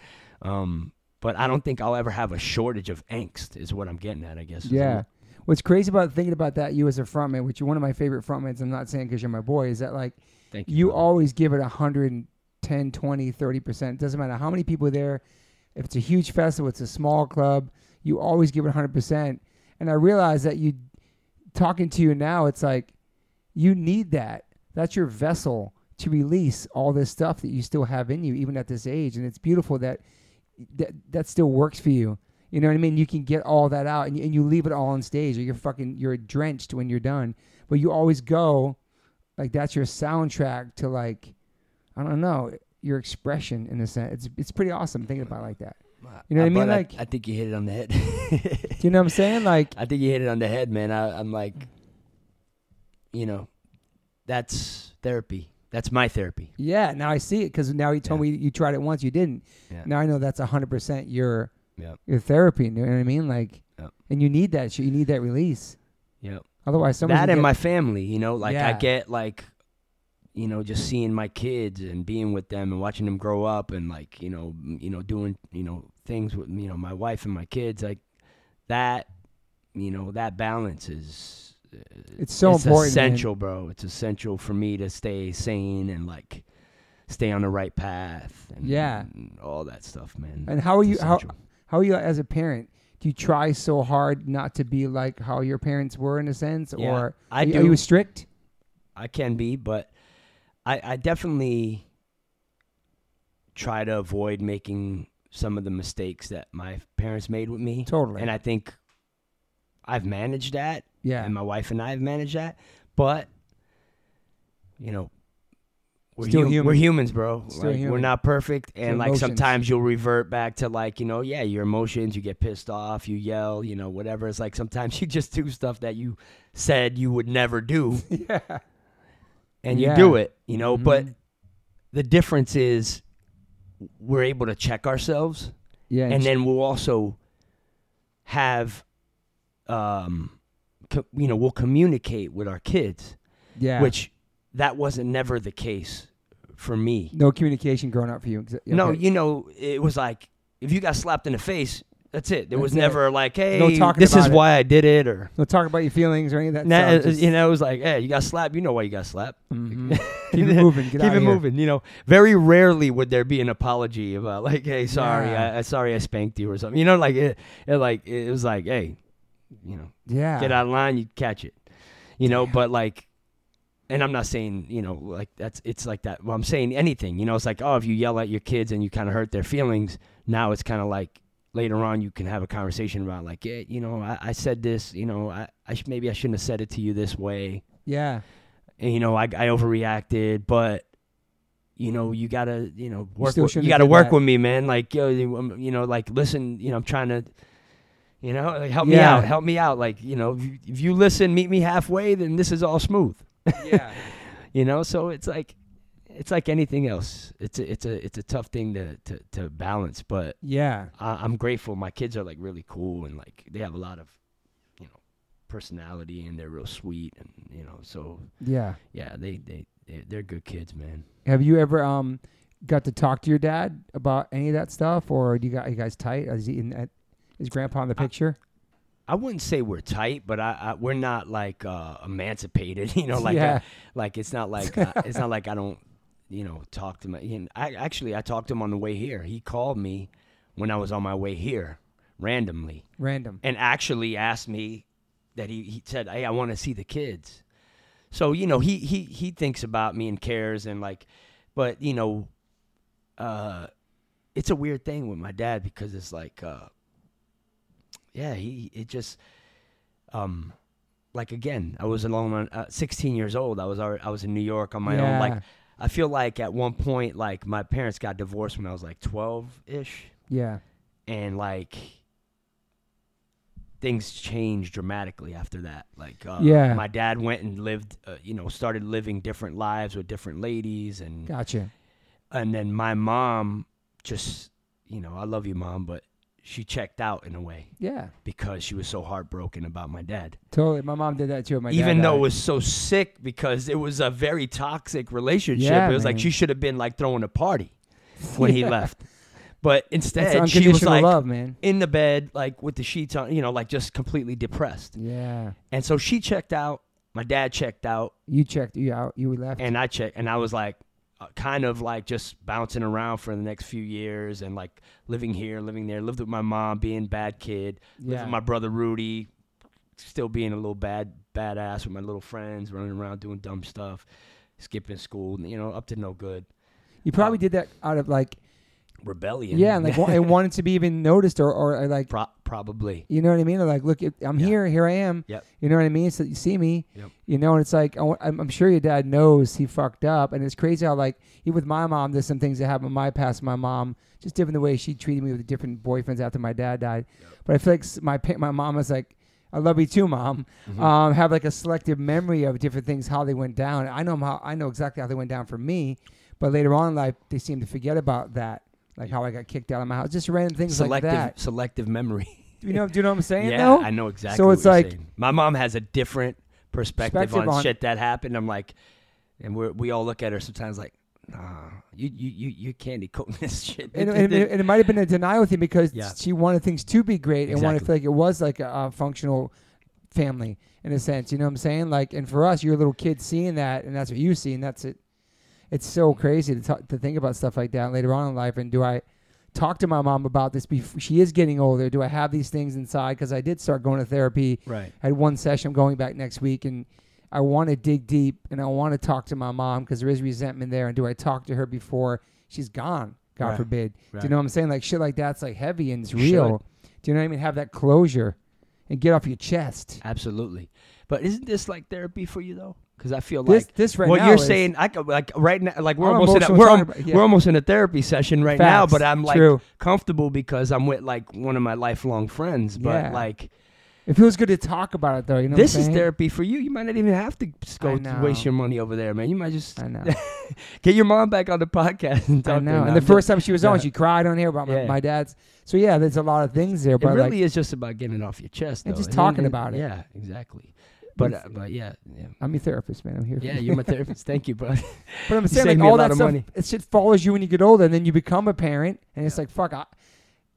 C: Um, but I don't think I'll ever have a shortage of angst, is what I'm getting at. I guess. is
A: Yeah. What's crazy about thinking about that you as a frontman, which you're one of my favorite frontmans, I'm not saying because you're my boy, is that like
C: what- Thank you.
A: you
C: brother.
A: always give it 110, 20, 30%. It doesn't matter how many people are there. If it's a huge festival, it's a small club, you always give it 100%. And I realize that you, talking to you now, it's like you need that. That's your vessel to release all this stuff that you still have in you, even at this age. And it's beautiful that that, that still works for you. You know what I mean? You can get all that out and, and you leave it all on stage or you're fucking, you're drenched when you're done. But you always go like that's your soundtrack to like I don't know your expression in a sense. It's it's pretty awesome thinking about it like that. you know what I
C: Uh,
A: mean?
C: but
A: Like-
C: I, think you hit it on the head.
A: Do you know what I'm saying? Like
C: I think you hit it on the head, man. I, I'm like, you know, that's therapy. That's my therapy.
A: yeah, now I see it because now you told me you tried it once, you didn't.
C: Yeah.
A: Now I know that's hundred percent your
C: Yep.
A: your therapy. You know what I mean? Like,
C: Yep.
A: and you need that shit. You need that release.
C: Yep.
A: Otherwise, someone's
C: that
A: gonna
C: and
A: get-
C: my family, you know, like I
A: Yeah.
C: get like, you know, just seeing my kids and being with them and watching them grow up and like, you know, m- you know, doing, you know, things with, you know, my wife and my kids, like that, you know, that balance is uh,
A: It's so important, man.
C: essential, bro. It's essential for me to stay sane and like stay on the right path and
A: Yeah.
C: and all that stuff, man.
A: And how are
C: It's
A: you? How
C: essential.
A: how are you as a parent? Do you try so hard not to be like how your parents were in a sense,
C: Yeah,
A: or
C: I
A: are, you- are
C: do.
A: you strict?
C: I can be, but I, I definitely try to avoid making some of the mistakes that my parents made with me.
A: Totally.
C: And I think I've managed that
A: Yeah.
C: and my wife and I have managed that. But you know, we're,
A: Still
C: hum-
A: human.
C: we're humans, bro.
A: Still
C: Like, We're
A: human.
C: not perfect, and
A: Your
C: like
A: emotions.
C: sometimes you'll revert back to like you know, yeah, your emotions. You get pissed off, you yell, you know, whatever. It's like sometimes [LAUGHS] you just do stuff that you said you would never do,
A: yeah.
C: and
A: Yeah. Mm-hmm.
C: you do it, you know. But the difference is we're able to check ourselves
A: Yeah.
C: and then we'll also have um co- you know we'll communicate with our kids
A: yeah.
C: which that wasn't never the case for me
A: no communication growing up for you. Exa-
C: no
A: okay.
C: you know it was like if you got slapped in the face that's it there was
A: That's it.
C: never like hey
A: talking
C: this is
A: about it.
C: why i did it or
A: Don't talk about your feelings or any of that
C: Nah, uh,
A: stuff. Just
C: you know it was like hey you got slapped you know why you got slapped [LAUGHS]
A: mhm. keep it moving. Get
C: keep
A: out
C: it
A: of here.
C: moving you know very rarely would there be an apology about like hey sorry
A: Yeah.
C: I, I sorry i spanked you or something you know like it, it like it was like hey you know
A: Yeah.
C: get out of line you catch it you know but like and i'm not saying you know like that's it's like that well i'm saying anything you know it's like oh if you yell at your kids and you kind of hurt their feelings now it's kind of like later on you can have a conversation about like yeah you know i, I said this you know i, I sh- maybe i shouldn't have said it to you this way
A: Yeah.
C: and you know I, I overreacted, but you know you gotta you know work
A: still
C: with,
A: shouldn't
C: you
A: have
C: gotta
A: did
C: work
A: that.
C: with me, man. Like yo, you um, you know, like listen, you know, I'm trying to. You know, like, help me
A: Yeah.
C: out. Help me out. Like, you know, if you, if you listen, meet me halfway, then this is all smooth.
A: Yeah.
C: You know, so it's like, it's like anything else. It's a, it's a, it's a tough thing to to, to balance. But
A: [LAUGHS] yeah.
C: I, I'm grateful. My kids are like really cool and like they have a lot of, you know, personality and they're real sweet and you know. So
A: Yeah.
C: yeah, they they they- they're good kids, man.
A: Have you ever um got to talk to your dad about any of that stuff, or do you got you guys tight? Is he in that? Is Grandpa
C: Uh,
A: in the picture?
C: I wouldn't say we're tight, but I, I we're not like uh, emancipated, [LAUGHS] you know. Like
A: Yeah.
C: I, like it's not like uh, it's not like I don't, you know, talk to my. You know, I actually I talked to him on the way here. He called me when I was on my way here randomly,
A: Random.
C: and actually asked me that he he said, "Hey, I want to see the kids." So you know he he he thinks about me and cares and like, but you know, uh, it's a weird thing with my dad because it's like, uh, yeah, he it just, um, like again, I was alone on uh, 16 years old. I was alre I was in New York on my own.
A: Yeah.
C: Like I feel like at one point, like my parents got divorced when I was like 12 ish
A: Yeah.
C: and like things changed dramatically after that like uh,
A: Yeah.
C: my dad went and lived uh, you know started living different lives with different ladies and
A: Gotcha.
C: and then my mom just you know i love you mom but she checked out in a way
A: Yeah.
C: because she was so heartbroken about my dad
A: Totally. My mom did that too. My dad
C: even though
A: died.
C: it was so sick because it was a very toxic relationship
A: Yeah,
C: it was
A: man.
C: like she should have been like throwing a party when he
A: [LAUGHS] Yeah.
C: left but
A: That's
C: instead she was
A: unconditional
C: like
A: love, man.
C: in the bed, like with the sheets on, you know, like just completely depressed.
A: Yeah.
C: And so she checked out. My dad checked out,
A: You checked. You out. You left.
C: and I checked, and I was like, uh, kind of like just bouncing around for the next few years, and like living here, living there, lived with my mom, being bad kid, lived
A: Yeah.
C: with my brother Rudy, still being a little bad badass with my little friends, running around doing dumb stuff, skipping school, you know, up to no good,
A: you probably did that out of like
C: rebellion.
A: yeah,
C: [LAUGHS]
A: and like wa- and wanted to be even noticed or or uh, like
C: Pro- probably.
A: You know what I mean? They're like, look, it- I'm
C: Yeah.
A: here. Here I am.
C: Yep.
A: You know what I mean? So you see me.
C: Yep.
A: You know, and it's like I wa- I'm, I'm sure your dad knows he fucked up, and it's crazy how like even with my mom, there's some things that happened in my past. My mom just different the way she treated me with different boyfriends after my dad died. But I feel like s- my pa- my mom was like, I love you too, mom.
C: Mm-hmm.
A: Um, have like a selective memory of different things how they went down. I know how I know exactly how they went down for me, but later on in life they seem to forget about that. Like how I got kicked out of my house, just random things
C: Selective,
A: like that.
C: selective memory.
A: Do you know? Do you know what I'm saying?
C: [LAUGHS] Yeah,
A: though?
C: I know exactly.
A: So
C: what
A: it's
C: you're
A: like-
C: saying. my mom has a different perspective,
A: Perspective
C: on,
A: on-
C: shit that happened. I'm like, and we we all look at her sometimes like, nah, you you you you candy coating [LAUGHS] this shit.
A: and, and, and it might have been a denial thing because
C: Yeah.
A: she wanted things to be great and wanted to feel
C: Exactly.
A: like it was like a, uh functional family in a sense. You know what I'm saying? Like, and for us, you're a little kid seeing that, and that's what you see, and that's it. It's so crazy to talk, to think about stuff like that later on in life. And do I talk to my mom about this before she is getting older? Do I have these things inside? Because I did start going to therapy
C: right.
A: had one session. I'm going back next week, and I want to dig deep and I want to talk to my mom because there is resentment there. And do I talk to her before she's gone? God
C: Right.
A: forbid. Do you
C: Right.
A: know what I'm saying? Like shit like that's like heavy and it's
C: You
A: real. Do you know what I mean? Have that closure. and get off your chest.
C: Absolutely. But isn't this like therapy for you though? Because I feel
A: This-
C: like
A: this right
C: what
A: now
C: you're
A: is-
C: saying. I could, like right now, like we're
A: I'm
C: almost in a,
A: emotional
C: we're,
A: talking
C: al-
A: about- yeah.
C: we're almost in a therapy session right now.
A: Facts.
C: But I'm like
A: True.
C: comfortable because I'm with like one of my lifelong friends. But
A: Yeah.
C: like
A: It feels good to talk about it though. You know, what
C: this
A: I'm
C: is
A: saying?
C: therapy for you. You might not even have to s-
A: I
C: go to waste
A: know.
C: your money over there, man. You might just
A: I know.
C: get your mom back on the [LAUGHS] podcast and
A: I
C: [LAUGHS] talk. to
A: know.
C: her.
A: And the
C: I'm
A: first
C: just-
A: time she was on,
C: yeah.
A: she cried on here about my,
C: Yeah.
A: my dad's. So yeah, there's a lot of things there, but
C: it really
A: like,
C: is just about getting it off your chest, though.
A: And just
C: It
A: talking
C: ain't-
A: about it.
C: Yeah, exactly. But uh, but yeah, yeah,
A: I'm your therapist, man. I'm here. for
C: yeah.
A: you.
C: You're my therapist. Thank you, bro. [LAUGHS]
A: But I'm
C: You
A: saying
C: saved
A: like
C: me a
A: all
C: lot
A: that
C: of
A: stuff,
C: money.
A: it shit follows you when you get older, and then you become a parent, and it's like fuck. I,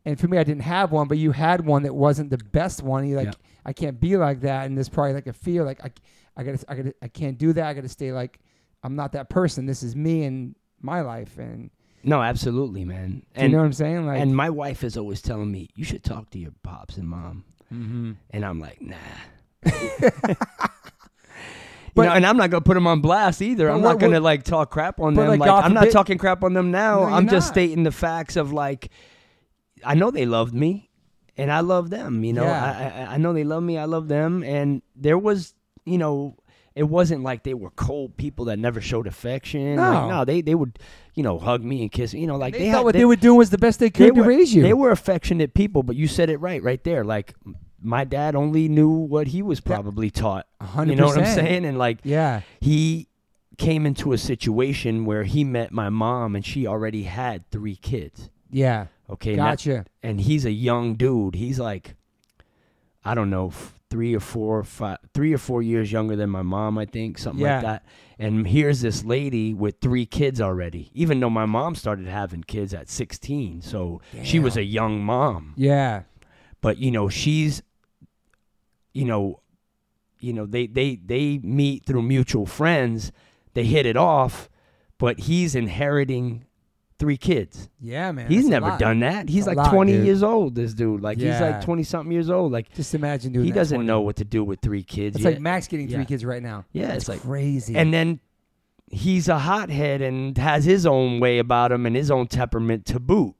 A: and for me, I didn't have one, but you had one that wasn't the best one. You like,
C: Yeah.
A: I can't be like that, and there's probably like a fear, like I, I gotta, I gotta, I can't do that. I gotta stay like, I'm not that person. This is me and my life, and
C: No, absolutely, man.
A: do you know what I'm saying? Like,
C: and my wife is always telling me you should talk to your pops and mom, and I'm
A: [LAUGHS]
C: like, nah.
A: But-
C: But, and I'm not gonna put them on blast either.
A: But
C: I'm
A: what-
C: not gonna
A: what-
C: like talk crap on
A: But,
C: them.
A: like,
C: Like,
A: God
C: I'm not
A: forbid-
C: talking crap on them now.
A: No, you're
C: I'm just
A: not.
C: stating the facts of like, I know they loved me, and I love them. You know,
A: Yeah.
C: I, I I know they love me. I love them, and there was, you know, it wasn't like they were cold people that never showed affection.
A: No.
C: Like, no, they they would, you know, hug me and kiss me. You know, like
A: they,
C: they,
A: thought
C: had,
A: what
C: they-
A: they, were doing was the best they could to raise you.
C: they were affectionate people, but you said it right, right there. Like my dad only knew what he was probably taught.
A: A hundred
C: You know what I'm
A: percent.
C: saying? And like
A: yeah,
C: he came into a situation where he met my mom, and she already had three kids.
A: yeah,
C: Okay, and that-
A: gotcha.
C: and he's a young dude. He's like, I don't know, f- three or four, five, three or four years younger than my mom, I think, something
A: Yeah.
C: like that. And here's this lady with three kids already. Even though my mom started having kids at 16, so she was a young mom.
A: Yeah,
C: But you know, she's, you know, you know, they they they meet through mutual friends. They hit it off, but he's inheriting three kids
A: yeah, man.
C: he's
A: that's a
C: never
A: lot.
C: done that. He's
A: a
C: like
A: lot,
C: 20
A: dude.
C: years old. This dude, like he's
A: Yeah.
C: like 20 something years old. Like
A: Just imagine doing
C: he
A: that.
C: doesn't
A: 20.
C: know what to do with three kids.
A: It's
C: yet.
A: like Max getting three
C: Yeah.
A: kids right now.
C: yeah,
A: That's
C: it's like,
A: crazy.
C: and then he's a hothead and has his own way about him and his own temperament to boot.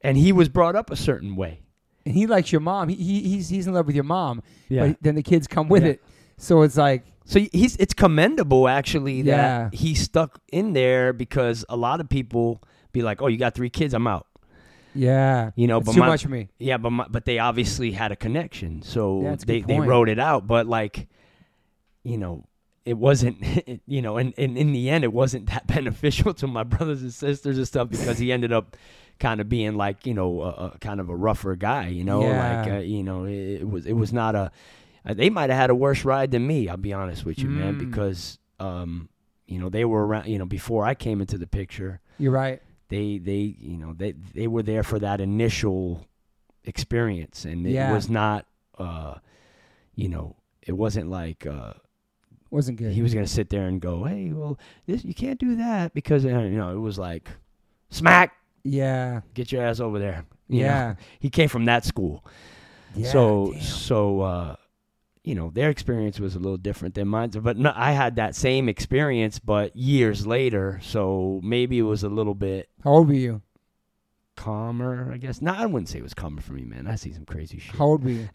C: And he was brought up a certain way.
A: and he likes your mom. He, he he's he's in love with your mom.
C: Yeah.
A: But then the kids come with
C: Yeah.
A: it. So it's like
C: So he's it's commendable actually
A: Yeah.
C: that he stuck in there because a lot of people be like, "Oh, you got three kids, I'm out."
A: yeah.
C: You know,
A: It's
C: but
A: too
C: my-
A: much for me.
C: Yeah, but my, but they obviously had a connection, so
A: Yeah, that's a
C: they
A: good
C: they
A: point.
C: wrote it out. But like, you know, it wasn't, [LAUGHS] you know, and, and in the end, it wasn't that [LAUGHS] beneficial to my brothers and sisters and stuff because he ended up kind of being like, you know, a, a kind of a rougher guy. You know, like
A: Yeah.
C: uh, you know, it, it was it was not a. uh, They might have had a worse ride than me. I'll be honest with you, man,
A: Mm.
C: because um, you know they were around. You know, before I came into the picture,
A: You're right.
C: they they you know they they were there for that initial experience and it
A: Yeah.
C: was not uh you know it wasn't like uh
A: Wasn't good.
C: he was gonna sit there and go hey well this you can't do that because uh, you know it was like smack
A: yeah.
C: get your ass over there you know?
A: Yeah.
C: he came from that school
A: yeah.
C: so
A: damn.
C: so uh you know their experience was a little different than mine but no, i had that same experience but years later so maybe it was a little bit
A: how old were you?
C: calmer, I guess. No, I wouldn't say it was calmer for me, man. I see some crazy shit.
A: How old were you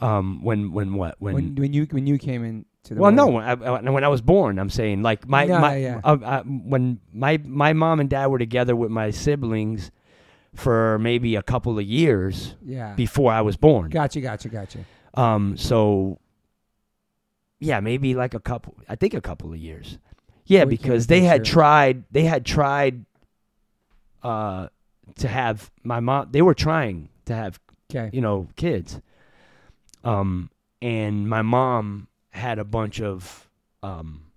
C: Um, when when what when?
A: when when you when you came in to the
C: well, no,
A: world?
C: when I, I- when I was born, I'm saying like my
A: Yeah,
C: my
A: yeah.
C: uh, uh, when my my mom and dad were together with my siblings for maybe a couple of years
A: Yeah.
C: before I was born.
A: Gotcha. Gotcha. Gotcha.
C: Um, so yeah, maybe like a couple. I think a couple of years. Yeah,
A: We came
C: because
A: into
C: they
A: the
C: had
A: church.
C: tried. They had tried. Uh, to have my mom. They were trying to have
A: Okay.
C: you know kids. Um, and my mom had a bunch of um.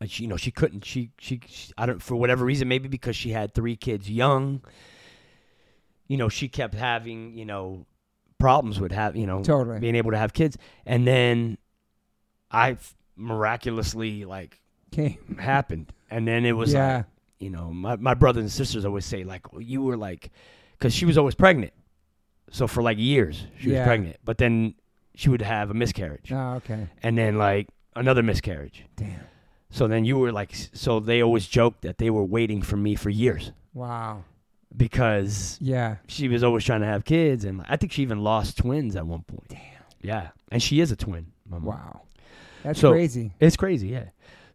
C: uh, She, you know, she couldn't. She, she, she, I don't for whatever reason. Maybe because she had three kids young. You know, she kept having you know problems with have you know
A: Totally.
C: being able to have kids, and then I f- miraculously like
A: Okay.
C: happened, and then it was
A: Yeah.
C: like you know my my brothers and sisters always say like "Well, you were like because she was always pregnant, so for like years she
A: Yeah.
C: was pregnant, but then she would have a miscarriage,
A: oh, okay.
C: and then like another miscarriage.
A: Damn.
C: So then you were like, s- so they always joked that they were waiting for me for years.
A: Wow.
C: because
A: Yeah.
C: she was always trying to have kids, and I think she even lost twins at one point. Damn. Yeah, and she is a twin. my mom.
A: Wow. That's
C: Um, So-
A: crazy.
C: It's crazy, yeah.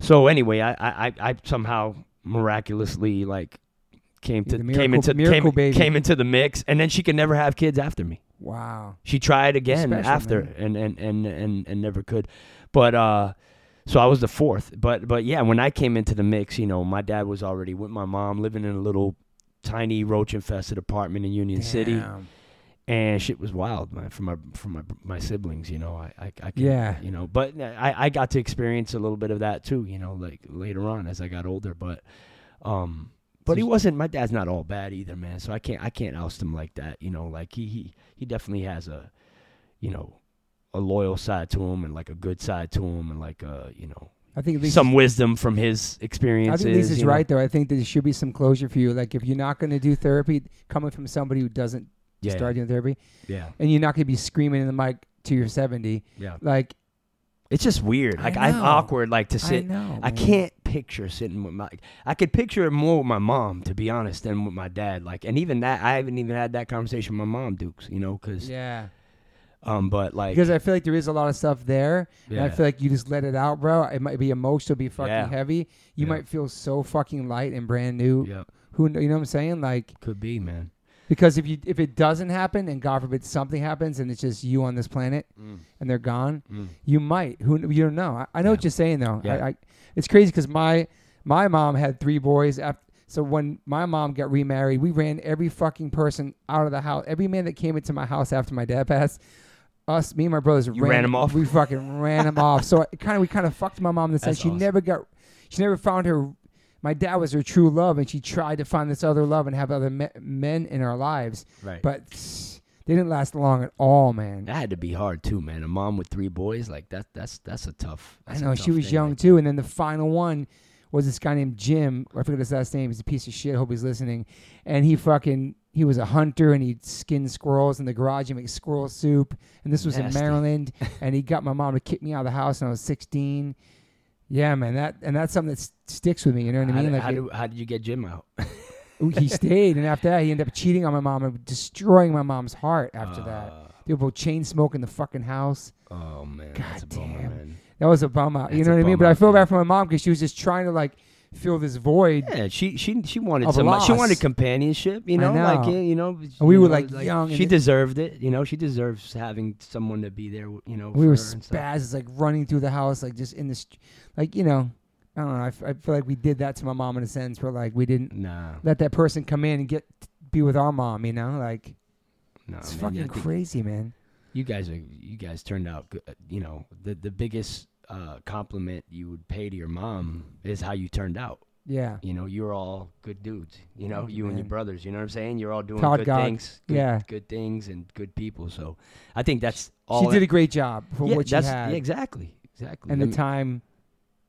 C: So anyway, I I, I- I somehow miraculously like came
A: You're
C: to
A: the
C: came
A: miracle-
C: into
A: miracle
C: came,
A: baby.
C: came into the mix, and then she could never have kids after me.
A: Wow.
C: She tried again
A: Special,
C: after
A: man.
C: and, and and and and never could. But uh so I was the fourth. But but yeah, when I came into the mix, you know, my dad was already with my mom living in a little tiny roach infested apartment in Union City
A: Damn.
C: and shit was wild, man. For my for my my siblings, you know, I I, I can,
A: Yeah.
C: you know, but I I got to experience a little bit of that too, you know, like later on as I got older, but um. But he wasn't. My dad's not all bad either, man. So I can't. I can't oust him like that. You know, like he he he definitely has a, you know, a loyal side to him and like a good side to him and like a you know
A: I think Lisa's,
C: some wisdom from his
A: I
C: experiences.
A: think Lisa's
C: you know?
A: right though. I think there should be some closure for you. Like if you're not going to do therapy, coming from somebody who doesn't
C: Yeah.
A: start doing therapy,
C: Yeah.
A: and you're not going to be screaming in the mic to your 70.
C: Yeah.
A: Like
C: It's just weird.
A: I
C: Like I am
A: know.
C: awkward. Like to sit.
A: I know.
C: I
A: man.
C: can't picture sitting with my. I could picture it more with my mom, to be honest, than with my dad. Like, and even that, I haven't even had that conversation with my mom, Dukes. You know, because
A: Yeah.
C: um, but like,
A: Because I feel like there is a lot of stuff there, and I
C: Yeah.
A: feel like you just let it out, bro. It might be emotional, be fucking
C: Yeah.
A: heavy. You
C: Yeah.
A: might feel so fucking light and brand new.
C: yeah,
A: Who kn- you know what I'm saying? Like
C: could be, man.
A: because if you if it doesn't happen, and God forbid something happens, and it's just you on this planet,
C: Mm.
A: and they're gone, you might. Who kn- you don't know? I, I know what
C: Yeah.
A: you're saying though.
C: Yeah.
A: I, I, it's crazy because my my mom had three boys. After, so when my mom got remarried, we ran every fucking person out of the house. Every man that came into my house after my dad passed, us, me and my brothers
C: You ran 'em off?
A: We fucking ran them off. So it kind of we kind of fucked my mom in the sense
C: That's
A: she
C: awesome.
A: never got, she never found her. My dad was her true love, and she tried to find this other love and have other me- men in our lives,
C: Right, but
A: but they didn't last long at all, man.
C: that had to be hard too, man. A mom with three boys, like that, that's that's a tough.
A: I
C: that's a
A: know she
C: tough
A: was
C: thing,
A: young
C: like,
A: too, and then the final one was this guy named Jim. I forget his last name. He's a piece of shit. Hope he's listening. And he fucking he was a hunter, and he'd skin squirrels in the garage and make squirrel soup. And this was
C: Nasty.
A: in
C: [LAUGHS]
A: Maryland, and he got my mom to kick me out of the house when I was sixteen. Yeah, man, that and that's something that s- sticks with me. You know what I
C: How,
A: mean?
C: did, how,
A: it-
C: do, how did you get Jim out?
A: he stayed, and after that, he ended up cheating on my mom and destroying my mom's heart. After that, they were both chain smoking the fucking house.
C: Uh, oh man, that's a
A: God
C: bummer,
A: damn.
C: man.
A: That was a bum out. You
C: That's
A: know
C: a
A: what I mean?
C: bum
A: But I
C: out,
A: feel
C: yeah.
A: bad for my mom because she was just trying to like fill this void.
C: Yeah, she she she wanted
A: Of a
C: so much. She
A: loss.
C: wanted companionship, you
A: I
C: know, like
A: know.
C: yeah, you know.
A: we
C: you
A: were,
C: know,
A: like, young
C: She
A: and-
C: deserved it, you know. She deserves having someone to be there, you know.
A: We
C: for
A: were
C: her and stuff.
A: spazzes, like running through the house, like just in the, str- like you know, I don't know. I, f- I feel like we did that to my mom in a sense, where like we didn't
C: Nah,
A: let that person come in and get be with our mom. You know, like
C: nah,
A: it's
C: Oh, man,
A: fucking
C: I think
A: crazy, man.
C: You guys are you guys turned out. good. You know, the the biggest uh, compliment you would pay to your mom is how you turned out.
A: Yeah,
C: You know, you're all good dudes. You know,
A: Thank you,
C: you and your
A: man.
C: brothers. You know what I'm saying? You're all doing
A: Todd
C: good
A: Gog,
C: things. Good,
A: yeah.
C: good things and good people. So I think that's all.
A: she
C: that-
A: did a great job for
C: yeah,
A: what she
C: that's,
A: had
C: Yeah, exactly, exactly.
A: and
C: I
A: the
C: mean-
A: time.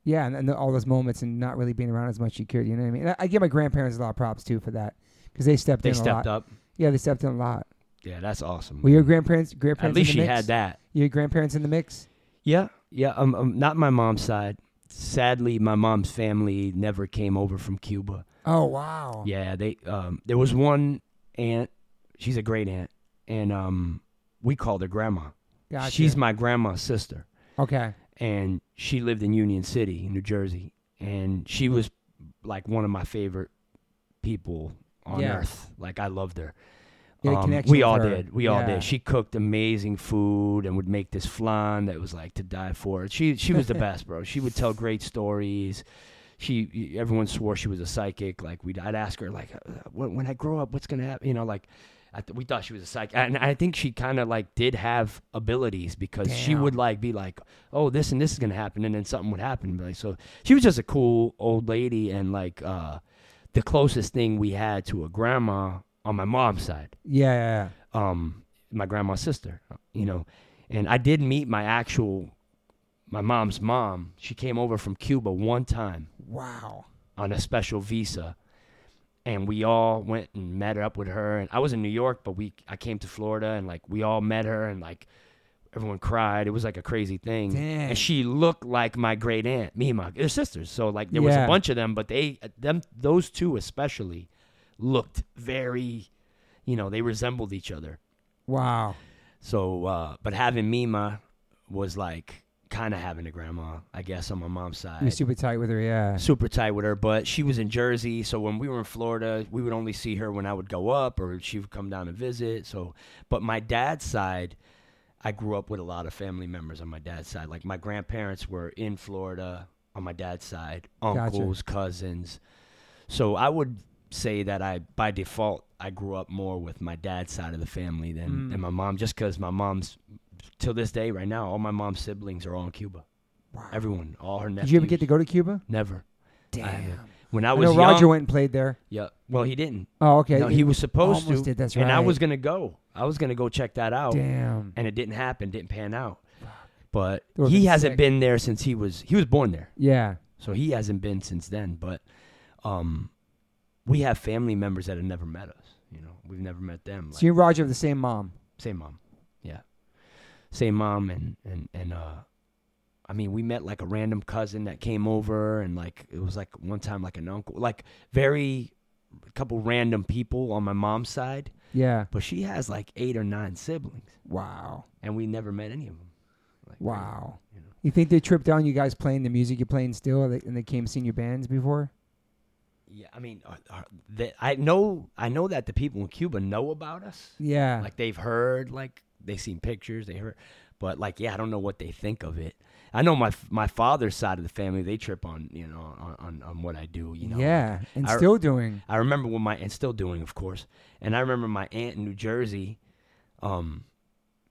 A: Yeah, and, and the, all those moments, and not really being around as much as you could. You know what I mean? And I, I give my grandparents a lot of props too for that because they stepped
C: They
A: in a
C: stepped
A: lot.
C: up.
A: Yeah, they stepped in a lot.
C: Yeah, that's awesome.
A: Were your grandparents grandparents
C: At least
A: in
C: she
A: the mix?
C: had that.
A: Your grandparents in the mix?
C: Yeah, yeah. Um, um, not my mom's side. Sadly, my mom's family never came over from Cuba.
A: Oh wow.
C: Yeah, they. Um, there was one aunt. She's a great aunt, and um, we called her grandma.
A: Gotcha.
C: She's my grandma's sister,
A: okay.
C: and she lived in Union City, New Jersey, and she was like one of my favorite people on
A: Yeah.
C: earth. Like I loved her.
A: You had a
C: Um,
A: connection
C: we
A: with
C: all
A: her.
C: did. We all
A: Yeah.
C: did. She cooked amazing food and would make this flan that was like to die for. She she
A: [LAUGHS]
C: was the best, bro. She would tell great stories. She everyone swore she was a psychic. Like we, would I'd ask her like, uh, when, when I grow up, what's gonna happen? You know, like I th- we thought she was a psychic, and I think she kind of like did have abilities because she would
A: Damn.
C: like be like, oh, this and this is gonna happen, and then something would happen. Like so, she was just a cool old lady, and like uh, the closest thing we had to a grandma on my mom's side
A: Yeah, yeah,
C: um, my grandma's sister, you know, and I did meet my actual, my mom's mom. She came over from Cuba one time
A: yeah. Wow.
C: on a special visa, and we all went and met up with her. And I was in New York, but we I came to Florida, and like we all met her, and like everyone cried. It was like a crazy thing.
A: Dang.
C: And she looked like my great aunt, me and my they're sisters. So like there was
A: Yeah.
C: a bunch of them, but they them those two especially looked very, you know, they resembled each other.
A: Wow.
C: So, uh, but having Mima was like kind of having a grandma, I guess, on my mom's side.
A: You're super tight with her, yeah.
C: Super tight with her, but she was in Jersey, so when we were in Florida, we would only see her when I would go up or she would come down and visit. So, but my dad's side, I grew up with a lot of family members on my dad's side. Like my grandparents were in Florida on my dad's side,
A: Gotcha.
C: uncles, cousins. So I would say that I, by default, I grew up more with my dad's side of the family than,
A: Mm.
C: than my mom, just because my mom's, till this day, right now, all my mom's siblings are all in Cuba.
A: Wow.
C: Everyone, all her nephews.
A: Did you ever get to go to Cuba?
C: Never.
A: Damn.
C: I haven't. When I
A: I
C: was
A: know
C: young,
A: Roger went and played there.
C: yeah. Well, he didn't.
A: Oh, okay.
C: no, he was supposed
A: almost
C: to.
A: did, that's
C: and I
A: right.
C: was gonna go. I was gonna go check that out,
A: Damn.
C: and it didn't happen. Didn't pan out. But
A: That would've
C: he
A: been
C: hasn't
A: sick.
C: been there since he was. He was born there,
A: Yeah.
C: so he hasn't been since then. But, um, we have family members that have never met us. You know, we've never met them.
A: So
C: like-
A: you and Roger have the same mom.
C: same mom yeah same mom and and and uh i mean we met like a random cousin that came over and like it was like one time like an uncle like very a couple random people on my mom's side
A: Yeah.
C: but she has like eight or nine siblings
A: Wow.
C: and we never met any of them like,
A: Wow.
C: You know.
A: You think they tripped on you guys playing the music you're playing still, and they- and they came seeing your bands before?
C: yeah i mean are, are the, i know i know that the people in cuba know about us
A: Yeah.
C: like they've heard like they seen pictures they heard but like yeah i don't know what they think of it i know my my father's side of the family they trip on you know on on, on what i do you know
A: yeah. And
C: I-
A: still doing.
C: i remember when my and still doing of course and i remember my aunt in new jersey um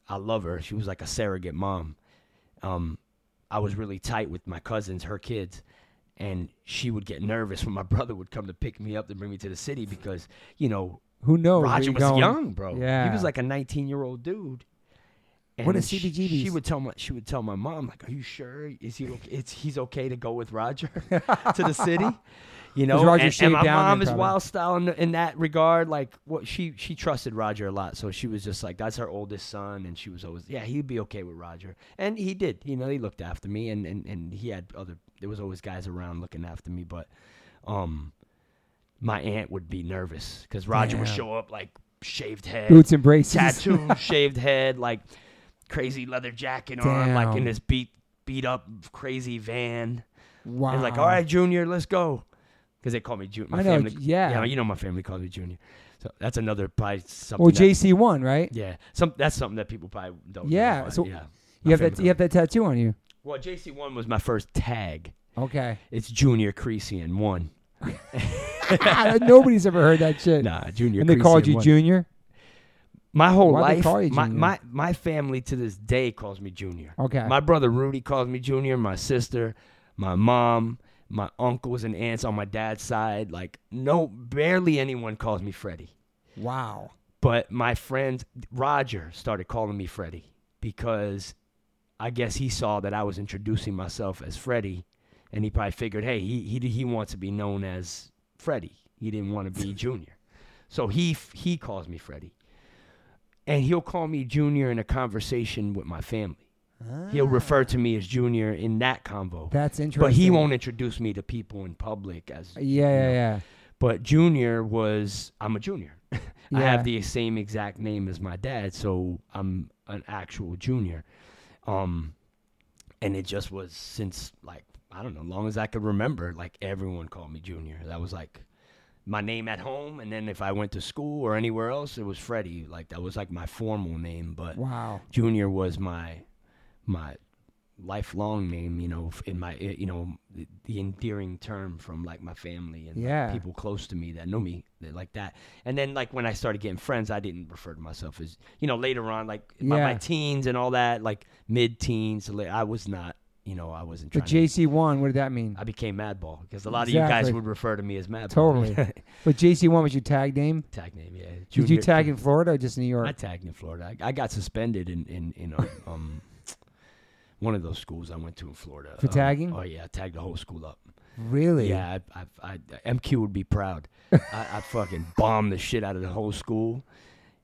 C: i love her she was like a surrogate mom um i was really tight with my cousins her kids and she would get nervous when my [LAUGHS] brother would come to pick me up to bring me to the city because you know
A: Who knows? where
C: Roger
A: you're
C: was
A: going.
C: young, bro. he
A: Yeah.
C: was like a 19 year old dude.
A: What
C: And
A: a
C: she-
A: CBGBs.
C: She would tell my she would tell my mom like, "Are you sure? Is he okay? It's he's okay to go with Roger [LAUGHS] to
A: [LAUGHS]
C: the city?" You know,
A: Roger
C: and,
A: shaved
C: and my
A: down
C: mom
A: then,
C: is
A: probably.
C: wild style in, in that regard. Like, what she she trusted Roger a lot, so she was just like, "That's her oldest son," and she was always, "Yeah, he'd be okay with Roger," and he did. You know, he looked after me, and and and he had other. There was always guys around looking after me, but um, my aunt would be nervous because Roger would
A: Damn.
C: show up like shaved head,
A: Boots and braces. [LAUGHS]
C: tattoo, shaved head, like crazy leather jacket on, like in
A: Damn.
C: this beat beat up crazy van.
A: Wow.
C: And like, all right, Junior, let's go, because they call me Junior.
A: I know,
C: family,
A: yeah.
C: you know, my family calls me Junior. So that's another probably something.
A: Well,
C: that-
A: JC one, right?
C: yeah, some that's something that people probably don't. know
A: Yeah,
C: about,
A: so
C: yeah.
A: You
C: My
A: have
C: family
A: that.
C: calls-
A: You have that tattoo on you.
C: Well, JC one was my first tag.
A: Okay.
C: [LAUGHS] It's Junior Creasy and one.
A: Ah, Nobody's ever heard that shit.
C: Nah, Junior.
A: and they
C: Creasy
A: called you
C: one.
A: Junior.
C: My whole
A: Why'd they
C: life,
A: call you
C: my,
A: Junior? Oh,
C: my my family to this day calls me Junior.
A: Okay.
C: My brother Rudy calls me Junior. My sister, my mom, my uncles and aunts on my dad's side, like no, barely anyone calls me Freddie.
A: wow.
C: But my friend Roger started calling me Freddie because I guess he saw that I was introducing myself as Freddie, and he probably figured, hey, he he he wants to be known as Freddie. He didn't
A: [LAUGHS]
C: want to be Junior, so he f- he calls me Freddie, and he'll call me Junior in a conversation with my family. He'll refer to me as Junior in that convo,
A: That's interesting.
C: but he won't introduce me to people in public as
A: Yeah, yeah, yeah.
C: but junior was I'm a junior. [LAUGHS] I
A: Yeah.
C: have the same exact name as my dad, so I'm an actual junior. Um, and it just was since like I don't know, long as I could remember, like everyone called me junior. That was like my name at home, and then if I went to school or anywhere else, it was Freddie. Like that was like my formal name, but
A: Wow.
C: junior was my my lifelong name you know f- in my eh, you know the- the endearing term from like my family and like,
A: Yeah.
C: people close to me that know me that- like that and then like when i started getting friends i didn't refer to myself as you know later on like my, my
A: Yeah.
C: teens and all that like mid-teens la- i was not you know i wasn't
A: But
C: trying to,
A: JC one, what did that mean?
C: i became madball because a lot of you guys
A: Exactly.
C: would refer to me as madball
A: [LAUGHS]
C: [LAUGHS]
A: Totally. But JC one was your tag name.
C: tag name yeah
A: Did you
C: Junior-
A: tag in Florida or just New
C: I
A: York?
C: tagged in Florida. I, I got suspended in in, in
A: [LAUGHS]
C: um, um one of those schools I went to in Florida
A: For
C: Um,
A: tagging?
C: oh yeah, I tagged the whole school up.
A: Really?
C: Yeah, I, I, I, MQ would be proud.
A: [LAUGHS]
C: I, I fucking bombed the shit out of the whole school.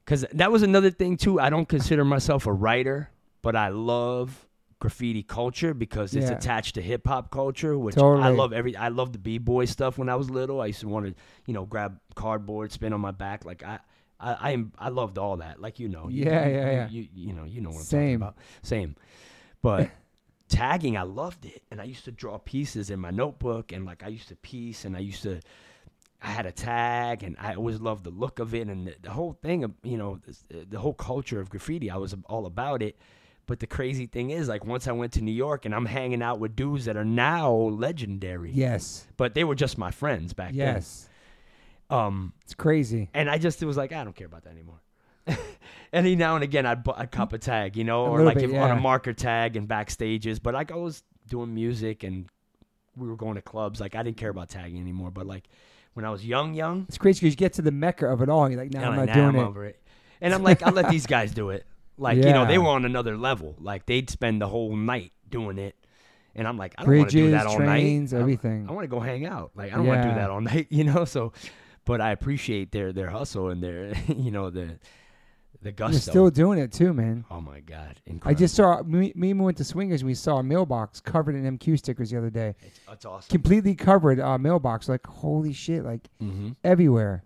C: Cause that was another thing too. I don't consider myself a writer, but I love graffiti culture because it's
A: Yeah.
C: attached to hip hop culture, which I
A: Totally.
C: love. Every I love the b boy stuff. When I was little, I used to want to you know grab cardboard, spin on my back. Like I, I, I, am- I loved all that. Like you know, you-
A: Yeah,
C: you-
A: yeah,
C: you-
A: yeah.
C: You, you know, you know what I'm
A: Same.
C: talking about. Same, but. Tagging, I loved it, and I used to draw pieces in my notebook, and like I used to piece, and I used to, I had a tag, and I always loved the look of it, and the, the whole thing of you know this- uh, the whole culture of graffiti. I was all about it, but the crazy thing is, like once I went to New York, and I'm hanging out with dudes that are now legendary,
A: Yes.
C: but they were just my friends back
A: Yes.
C: then. Um,
A: It's crazy.
C: and I just it was like I don't care about that anymore. [LAUGHS] and then now and again I'd, bu- I'd cop a tag, you know,
A: A
C: or
A: little
C: like
A: bit,
C: if, on a
A: yeah.
C: marker tag and backstages. But like I was doing music and we were going to clubs. Like I didn't care about tagging anymore. But like when I was young, young,
A: It's crazy because you get to the mecca of it all, and you're like, nah,
C: and
A: I'm
C: like,
A: not
C: nah,
A: doing
C: I'm
A: it.
C: over it. And I'm like, I let these guys
A: [LAUGHS]
C: do it. Like you know,
A: Yeah.
C: they were on another level. Like they'd spend the whole night doing it. And I'm like, I don't want to do
A: Bridges,
C: that all
A: trains,
C: night. I'm-
A: everything.
C: I want to go hang out. Like I don't want to
A: Mm. Yeah.
C: do that all [LAUGHS] night, you know. So, but I appreciate their their hustle and their [LAUGHS] you know the the gusto.
A: You're still doing it too, man.
C: oh my god!
A: I
C: Incredible.
A: just saw me, me and we went to Swingers and we saw a mailbox covered in MQ stickers the other day.
C: it's, it's awesome.
A: Completely covered uh, mailbox. Like holy shit! Like
C: hmm
A: everywhere.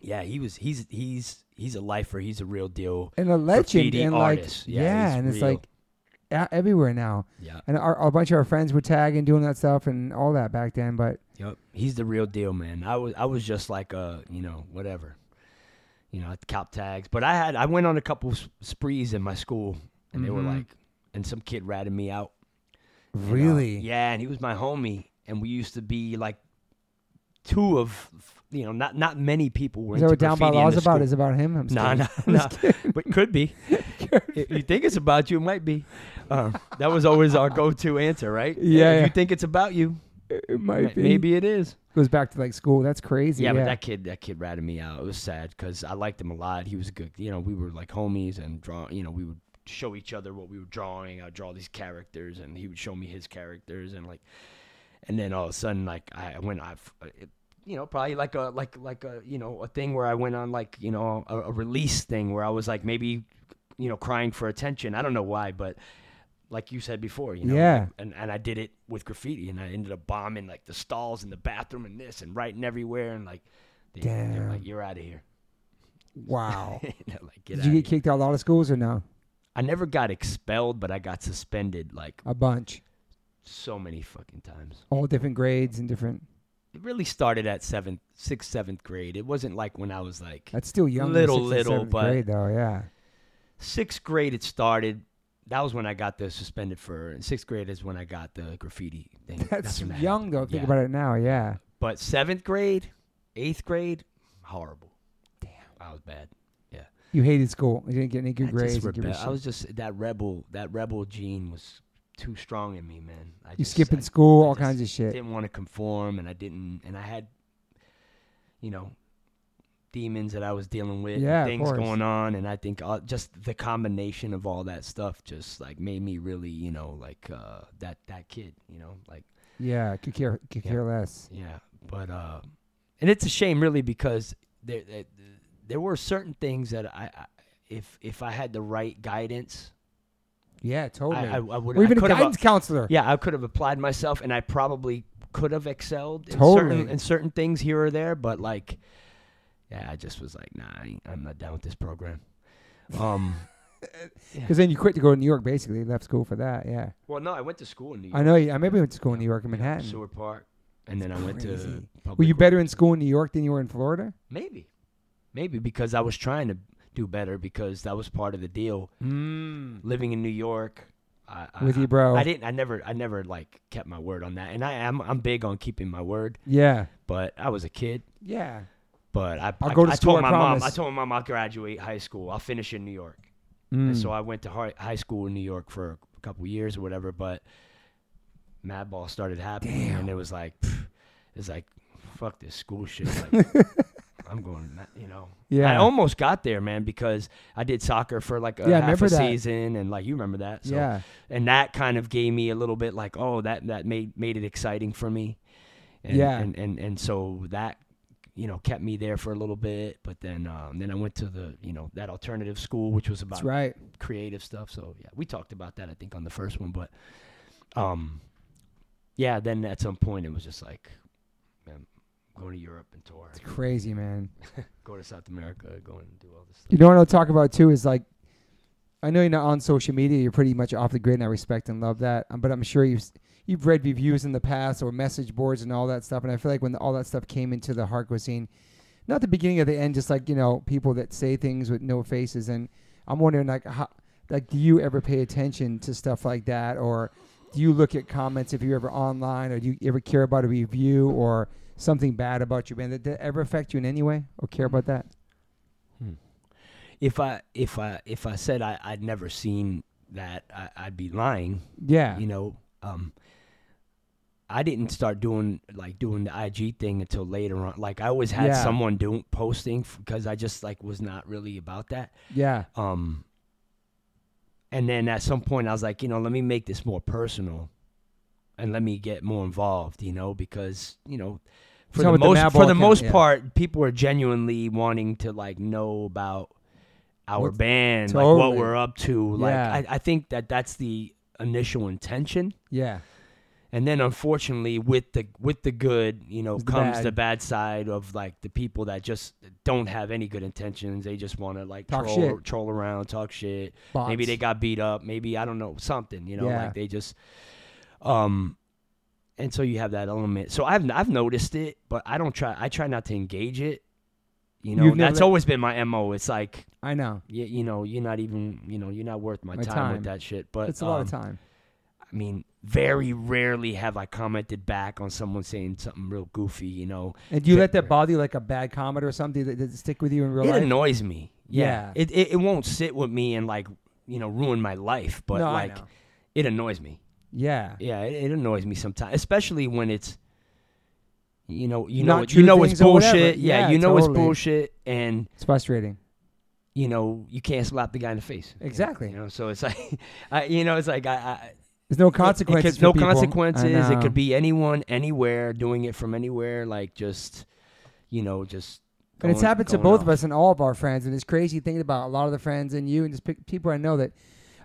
C: Yeah, he was. He's he's he's a lifer. He's a real deal.
A: and a legend
C: graffiti
A: and
C: artist.
A: like yeah,
C: Yeah, he's
A: and it's
C: real.
A: like e- everywhere now
C: Yeah.
A: and our, a bunch of our friends were tagging doing that stuff and all that back then but
C: Yep. He's the real deal, man. I was I was just like uh you know whatever, you know I cop tags. But I had I went on a couple s- sprees in my school and they were
A: Mhm.
C: like and some kid ratted me out. you know?
A: really
C: yeah, and he was my homie, and we used to be like two of you know not not many people were
A: is that
C: into
A: what down by
C: graffiti in
A: laws
C: the
A: about
C: school.
A: is about him I'm just
C: Nah,
A: kidding.
C: nah, nah. But could
A: [LAUGHS]
C: be. if you think it's about you, it might be. Um, that was always our go-to answer, right?
A: Yeah,
C: If
A: yeah.
C: you think it's about you,
A: [LAUGHS] it
C: m-
A: might be
C: maybe it is.
A: goes back to like school that's crazy
C: Yeah,
A: yeah,
C: but that kid, that kid ratted me out. It was sad because I liked him a lot. He was a good. You know, we were like homies and draw. You know, we would show each other what we were drawing. I'd draw these characters, and he would show me his characters, and like, and then all of a sudden, like I went, I, you know, probably like a like like a you know a thing where I went on like you know a, a release thing where I was like maybe, you know, crying for attention. I don't know why, but like you said before, you know,
A: Yeah.
C: like- and and I did it with graffiti, and I ended up bombing like the stalls in the bathroom and this and writing everywhere, and like, they, they're
A: Damn.
C: like, you're out of here. [LAUGHS]
A: wow
C: They're like, [LAUGHS] get
A: did
C: out
A: you get kicked out of a lot of schools or no
C: I never got expelled, but I got suspended like
A: a bunch
C: so many fucking times.
A: all different grades and different
C: It really started at seventh, sixth, seventh grade. It wasn't like when I was like
A: that's still young in
C: Little,
A: sixth and
C: little,
A: seventh
C: but-
A: grade though
C: [LAUGHS]
A: yeah
C: sixth grade. It started. That was when I got the suspended for. And sixth grade is when I got the graffiti thing.
A: [LAUGHS] that's,
C: when that
A: young
C: happened.
A: though think
C: Yeah.
A: about it now yeah
C: But seventh grade, eighth grade, horrible. Damn, I was bad.
A: you hated school you didn't get any good
C: I
A: grades
C: Just
A: you didn't give a
C: rebe- I
A: shit.
C: was just that rebel. That rebel gene was too strong in me, man. I
A: you
C: just,
A: skipping
C: I
A: school
C: I
A: all
C: just
A: kinds of shit
C: Didn't want to conform, and I didn't. And I had, you know, demons that I was dealing with, and
A: Yeah, of
C: things
A: course.
C: going on, and I think all, just the combination of all that stuff just like made me really, you know, like uh, that that kid, you know, like.
A: Yeah, could care could
C: Yeah.
A: care less.
C: Yeah, but uh, and it's a shame, really, because there there, there were certain things that I, I if if I had the right guidance,
A: Yeah, totally.
C: I, I, I would
A: or
C: I
A: even a
C: could have
A: guidance counselor.
C: yeah I could have applied myself, and I probably could have excelled in certain
A: Totally.
C: in certain things here or there, but like yeah, I just was like, nah, I ain't- I'm not down with this program. Um,
A: Because then you quit to go to New York. Basically, left school for that. Yeah,
C: [LAUGHS] well, no, I went to school in New York,
A: I know. you- I remember went to school in New York in Manhattan.
C: Seward Park, and then I went to
A: Crazy.
C: public
A: Were you
C: works.
A: better in school in New York than you were in Florida?
C: Maybe. Maybe because I was trying to do better because that was part of the deal.
A: Mm.
C: Living in New York. I, I-
A: With
C: I-
A: you, bro.
C: I didn't I never I never like kept my word on that. And I am I'm big on keeping my word,
A: Yeah,
C: but I was a kid.
A: yeah.
C: But I
A: I'll
C: I-
A: go to
C: I
A: school, I
C: told my
A: promise.
C: mom I told my mom I'll graduate high school. I'll finish in New York.
A: Mm.
C: And so I went to hi- high school in New York for a couple years or whatever, but Madball started happening
A: Damn.
C: and it was like it's like fuck this school shit. Like,
A: [LAUGHS]
C: I'm going, ma- you know.
A: yeah,
C: I almost got there, man, because I did soccer for like a
A: Yeah, I
C: half
A: remember
C: a
A: that.
C: season, and like you remember that, so,
A: yeah.
C: And that kind of gave me a little bit like, oh, that that made made it exciting for me, and,
A: Yeah.
C: and and and so that you know, kept me there for a little bit. But then, um, then I went to the, you know, that alternative school, which was
A: That's
C: about
A: right.
C: creative stuff. So yeah, we talked about that I think on the first one, but um, yeah. Then at some point it was just like, man, going to Europe and tour,
A: It's crazy, man.
C: go to South America, go and do all this stuff.
A: You know what I'll talk about too is like, I know you're not on social media. You're pretty much off the grid, and I respect and love that. Um, but I'm sure you've s- you've read reviews in the past or message boards and all that stuff. And I feel like when all that stuff came into the hardcore scene, not the beginning of the end, just like you know people that say things with no faces. And I'm wondering like how like do you ever pay attention to stuff like that or do you look at comments if you're ever online or do you ever care about a review or something bad about your band that, that ever affect you in any way or care about that
C: If I if I if I said I I'd never seen that, I, I'd be lying.
A: yeah
C: You know, um, I didn't start doing like doing the IG thing until later on. Like I always had
A: Yeah.
C: someone doing posting because I just like was not really about that.
A: yeah
C: um and then at some point i was like you know let me make this more personal and let me get more involved you know because you know for
A: Talking
C: the
A: about the
C: most
A: Madball
C: for the
A: account,
C: most
A: yeah.
C: part people are genuinely wanting to like know about our
A: What's-
C: band like what
A: Totally.
C: we're up to like
A: Yeah.
C: I, I think that that's the initial intention
A: yeah
C: and then unfortunately with the with the good you know
A: It's the
C: comes
A: bad.
C: the bad side of like the people that just don't have any good intentions they just want to like
A: Talk
C: troll,
A: shit.
C: troll around talk shit
A: Bots.
C: maybe they got beat up maybe i don't know something you know
A: Yeah.
C: like they just um and so you have that element so i've i've noticed it but i don't try i try not to engage it you know
A: You've never
C: that's
A: let-
C: always been my mo it's like
A: i know
C: you, you know you're not even you know you're not worth my,
A: My
C: time,
A: time.
C: with that shit but
A: it's a lot
C: um,
A: of time
C: I mean, very rarely have I commented back on someone saying something real goofy, you know.
A: and do you
C: fi-
A: let that bother you like a bad comment or something that, that stick with you in real
C: it
A: life
C: annoys me.
A: Yeah.
C: Yeah. It, it it won't sit with me and like, you know, ruin my life, but
A: No, I
C: like
A: know.
C: it annoys me.
A: yeah
C: Yeah, it, it annoys me sometimes, especially when it's you know, you
A: Not
C: know,
A: true
C: you know it's
A: things or whatever.
C: bullshit. Yeah,
A: Yeah,
C: you know it's
A: totally.
C: bullshit and
A: it's frustrating
C: you know, you can't slap the guy in the face.
A: Exactly.
C: You know, so it's like [LAUGHS] I, you know, it's like I, I
A: there's no
C: It- it could-
A: consequences for
C: no
A: people. I
C: consequences. It
A: know.
C: could be anyone, anywhere, doing it from anywhere. Like just, you know, just.
A: And it's
C: going-
A: happened to
C: going
A: both of
C: off.
A: us and all of our friends, and it's crazy thinking about a lot of the friends and you and just pe- people I know that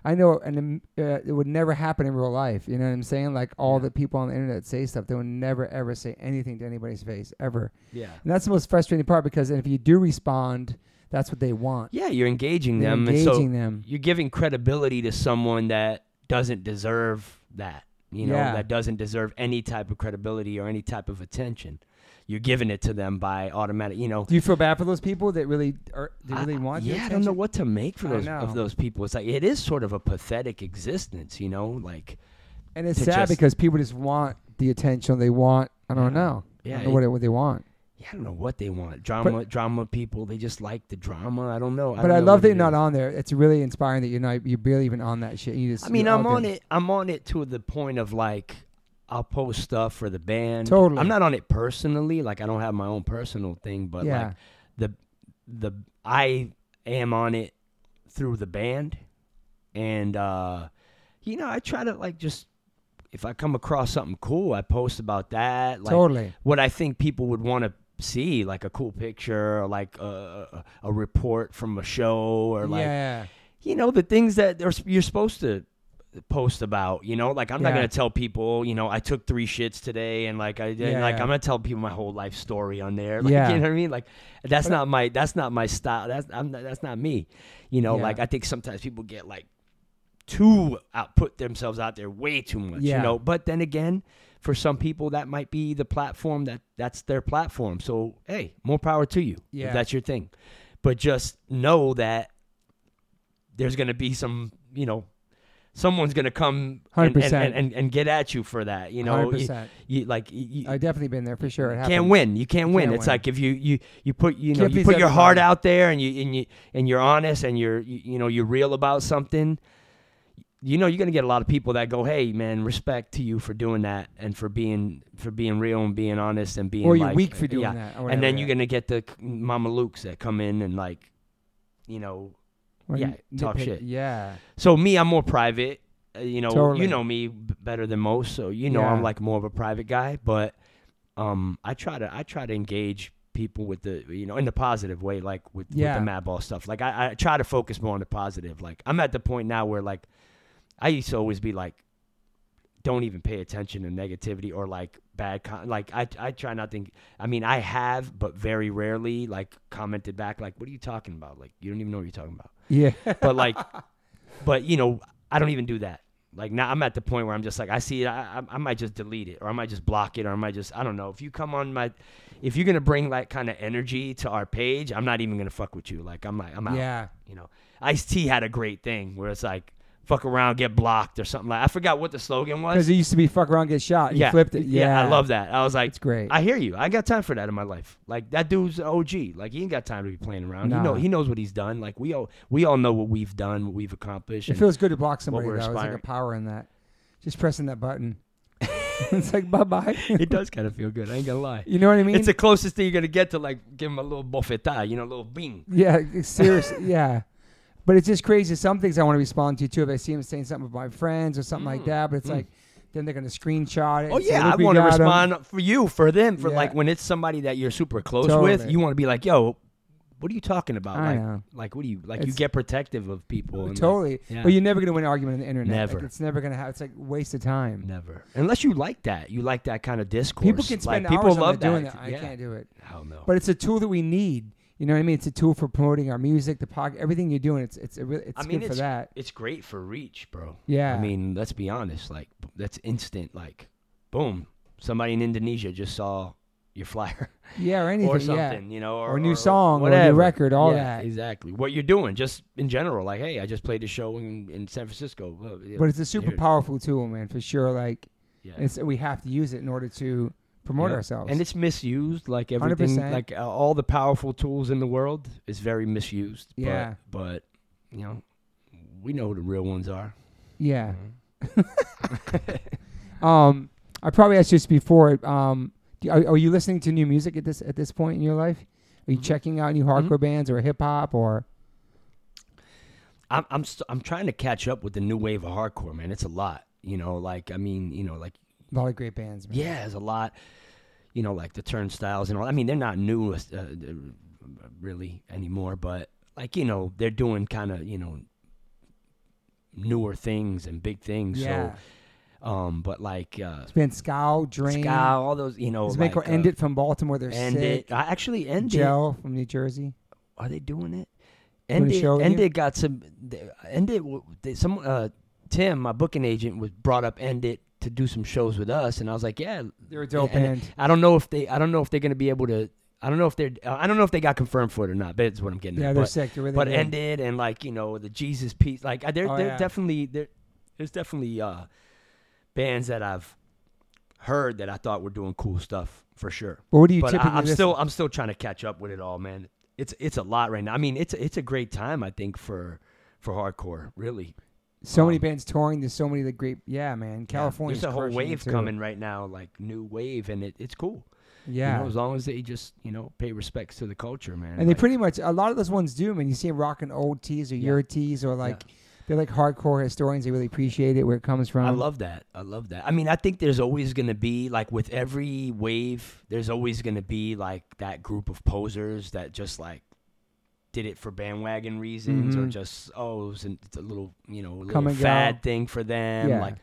A: I know, and um, uh, it would never happen in real life. You know what I'm saying? Like all the people on the internet say stuff, they would never ever say anything to anybody's face ever,
C: Yeah.
A: and that's the most frustrating part because if you do respond, that's what they want.
C: Yeah, you're engaging
A: You're
C: them, and
A: engaging
C: so
A: them.
C: you're giving credibility to someone that doesn't deserve that. You know,
A: Yeah.
C: that doesn't deserve any type of credibility or any type of attention. You're giving it to them by automatic. You know.
A: Do you feel bad for those people that really are, they really
C: I-
A: want? your
C: yeah, I don't know
A: attention?
C: what to make for
A: I
C: those
A: know.
C: of those people. It's like it is sort of a pathetic existence, you know. Like,
A: And it's
C: to
A: sad
C: just-
A: because people just want the attention. They want. I don't
C: Yeah.
A: know. I
C: yeah,
A: don't know
C: it-
A: what, it, what they want.
C: Yeah, I don't know what they want. Drama, drama people. They just like the drama. I don't know.
A: But
C: don't
A: I
C: know
A: love
C: what
A: that
C: it
A: you're not
C: is.
A: on there. It's really inspiring that you're not you're barely even on that shit. You just
C: I mean,
A: you're
C: I'm
A: out
C: on
A: there.
C: it. I'm on it to the point of like, I'll post stuff for the band.
A: Totally.
C: I'm not on it personally. Like, I don't have my own personal thing. But
A: yeah,
C: like, the the I am on it through the band, and uh, you know, I try to like just if I come across something cool, I post about that. Like,
A: totally.
C: what I think people would want to see, like a cool picture or like a, a, a report from a show or like,
A: yeah,
C: you know, the things that they're, you're supposed to post about, you know, like I'm not
A: Yeah.
C: going to tell people, you know, I took three shits today and like, I did
A: Yeah,
C: like,
A: yeah.
C: I'm going to tell people my whole life story on there. [LAUGHS] Like,
A: Yeah.
C: you know what I mean? Like that's
A: But-
C: not my, that's not my style. That's, I'm not, that's not me. You know,
A: Yeah.
C: like I think sometimes people get like too out, put themselves out there way too much,
A: Yeah.
C: you know, but then again, for some people that might be the platform that that's their platform. So, Hey, more power to you.
A: Yeah.
C: If that's your thing, but just know that there's going to be some, you know, someone's going to come and, and,
A: 100%.
C: and, and, and get at you for that. You know,
A: hundred
C: you,
A: percent.
C: you- like you,
A: I've definitely been there for sure. It
C: you
A: happens.
C: can't win. You can't win.
A: can't
C: it's
A: win.
C: like if you you you put you know
A: Can't
C: you
A: please
C: put your heart
A: everybody.
C: out there and you and you and you're honest and you're you, you know you're real about something. You know you're gonna get a lot of people that go, "Hey, man, respect to you for doing that and for being for being real and being honest and being
A: Or you're
C: like-
A: weak for doing
C: yeah,
A: that. Or
C: and
A: whatever,
C: then you're
A: yeah.
C: gonna get the c- Mama Lukes that come in and like, you know.
A: Or
C: yeah,
A: nitpick-
C: talk shit.
A: Yeah,
C: So me, I'm more private. uh, You know,
A: Totally.
C: you know me b- better than most, so you know
A: Yeah.
C: I'm like more of a private guy. But um, I try to I try to engage people with the you know in the positive way, like with,
A: Yeah.
C: with the madball stuff. Like I, I try to focus more on the positive. Like I'm at the point now where like I used to always be like, don't even pay attention to negativity or like bad con- like I I try not to. think- I mean I have, but very rarely like commented back like, what are you talking about? Like you don't even know what you're talking about
A: Yeah. [LAUGHS]
C: but like but you know i don't even do that like now i'm at the point where i'm just like i see it I, I, I might just delete it or i might just block it or i might just i don't know if you come on my if you're gonna bring like kind of energy to our page i'm not even gonna fuck with you like i'm like i'm out
A: yeah.
C: you know ice t had a great thing where it's like fuck around get blocked or something like i forgot what the slogan
A: Because
C: was
A: it used to be fuck around, get shot. You flipped it. Yeah.
C: i love that i was like
A: It's great.
C: I hear you. I ain't got time for that in my life. Like that dude's an OG. Like he ain't got time to be playing around.
A: Nah.
C: He know he knows what he's done. Like we all we all know what we've done, what we've accomplished.
A: it
C: and-
A: feels good to block somebody, though.
C: we're
A: It's like a
C: aspiring-
A: power in that. Just pressing that button. [LAUGHS] it's like, bye
C: [LAUGHS]
A: bye.
C: it does kind of feel good. I ain't gonna lie.
A: You know what I mean?
C: It's the closest thing you're gonna get to like give him a little bofetada, you know, a little bing.
A: Yeah, it- seriously. [LAUGHS] yeah. But it's just crazy. Some things I want to respond to too. If I see them saying something with my friends or something like that, but it's like, then they're going to screenshot it.
C: Mm, Oh
A: and say,
C: yeah, I
A: "Look, we
C: want to
A: got 'em."
C: respond for you, for them, for
A: Yeah.
C: like when it's somebody that you're super close with,
A: Totally.
C: you want to be like, yo, what are you talking about?
A: I
C: like,
A: know.
C: like what do you like? you
A: It's-
C: get protective of people. and, like,
A: Totally.
C: Yeah.
A: But you're never going to win an argument on the internet. Like,
C: Never.
A: it's never going to have, it's like waste of time.
C: never, unless you like that. You like that kind of discourse.
A: People can spend
C: like,
A: hours
C: people
A: on
C: love
A: that doing
C: that.
A: that. I
C: Yeah.
A: can't do it.
C: Hell no.
A: But it's a tool that we need. You know what I mean? It's a tool for promoting our music, the podcast, everything you're doing. It's it's a re- it's
C: I mean,
A: good
C: it's
A: for that.
C: it's great for reach, bro.
A: Yeah.
C: I mean, let's be honest. Like b- that's instant. Like, boom, somebody in Indonesia just saw your flyer [LAUGHS]
A: Yeah, or anything.
C: or
A: yeah.
C: something, you know, or,
A: Or a new song, or a new
C: whatever.
A: record, all
C: Yeah,
A: that.
C: Exactly. What you're doing, just in general. Like, hey, I just played a show in, in San Francisco. Well, yeah,
A: But it's a super
C: dude,
A: powerful tool, man, for sure. Like,
C: yeah.
A: it's, we have to use it in order to promote
C: Yeah.
A: ourselves.
C: And it's misused, like everything,
A: 100%.
C: like uh, all the powerful tools in the world is very misused. but-
A: Yeah.
C: But, you know, we know who the real ones are.
A: yeah.
C: Mm-hmm.
A: [LAUGHS] Um, I probably asked you this before. Um, do, are, are you listening to new music at this at this point in your life? Are
C: Mm-hmm.
A: you checking out new hardcore bands or hip hop or?
C: I'm I'm st- I'm trying to catch up with the new wave of hardcore, man. It's a lot, you know. Like I mean, you know, like
A: A lot of great bands. Man.
C: yeah, there's a lot, you know, like the Turnstiles and all. I mean, they're not new, uh, uh, really anymore, but like you know, they're doing kind of you know newer things and big things.
A: yeah.
C: So, um, but like uh,
A: it's been Scow, Drain.
C: Sky, all those, you know,
A: It's
C: like,
A: been called End It from Baltimore. They're
C: Oh End
A: sick.
C: it. I actually end it.
A: Gel from New Jersey.
C: Are they doing it?
A: Doing a
C: And
A: show with
C: and
A: you?
C: they got some. They, and they, w- they some uh, Tim, my booking agent, was brought up End It to do some shows with us, and I was like, yeah,
A: They're a dope
C: and
A: band.
C: I don't know if they, I don't know if they're gonna be able to. I don't know if they're, uh, I don't know if they got confirmed for it or not. That's what I'm getting.
A: Yeah,
C: at.
A: they're
C: but,
A: sick. They're really
C: but
A: good.
C: End It and like you know the Jesus piece, like uh, they're
A: Oh,
C: they're
A: yeah.
C: definitely there. There's definitely uh, bands that I've heard that I thought were doing cool stuff for sure
A: But what do you
C: but
A: typically
C: I, I'm
A: listen-
C: still I'm still trying to catch up with it all, man. It's it's a lot right now. I mean, it's it's a great time I think for for hardcore, really.
A: so many
C: um,
A: bands touring. There's so many of the great. Yeah, man. California.
C: there's a whole wave coming right now, like new wave, and it, it's cool. You
A: Yeah.
C: know, as long as they just you know pay respects to the culture, man.
A: and they
C: Like,
A: pretty much a lot of those ones do. Man, you see them rocking old tees or
C: Yeah.
A: your tees or like they're like hardcore historians. They really appreciate it where it comes from.
C: I love that. I love that. I mean, I think there's always going to be like with every wave, there's always going to be like that group of posers that just like did it for bandwagon reasons or
A: Mhm.
C: just oh, it was an- it's a little you know a
A: Come
C: little
A: and
C: fad
A: go.
C: thing for them,
A: Yeah.
C: like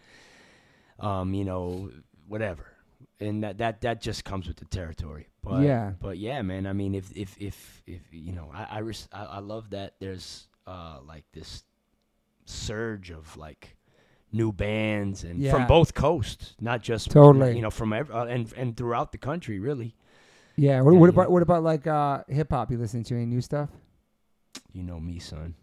C: um, you know, whatever. And that that that just comes with the territory. But
A: Yeah.
C: but yeah, man. I mean, if if if if you know, I I, res- I, I love that there's uh like this surge of like new bands and
A: Yeah.
C: from both coasts, not just
A: Totally.
C: you know from ev- uh, and and throughout the country, really.
A: Yeah. What,
C: Yeah,
A: what
C: yeah.
A: about what about like uh, hip hop? You listen to any new stuff? [LAUGHS]
C: You know me, son.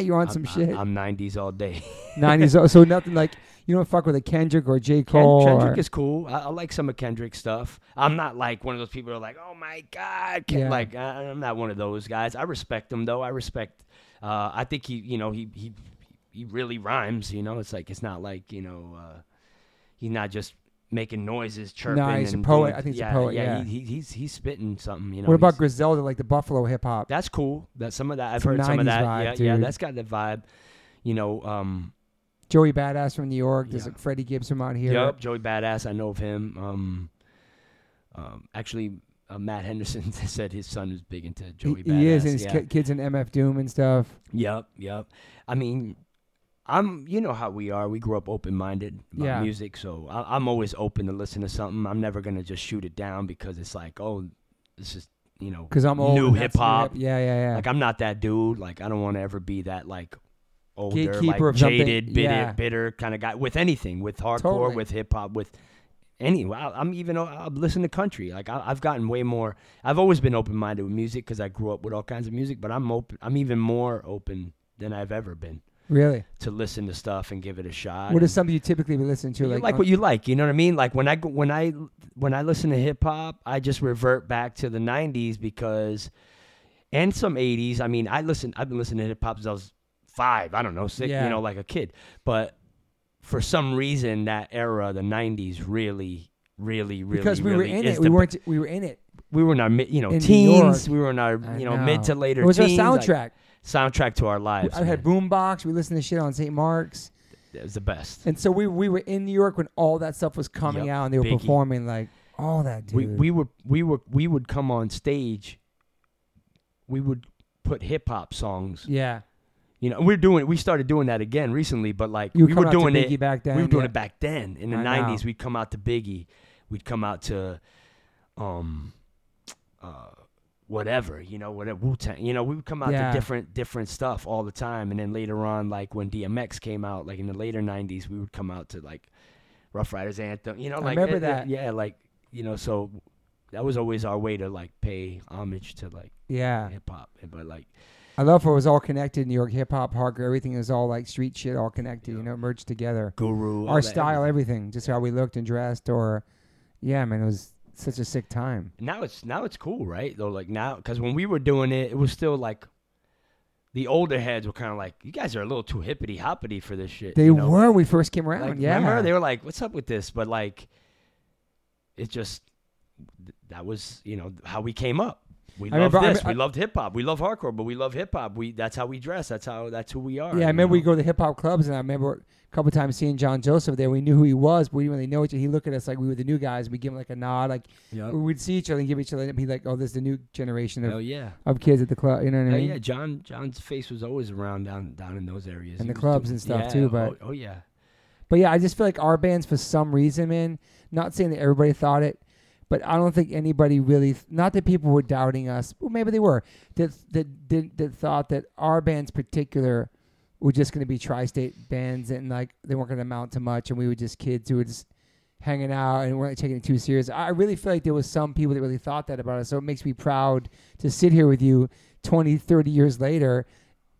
A: You're on
C: I'm,
A: some
C: I-
A: shit.
C: I'm 90s all day.
A: Nineties.
C: [LAUGHS]
A: oh, so nothing like you don't fuck with a Kendrick or J
C: Ken-
A: Cole.
C: Kendrick
A: or-
C: is cool. I, I like some of Kendrick's stuff. I'm not like one of those people who are like, oh my god, Ken-"
A: Yeah.
C: like I, I'm not one of those guys. I respect him though. I respect. Uh, I think he, you know, he he he really rhymes. You know, it's like it's not like you know, uh, he's not just making noises chirping.
A: he's a
C: and
A: poet.
C: doing-
A: I think he's a poet, yeah.
C: He, he, he's he's spitting something. You know,
A: what about
C: he's-
A: Griselda? Like the Buffalo hip hop.
C: that's cool. That some of that I've
A: Some
C: heard some of
A: 90s
C: that.
A: vibe,
C: yeah, yeah,
A: dude.
C: that's got the vibe. You know, um,
A: Joey Badass from New York. There's
C: Yeah.
A: like Freddie Gibbs from out here.
C: Yep, Joey Badass. I know of him. Um, um, actually, uh, Matt Henderson [LAUGHS] said his son is big into
A: He,
C: Joey Badass.
A: he is, and his
C: yeah.
A: ki- kids in MF Doom and stuff.
C: Yep, yep. I mean, I'm you know how we are. We grew up open minded about
A: Yeah.
C: music, so I, I'm always open to listen to something. I'm never gonna just shoot it down because it's like, oh, this is you know,
A: Because I'm old.
C: New
A: and that's the
C: hip-hop.
A: Yeah, yeah, yeah.
C: like I'm not that dude. Like I don't want to ever be that like older, like
A: Gatekeeper of something.
C: jaded, bitter,
A: Yeah.
C: bitter kind of guy with anything, with hardcore,
A: Totally.
C: with hip hop, with any. I- I'm even I listen to country. Like I, I've gotten way more. I've always been open minded with music because I grew up with all kinds of music, but I'm open. I'm even more open than I've ever been
A: really.
C: to listen to stuff and give it a shot.
A: What
C: and-
A: is something you typically would listen to?
C: you
A: Like,
C: like,
A: on-
C: what you like. You know what I mean? Like when I go- when I when I listen to hip hop, I just revert back to the '90s because, and some '80s. I mean, I listen. I've been listening to hip hop since I was five. I don't know, six.
A: Yeah.
C: You know, like a kid. But for some reason, that era, the '90s, really, really, really,
A: because we
C: really
A: were in it.
C: is the
A: We
C: b-
A: weren't. We were in it.
C: we were in our mid, you know
A: in New
C: teens.
A: York.
C: We were in our
A: I
C: you know, mid to later.
A: It was our
C: teens, like,
A: soundtrack.
C: soundtrack to our lives.
A: I had
C: man.
A: boombox. We listened to shit on St. Mark's,
C: It was the best.
A: and so we we were in New York when all that stuff was coming
C: Yep,
A: out, and they were
C: Biggie.
A: performing like all that. Dude.
C: we we would we were we would come on stage. We would put hip hop songs.
A: yeah,
C: You know, we're doing we started doing that again recently, but like
A: you were,
C: we were
A: coming out
C: doing
A: to
C: it.
A: Biggie back then.
C: we were doing
A: yeah.
C: it back then in the
A: I know.
C: nineties. We'd come out to Biggie. We'd come out to, um, uh, whatever you know, whatever Wu Tang. You know, we would come out
A: Yeah.
C: to different different stuff all the time. And then later on, like when DMX came out, like in the later nineties, we would come out to like Rough Riders anthem. You know,
A: I
C: like
A: remember
C: it- it-
A: that.
C: yeah, like you know, so that was always our way to like pay homage to like
A: Yeah,
C: hip hop, but like
A: I love how it was all connected. New York hip hop, hardcore, everything is all like street shit, all connected. You
C: Yeah.
A: know, merged together.
C: Guru, all
A: Our
C: that,
A: style,
C: everything.
A: everything, just how we looked and dressed, or yeah, man, it was such a sick time.
C: now it's now it's cool, right? Though, like now, because when we were doing it, it was still like the older heads were kind of like, "You guys are a little too hippity hoppity for this shit."
A: They
C: you know?
A: were when we first came around.
C: Like,
A: yeah,
C: remember they were like, "What's up with this?" But like, it just that was you know how we came up. We
A: I
C: loved
A: remember- I
C: this.
A: me-
C: we
A: I-
C: loved hip hop. We love hardcore, but we love hip hop. We that's how we dress. That's how that's who we are.
A: Yeah, I
C: you
A: remember we
C: know?
A: go to the hip hop clubs, and I remember a couple times seeing John Joseph there. We knew who he was, but we didn't really know each other. He looked at us like we were the new guys. We give him like a nod, like
C: Yep.
A: we would see each other and give each other. And be like, "Oh, this is the new generation of,
C: Oh. Hell yeah.
A: of kids at the club." You know what I
C: Hell
A: mean?
C: yeah, John. John's face was always around down down in those areas
A: And
C: He
A: the
C: was
A: clubs
C: doing-
A: and stuff,
C: yeah,
A: too, but-
C: oh, oh yeah,
A: But yeah, I just feel like our bands, for some reason, man. Not saying that everybody thought it, but I don't think anybody really. Not that people were doubting us. Well, maybe they were. That that did that thought that our bands particular were just going to be tri-state bands and like they weren't going to amount to much, and we were just kids who were just hanging out and weren't taking it too serious. I really feel like there was some people that really thought that about us. So it makes me proud to sit here with you 20, 30 years later,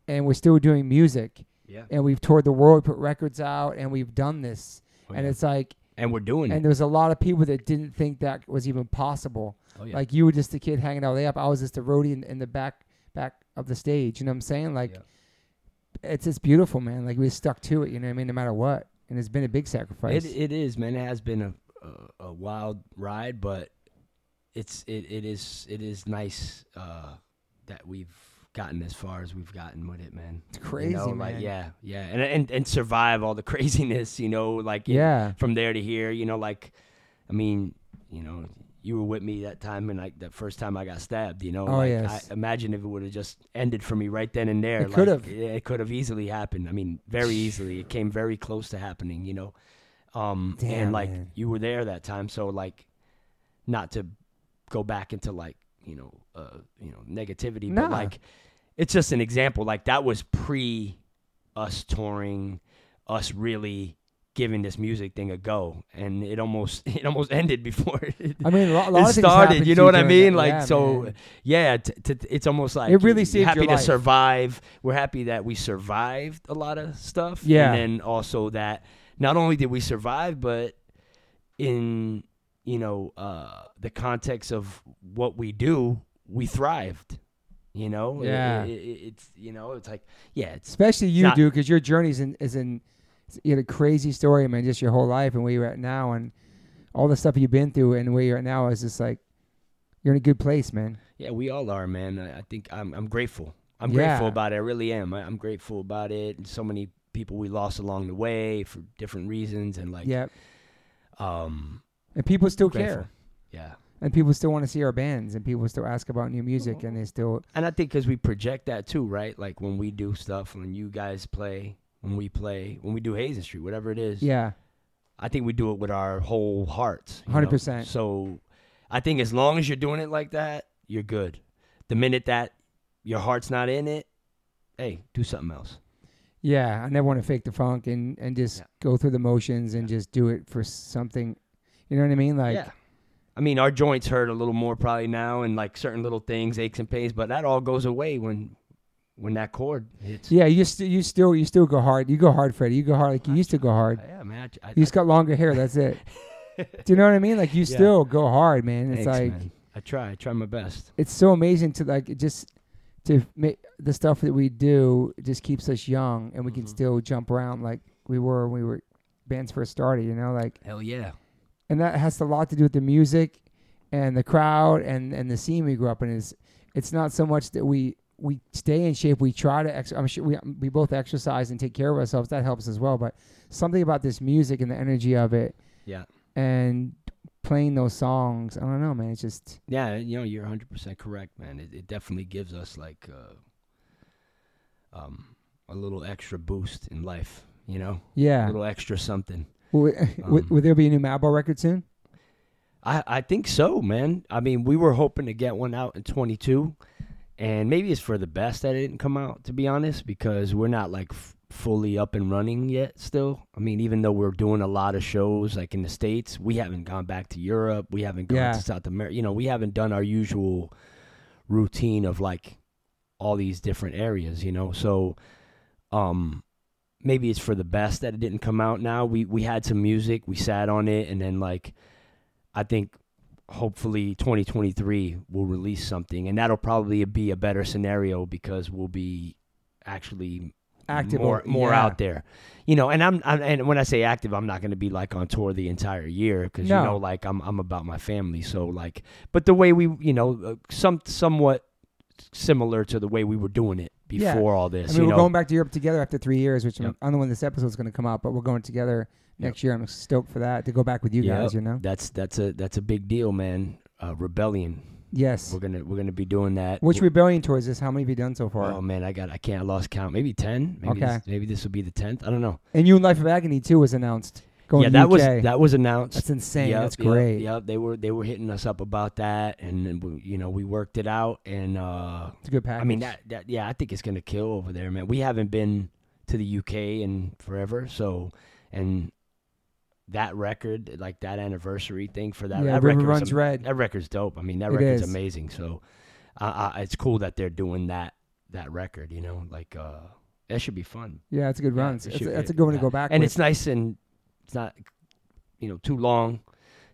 A: and we're still doing music
C: yeah.
A: and we've toured the world, put records out, and we've done this.
C: Oh,
A: And
C: yeah.
A: it's like,
C: and we're doing
A: and
C: it.
A: there's a lot of people that didn't think that was even possible.
C: Oh, yeah.
A: Like you were just a kid hanging out way up. I was just a roadie in, in the back back of the stage. You know what I'm saying? Like,
C: Yeah.
A: it's just beautiful, man. Like we stuck to it. You know what I mean? No matter what, and it's been a big
C: it,
A: sacrifice.
C: it is, man. It has been a, a a wild ride, but it's it, it is it is nice uh, that we've gotten as far as we've gotten with it, man.
A: it's crazy,
C: you know,
A: man.
C: Like, yeah, yeah, and, and and survive all the [LAUGHS] craziness, you know, like in-
A: Yeah.
C: from there to here, you know, like, I mean, you know, you were with me that time, and like the first time I got stabbed, you know,
A: Oh,
C: like,
A: yes.
C: I imagine if it would have just ended for me right then and there,
A: It could
C: like,
A: have.
C: yeah, it could have easily happened. I mean, very easily, it came very close to happening, you know, um,
A: Damn,
C: and like
A: man.
C: you were there that time, so like, not to go back into like you know uh you know negativity
A: Nah.
C: but like it's just an example like that was pre us touring us really giving this music thing a go and it almost [LAUGHS] it almost ended before [LAUGHS] it,
A: I mean, a lot, a lot
C: it
A: of things happened
C: started
A: to
C: you know what i
A: during
C: mean
A: that.
C: like
A: Yeah,
C: so
A: man.
C: yeah t- t- t- it's almost like
A: It really
C: you-
A: saved
C: happy
A: your
C: to
A: life.
C: survive we're happy that we survived a lot of stuff
A: Yeah.
C: and then also that not only did we survive but in you know uh the context of what we do we thrived you know It-
A: Yeah.
C: it- it- it's you know it's like yeah it's
A: especially you,
C: not-
A: dude, because your journey is in, is in you had a crazy story, man, just your whole life and where you're at now and all the stuff you've been through and where you're at now is just like you're in a good place, man.
C: yeah we all are man i, I think i'm i'm grateful i'm
A: Yeah.
C: grateful about it i really am I, i'm grateful about it and so many people we lost along the way for different reasons and like
A: yeah,
C: um
A: and people still
C: grateful.
A: care.
C: yeah
A: and people still want to see our bands, and people still ask about new music, and they still
C: And I think because we project that too, right? Like when we do stuff, when you guys play, when we play, when we do Hazen Street, whatever it is.
A: yeah.
C: I think we do it with our whole hearts. you know?
A: 100%.
C: So I think as long as you're doing it like that, you're good. The minute that your heart's not in it, hey, do something else.
A: Yeah, I never want to fake the funk and and just
C: Yeah.
A: go through the motions and just do it for something. You know what I mean? Like
C: yeah. I mean, our joints hurt a little more probably now and like certain little things, aches and pains, but that all goes away when when that chord hits.
A: yeah, you st- you still you still go hard. You go hard, Freddie. You go hard like you used to go hard.
C: Oh, Yeah, man. I, I,
A: You just got longer hair. That's it. do you know what I mean? Like you
C: [LAUGHS] Yeah.
A: still go hard, man.
C: thanks,
A: It's like
C: man. I try. I try my best.
A: it's so amazing to like it just to make the stuff that we do it just keeps us young and we can
C: Mhm.
A: still jump around like we were when we were bands first started. You know, like
C: Hell yeah.
A: and that has a lot to do with the music and the crowd and and the scene we grew up in is it's not so much that we we stay in shape we try to ex- i'm sure we, we both exercise and take care of ourselves that helps as well but something about this music and the energy of it
C: Yeah.
A: and playing those songs i don't know man it's just
C: Yeah, you know, you're 100% correct, man. It, it definitely gives us like uh, um, a little extra boost in life, you know? A
A: yeah
C: little extra something.
A: will, will,
C: Um,
A: will there be a new Madball record soon
C: I, I think so, man. I mean, we were hoping to get one out in 22, and maybe it's for the best that it didn't come out, to be honest, because we're not like f- fully up and running yet still. I mean, even though we're doing a lot of shows like in the States, we haven't gone back to Europe, we haven't gone
A: Yeah.
C: to South America, you know, we haven't done our usual routine of like all these different areas, you know. So, um, maybe it's for the best that it didn't come out now. We we had some music, we sat on it, and then like I think hopefully 2023 we'll release something, and that'll probably be a better scenario because we'll be actually
A: active
C: more
A: or-
C: more
A: yeah.
C: out there, you know. And I'm, I'm and when I say active, I'm not going to be like on tour the entire year because
A: No.
C: you know, like I'm I'm about my family. So like, but the way we, you know, uh, some somewhat similar to the way we were doing it
A: Yeah.
C: before all
A: I
C: this.
A: mean,
C: you
A: we're
C: know,
A: going back to Europe together after three years, which I'm-
C: Yep.
A: I don't know when this episode's going to come out, but we're going together
C: Yep.
A: next year. I'm stoked for that to go back with you
C: Yep.
A: guys. You know,
C: That's that's a that's a big deal, man. Uh, rebellion.
A: yes.
C: We're gonna we're gonna be doing that.
A: Which rebellion tours is? How many have you done so far?
C: Oh man, I got I can't I lost count. Maybe ten. Maybe
A: Okay.
C: this, maybe this will be the tenth. I don't know.
A: and you and Life of Agony too was announced. Going
C: yeah,
A: to
C: that
A: UK.
C: was that was announced.
A: That's insane.
C: Yep,
A: That's
C: yep,
A: great.
C: Yep, they were they were hitting us up about that, and then we, you know we worked it out, and uh,
A: It's a good package.
C: I mean that, that yeah, I think it's gonna kill over there, man. We haven't been to the UK in forever, so and that record, like that anniversary thing for that,
A: yeah,
C: that
A: River
C: record was
A: Runs
C: am-
A: Red.
C: that record's dope. I mean, that
A: It
C: record's
A: is.
C: amazing. So, uh, uh, it's cool that they're doing that that record. You know, like uh, that should be fun.
A: Yeah, it's a good
C: Yeah,
A: run.
C: it
A: It's,
C: should-
A: it's- that's a
C: it-
A: good one
C: yeah.
A: to go back.
C: And
A: with.
C: it's nice and it's not, you know, too long.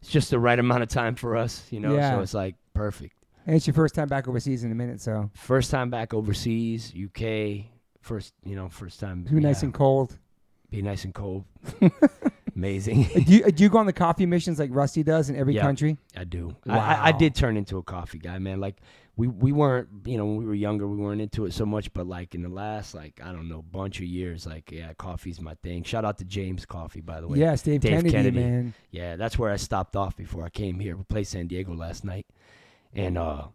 C: It's just the right amount of time for us. You know,
A: Yeah.
C: so it's like perfect.
A: and it's your first time back overseas in a minute, so
C: First time back overseas, UK. First, you know, first time.
A: it's gonna be nice
C: yeah,
A: and cold.
C: be nice
A: [LAUGHS]
C: and cold. Amazing.
A: Uh, do, you, uh, do you go on the coffee missions like Rusty does in every
C: Yeah.
A: country?
C: I do. I I, I
A: Wow.
C: did turn into a coffee guy, man. Like we we weren't, you know, when we were younger, we weren't into it so much. But like in the last, like I don't know, bunch of years, like yeah, coffee's my thing. Shout out to James Coffee, by the way.
A: yes, Dave,
C: Dave
A: Kennedy,
C: Kennedy.
A: man.
C: Yeah, that's where I stopped off before I came here. We played San Diego last night, and uh,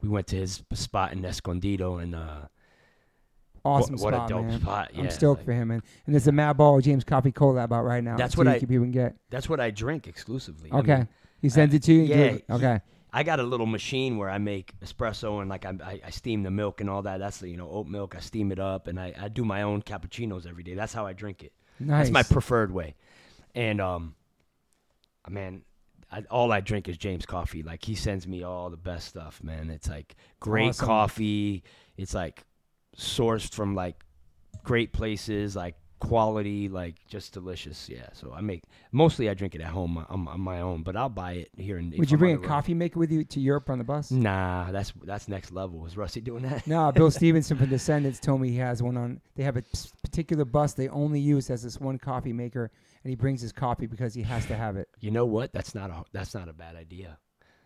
C: we went to his spot in Escondido, and uh, wha-
A: Awesome
C: what,
A: spot,
C: a dope
A: man.
C: spot. Yeah,
A: I'm stoked
C: like,
A: for him, man. And there's a Matt Ball James Coffee collab out right now.
C: That's
A: so
C: what
A: you
C: I-
A: can, people can get.
C: that's what I drink exclusively. I
A: Okay,
C: mean,
A: he sends it to you. you do
C: yeah,
A: it.
C: he-
A: Okay.
C: I got a little machine where I make espresso and like I, I, I steam the milk and all that. That's the you know oat milk. I steam it up and I, I do my own cappuccinos every day. That's how I drink it.
A: Nice.
C: That's my preferred way. And um, uh, man, I, all I drink is James coffee. Like he sends me all the best stuff, man. It's like great
A: Awesome.
C: coffee. It's like sourced from like great places, like quality, like just delicious. Yeah. So I make mostly I drink it at home uh, on, on my own, but I'll buy it here. And
A: Would you bring a coffee maker with you to Europe on the bus? [LAUGHS]
C: Nah, that's that's next level. Is Rusty doing that?
A: No, Bill Stevenson from Descendants told me he has one on. They have a s- particular bus they only use as this one coffee maker, and he brings his coffee because he has to have it.
C: You know what? That's not a that's not a bad idea.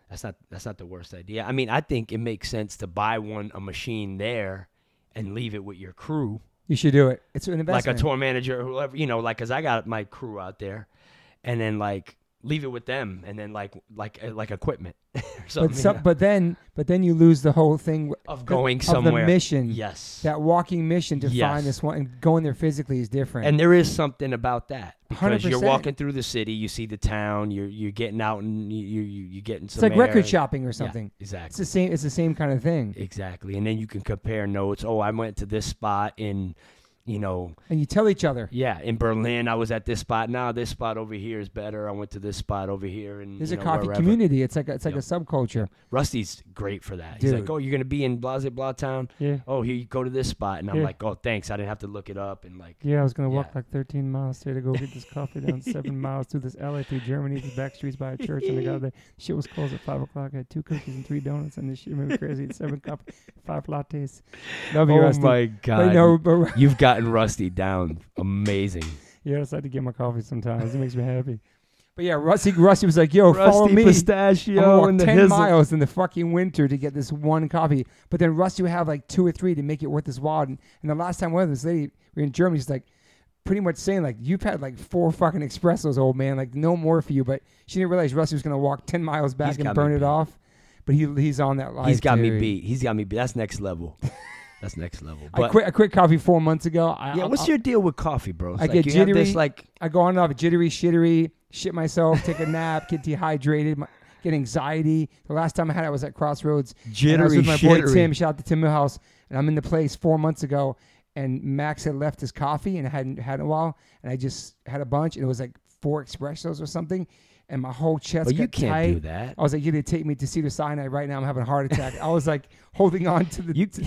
C: That's not that's not the worst idea. I mean, I think it makes sense to buy one a machine there and leave it with your crew,
A: You should do it. It's an investment.
C: like a tour manager or whoever, you know, like cuz I got my crew out there. And then like leave it with them, and then like like uh, like equipment [LAUGHS] or something.
A: But
C: you
A: some,
C: know,
A: but then but then you lose the whole thing w-
C: of going
A: of
C: somewhere.
A: the mission.
C: Yes.
A: That walking mission to
C: Yes.
A: find this one and going there physically is different.
C: and there is something about that because you are
A: 100%.
C: walking through the city, you see the town, you're you're getting out and you you you- you're getting
A: it's
C: some
A: like record
C: air.
A: shopping or
C: Yeah,
A: something. It's
C: exactly.
A: the same. It's the same kind of thing.
C: Exactly. And then you can compare notes. Oh, I went to this spot in, you know,
A: And you tell each other.
C: yeah, in Berlin. I was at this spot. Now this spot over here is better. I went to this spot over here. And
A: There's
C: you
A: a
C: know,
A: coffee
C: wherever.
A: community. It's like a, it's like
C: Yep.
A: a subculture.
C: Rusty's great for that. He's like,
A: Dude.
C: oh, you're gonna be in blah blah blah town.
D: Yeah.
C: Oh, here you go to this spot, and I'm
D: Yeah.
C: like, oh, thanks. I didn't have to look it up and
A: [LAUGHS]
C: like.
D: Yeah, I was gonna walk
C: Yeah.
D: like 13 miles today to go get this coffee down
C: [LAUGHS]
D: seven miles through this alley through Germany through back streets by a church, and I got there.
A: [LAUGHS]
D: Shit was closed at five o'clock. I had two cookies and three donuts, and this shit made me crazy. Seven
A: [LAUGHS]
D: cup, five lattes.
A: Oh
D: Love you, Rusty.
A: But
C: Oh god.
A: no, but
C: You've gotten Rusty down. Amazing.
D: Yeah, I just like to get my coffee sometimes. It makes me happy.
A: but yeah, Rusty Rusty was like, "Yo, [LAUGHS] follow me." I'm gonna
C: Pistachio
A: walk ten miles in the fucking winter to get this one copy. But then Rusty would have like two or three to make it worth his while. And, and the last time one of this lady we were in Germany, she's like pretty much saying like you've had like four fucking espressos, old man. Like no more for you. But she didn't realize Rusty was gonna walk ten miles back
C: He's
A: and
C: got
A: burn
C: me
A: it
C: beat.
A: off. But he he's on that line.
C: He's got me beat. He's got me beat. That's
A: [LAUGHS]
C: next level. That's next level.
A: I quit. I quit coffee four months ago. I,
C: Yeah,
A: I-
C: what's your deal with coffee, bro? It's
A: I
C: like
A: get
C: you have
A: jittery.
C: this like
A: I go on and off jittery, shittery, shit myself, take a nap, get dehydrated, my, get anxiety. The last time I had it, I was at Crossroads. and I was
C: jittery
A: with my boy
C: shittery.
A: Tim. Shout out to Tim Millhouse. And I'm in the place four months ago, and Max had left his coffee and hadn't had it in a while, and I just had a bunch, and it was like four espressos or something, and my whole chest.
C: But you
A: got
C: can't
A: tight.
C: do that.
A: I was like, "You need to take me to Cedar Sinai right now. I'm having a heart attack." I was like holding on to the.
C: You
A: [LAUGHS]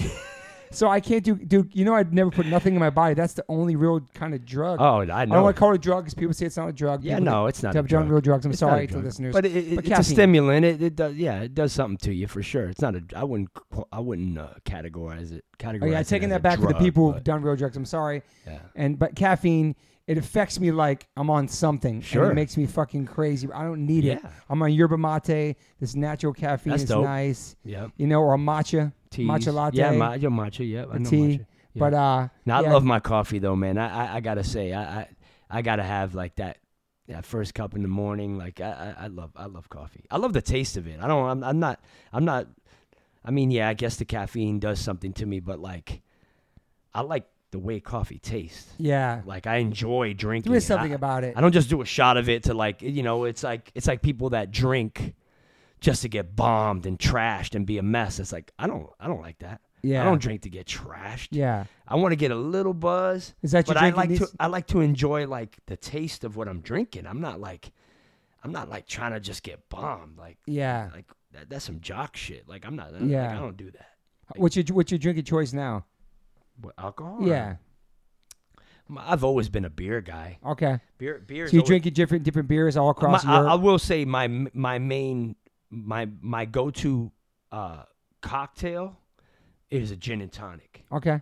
A: so I can't do, dude. You know, I'd never put nothing in my body. That's the only real kind of drug.
C: Oh, I
A: I don't
C: know.
A: want to call it drugs. People say it's not a drug.
C: Yeah,
A: People
C: no, it's
A: that
C: not. a
A: have done
C: drug.
A: real drugs. I'm
C: It's not a
A: sorry to
C: drug.
A: listeners.
C: But it, it,
A: But
C: it's a
A: caffeine.
C: stimulant. It, it does, yeah, it does something to you for sure. It's not a. I wouldn't. qu- I wouldn't uh, categorize it. Categorize.
A: oh yeah,
C: it
A: taking
C: as
A: that
C: a
A: back for the
C: drug,
A: people who've
C: but,
A: done real drugs. I'm sorry.
C: Yeah.
A: And but caffeine, it affects me like I'm on something. And
C: Sure.
A: it makes me fucking crazy. I don't need it.
C: Yeah.
A: I'm on yerba mate. This natural caffeine
C: That's
A: is
C: dope.
A: nice.
C: Yeah.
A: You know, or a matcha,
C: Teas.
A: matcha latte,
C: Yeah, ma- your matcha. Yeah, I
A: a
C: know
A: tea.
C: matcha. yeah.
A: But uh,
C: Now
A: yeah,
C: I love my coffee though, man. I, I, I gotta say, I, I I gotta have like that that first cup in the morning. Like I, I I love I love coffee. I love the taste of it. I don't. I'm, I'm not. I'm not. I mean, yeah, I guess the caffeine does something to me, but like, I like the way coffee tastes.
A: yeah.
C: Like I enjoy drinking.
A: There is
C: it.
A: something
C: I,
A: about it.
C: I don't just do a shot of it to like you know. It's like it's like people that drink just to get bombed and trashed and be a mess. It's like I don't I don't like that.
A: yeah.
C: I don't drink to get trashed.
A: Yeah.
C: I want to get a little buzz,
A: Is that
C: but
A: your
C: I
A: drinking
C: like to
A: needs-
C: I like to enjoy like the taste of what I'm drinking. I'm not like I'm not like trying to just get bombed. Like
A: Yeah.
C: like that, that's some jock shit. Like I'm not. like,
A: Yeah.
C: I don't do that.
A: What's your what's your drinking choice now?
C: What, alcohol? or-
A: Yeah.
C: I've always been a beer guy.
A: Okay.
C: Beer beer. is
A: So you're
C: always-
A: drinking different different beers all across
C: my, I-
A: Europe.
C: I, will say my my main my my go to uh, cocktail is a gin and tonic.
A: okay.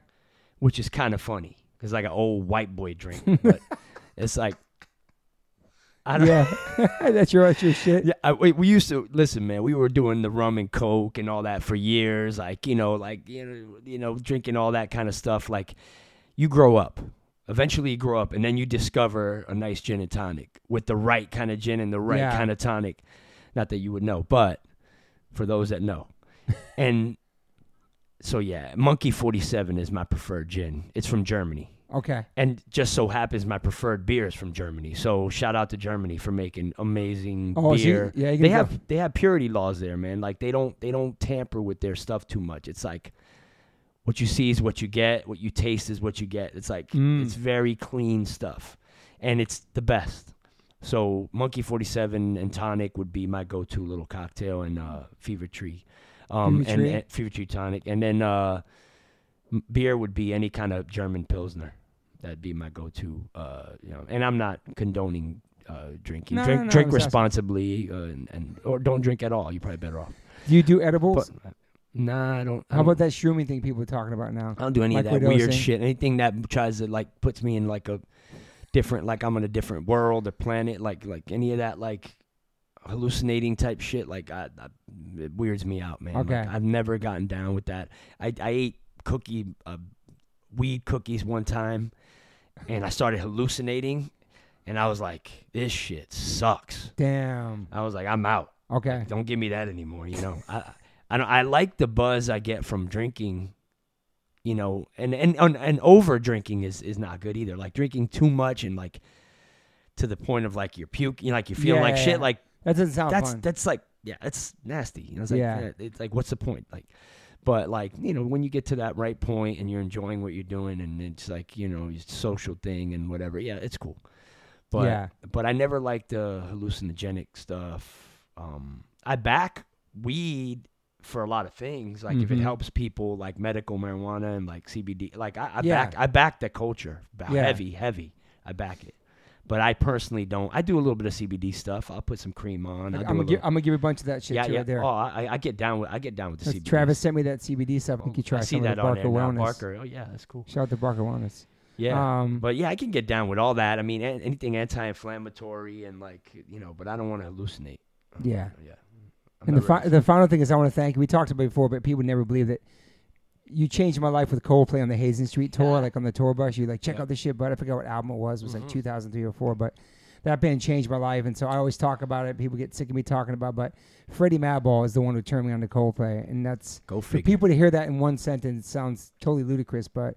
C: which is kind of funny because like an old white boy drink,
A: [LAUGHS]
C: but it's like I don't. Yeah.
A: Yeah,
C: [LAUGHS]
A: that's your that's your shit.
C: I, we, we used to listen, man. We were doing the rum and coke and all that for years, like you know, like you know, you know, drinking all that kind of stuff. Like you grow up, eventually you grow up, and then you discover a nice gin and tonic with the right kind of gin and the right
A: Yeah.
C: kind of tonic. Not that you would know, but for those
A: [LAUGHS]
C: that know, and so yeah, Monkey Forty Seven is my preferred gin. It's from Germany
A: Okay,
C: and just so happens my preferred beer is from Germany. So shout out to Germany for making amazing
A: Oh, so you-
C: beer.
A: yeah, you can
C: they
A: go-
C: have they have purity laws there, man. Like they don't they don't tamper with their stuff too much. It's like what you see is what you get, what you taste is what you get. It's like
A: Mm.
C: it's very clean stuff, and it's the best. So Monkey Forty Seven and tonic would be my go-to little cocktail, and uh, Fever Tree, um,
A: Fever
C: and,
A: Tree?
C: and Fever Tree tonic, and then uh, m- beer would be any kind of German Pilsner. That'd be my go-to. Uh, you know, and I'm not condoning uh, drinking.
A: No, no,
C: drink
A: no, I
C: drink
A: was asking.
C: responsibly, uh, and, and or don't drink at all. You're probably better off.
A: do you do edibles?
C: But um, nah, I don't. I
A: How
C: don't-
A: about that shroomy thing people are talking about now?
C: I don't do any of that
A: Microdosing?
C: weird shit. Anything that tries to like puts me in like a different, like I'm on a different world or planet, like like any of that like hallucinating type shit. Like I, I it weirds me out, man. Like,
A: Okay.
C: I've never gotten down with that. I I ate cookie uh, weed cookies one time, and I started hallucinating. and I was like, this shit sucks.
A: Damn.
C: I was like, I'm out.
A: Okay.
C: Don't give me that anymore. You know, I, I don't. I like the buzz I get from drinking. You know, and and and, and over drinking is is not good either. Like drinking too much and like to the point of like you're puking, you know, like you're feeling like
A: Yeah.
C: shit. Like
A: That doesn't sound
C: that's
A: fun.
C: that's like yeah, that's nasty. You know, it's like
A: Yeah.
C: yeah, it's like what's the point? Like, but like you know, when you get to that right point and you're enjoying what you're doing and it's like you know, your social thing and whatever. Yeah, it's cool. But
A: Yeah.
C: but I never liked the hallucinogenic stuff. Um, I back weed for a lot of things. Like if
A: Mhm.
C: it helps people, like medical marijuana and like CBD. Like I, I
A: Yeah.
C: back I back the culture. Ba-
A: Yeah.
C: Heavy, heavy. I back it. But I personally don't. I do a little bit of CBD stuff. I'll put some cream on.
A: Like,
C: I'll
A: I'm
C: do a
A: gonna give,
C: little-
A: I'm gonna give a bunch of that shit
C: yeah,
A: to
C: yeah.
A: her there.
C: Oh, I, I get down with I get down with the
A: That's-
C: CBD.
A: Travis sent me that CBD stuff. I
C: Oh,
A: think you try
C: I see
A: some
C: that
A: of the
C: on
A: Barker
C: there now.
A: Wellness. Um,
C: Barker. Oh yeah, that's cool.
A: Shout out to Barker Wellness.
C: Yeah.
A: Um,
C: But yeah, I can get down with all that. I mean, an- anything anti-inflammatory and like you know, but I don't want to hallucinate.
A: Yeah.
C: yeah. I'm
A: and the
C: not
A: fi-
C: ready.
A: the final thing is I want to thank you. We talked about it before, but people would never believe that you changed my life with Coldplay on the Hazen Street tour,
C: Yeah.
A: like on the tour bus. You like check
C: Yeah.
A: out this shit, but I forgot what album it was. It was
C: Mhm.
A: like 2003 or four, but that band changed my life, and so I always talk about it. People get sick of me talking about, but Freddie Madball is the one who turned me on to Coldplay, and that's
C: go
A: for
C: figure.
A: people to hear that in one sentence sounds totally ludicrous, but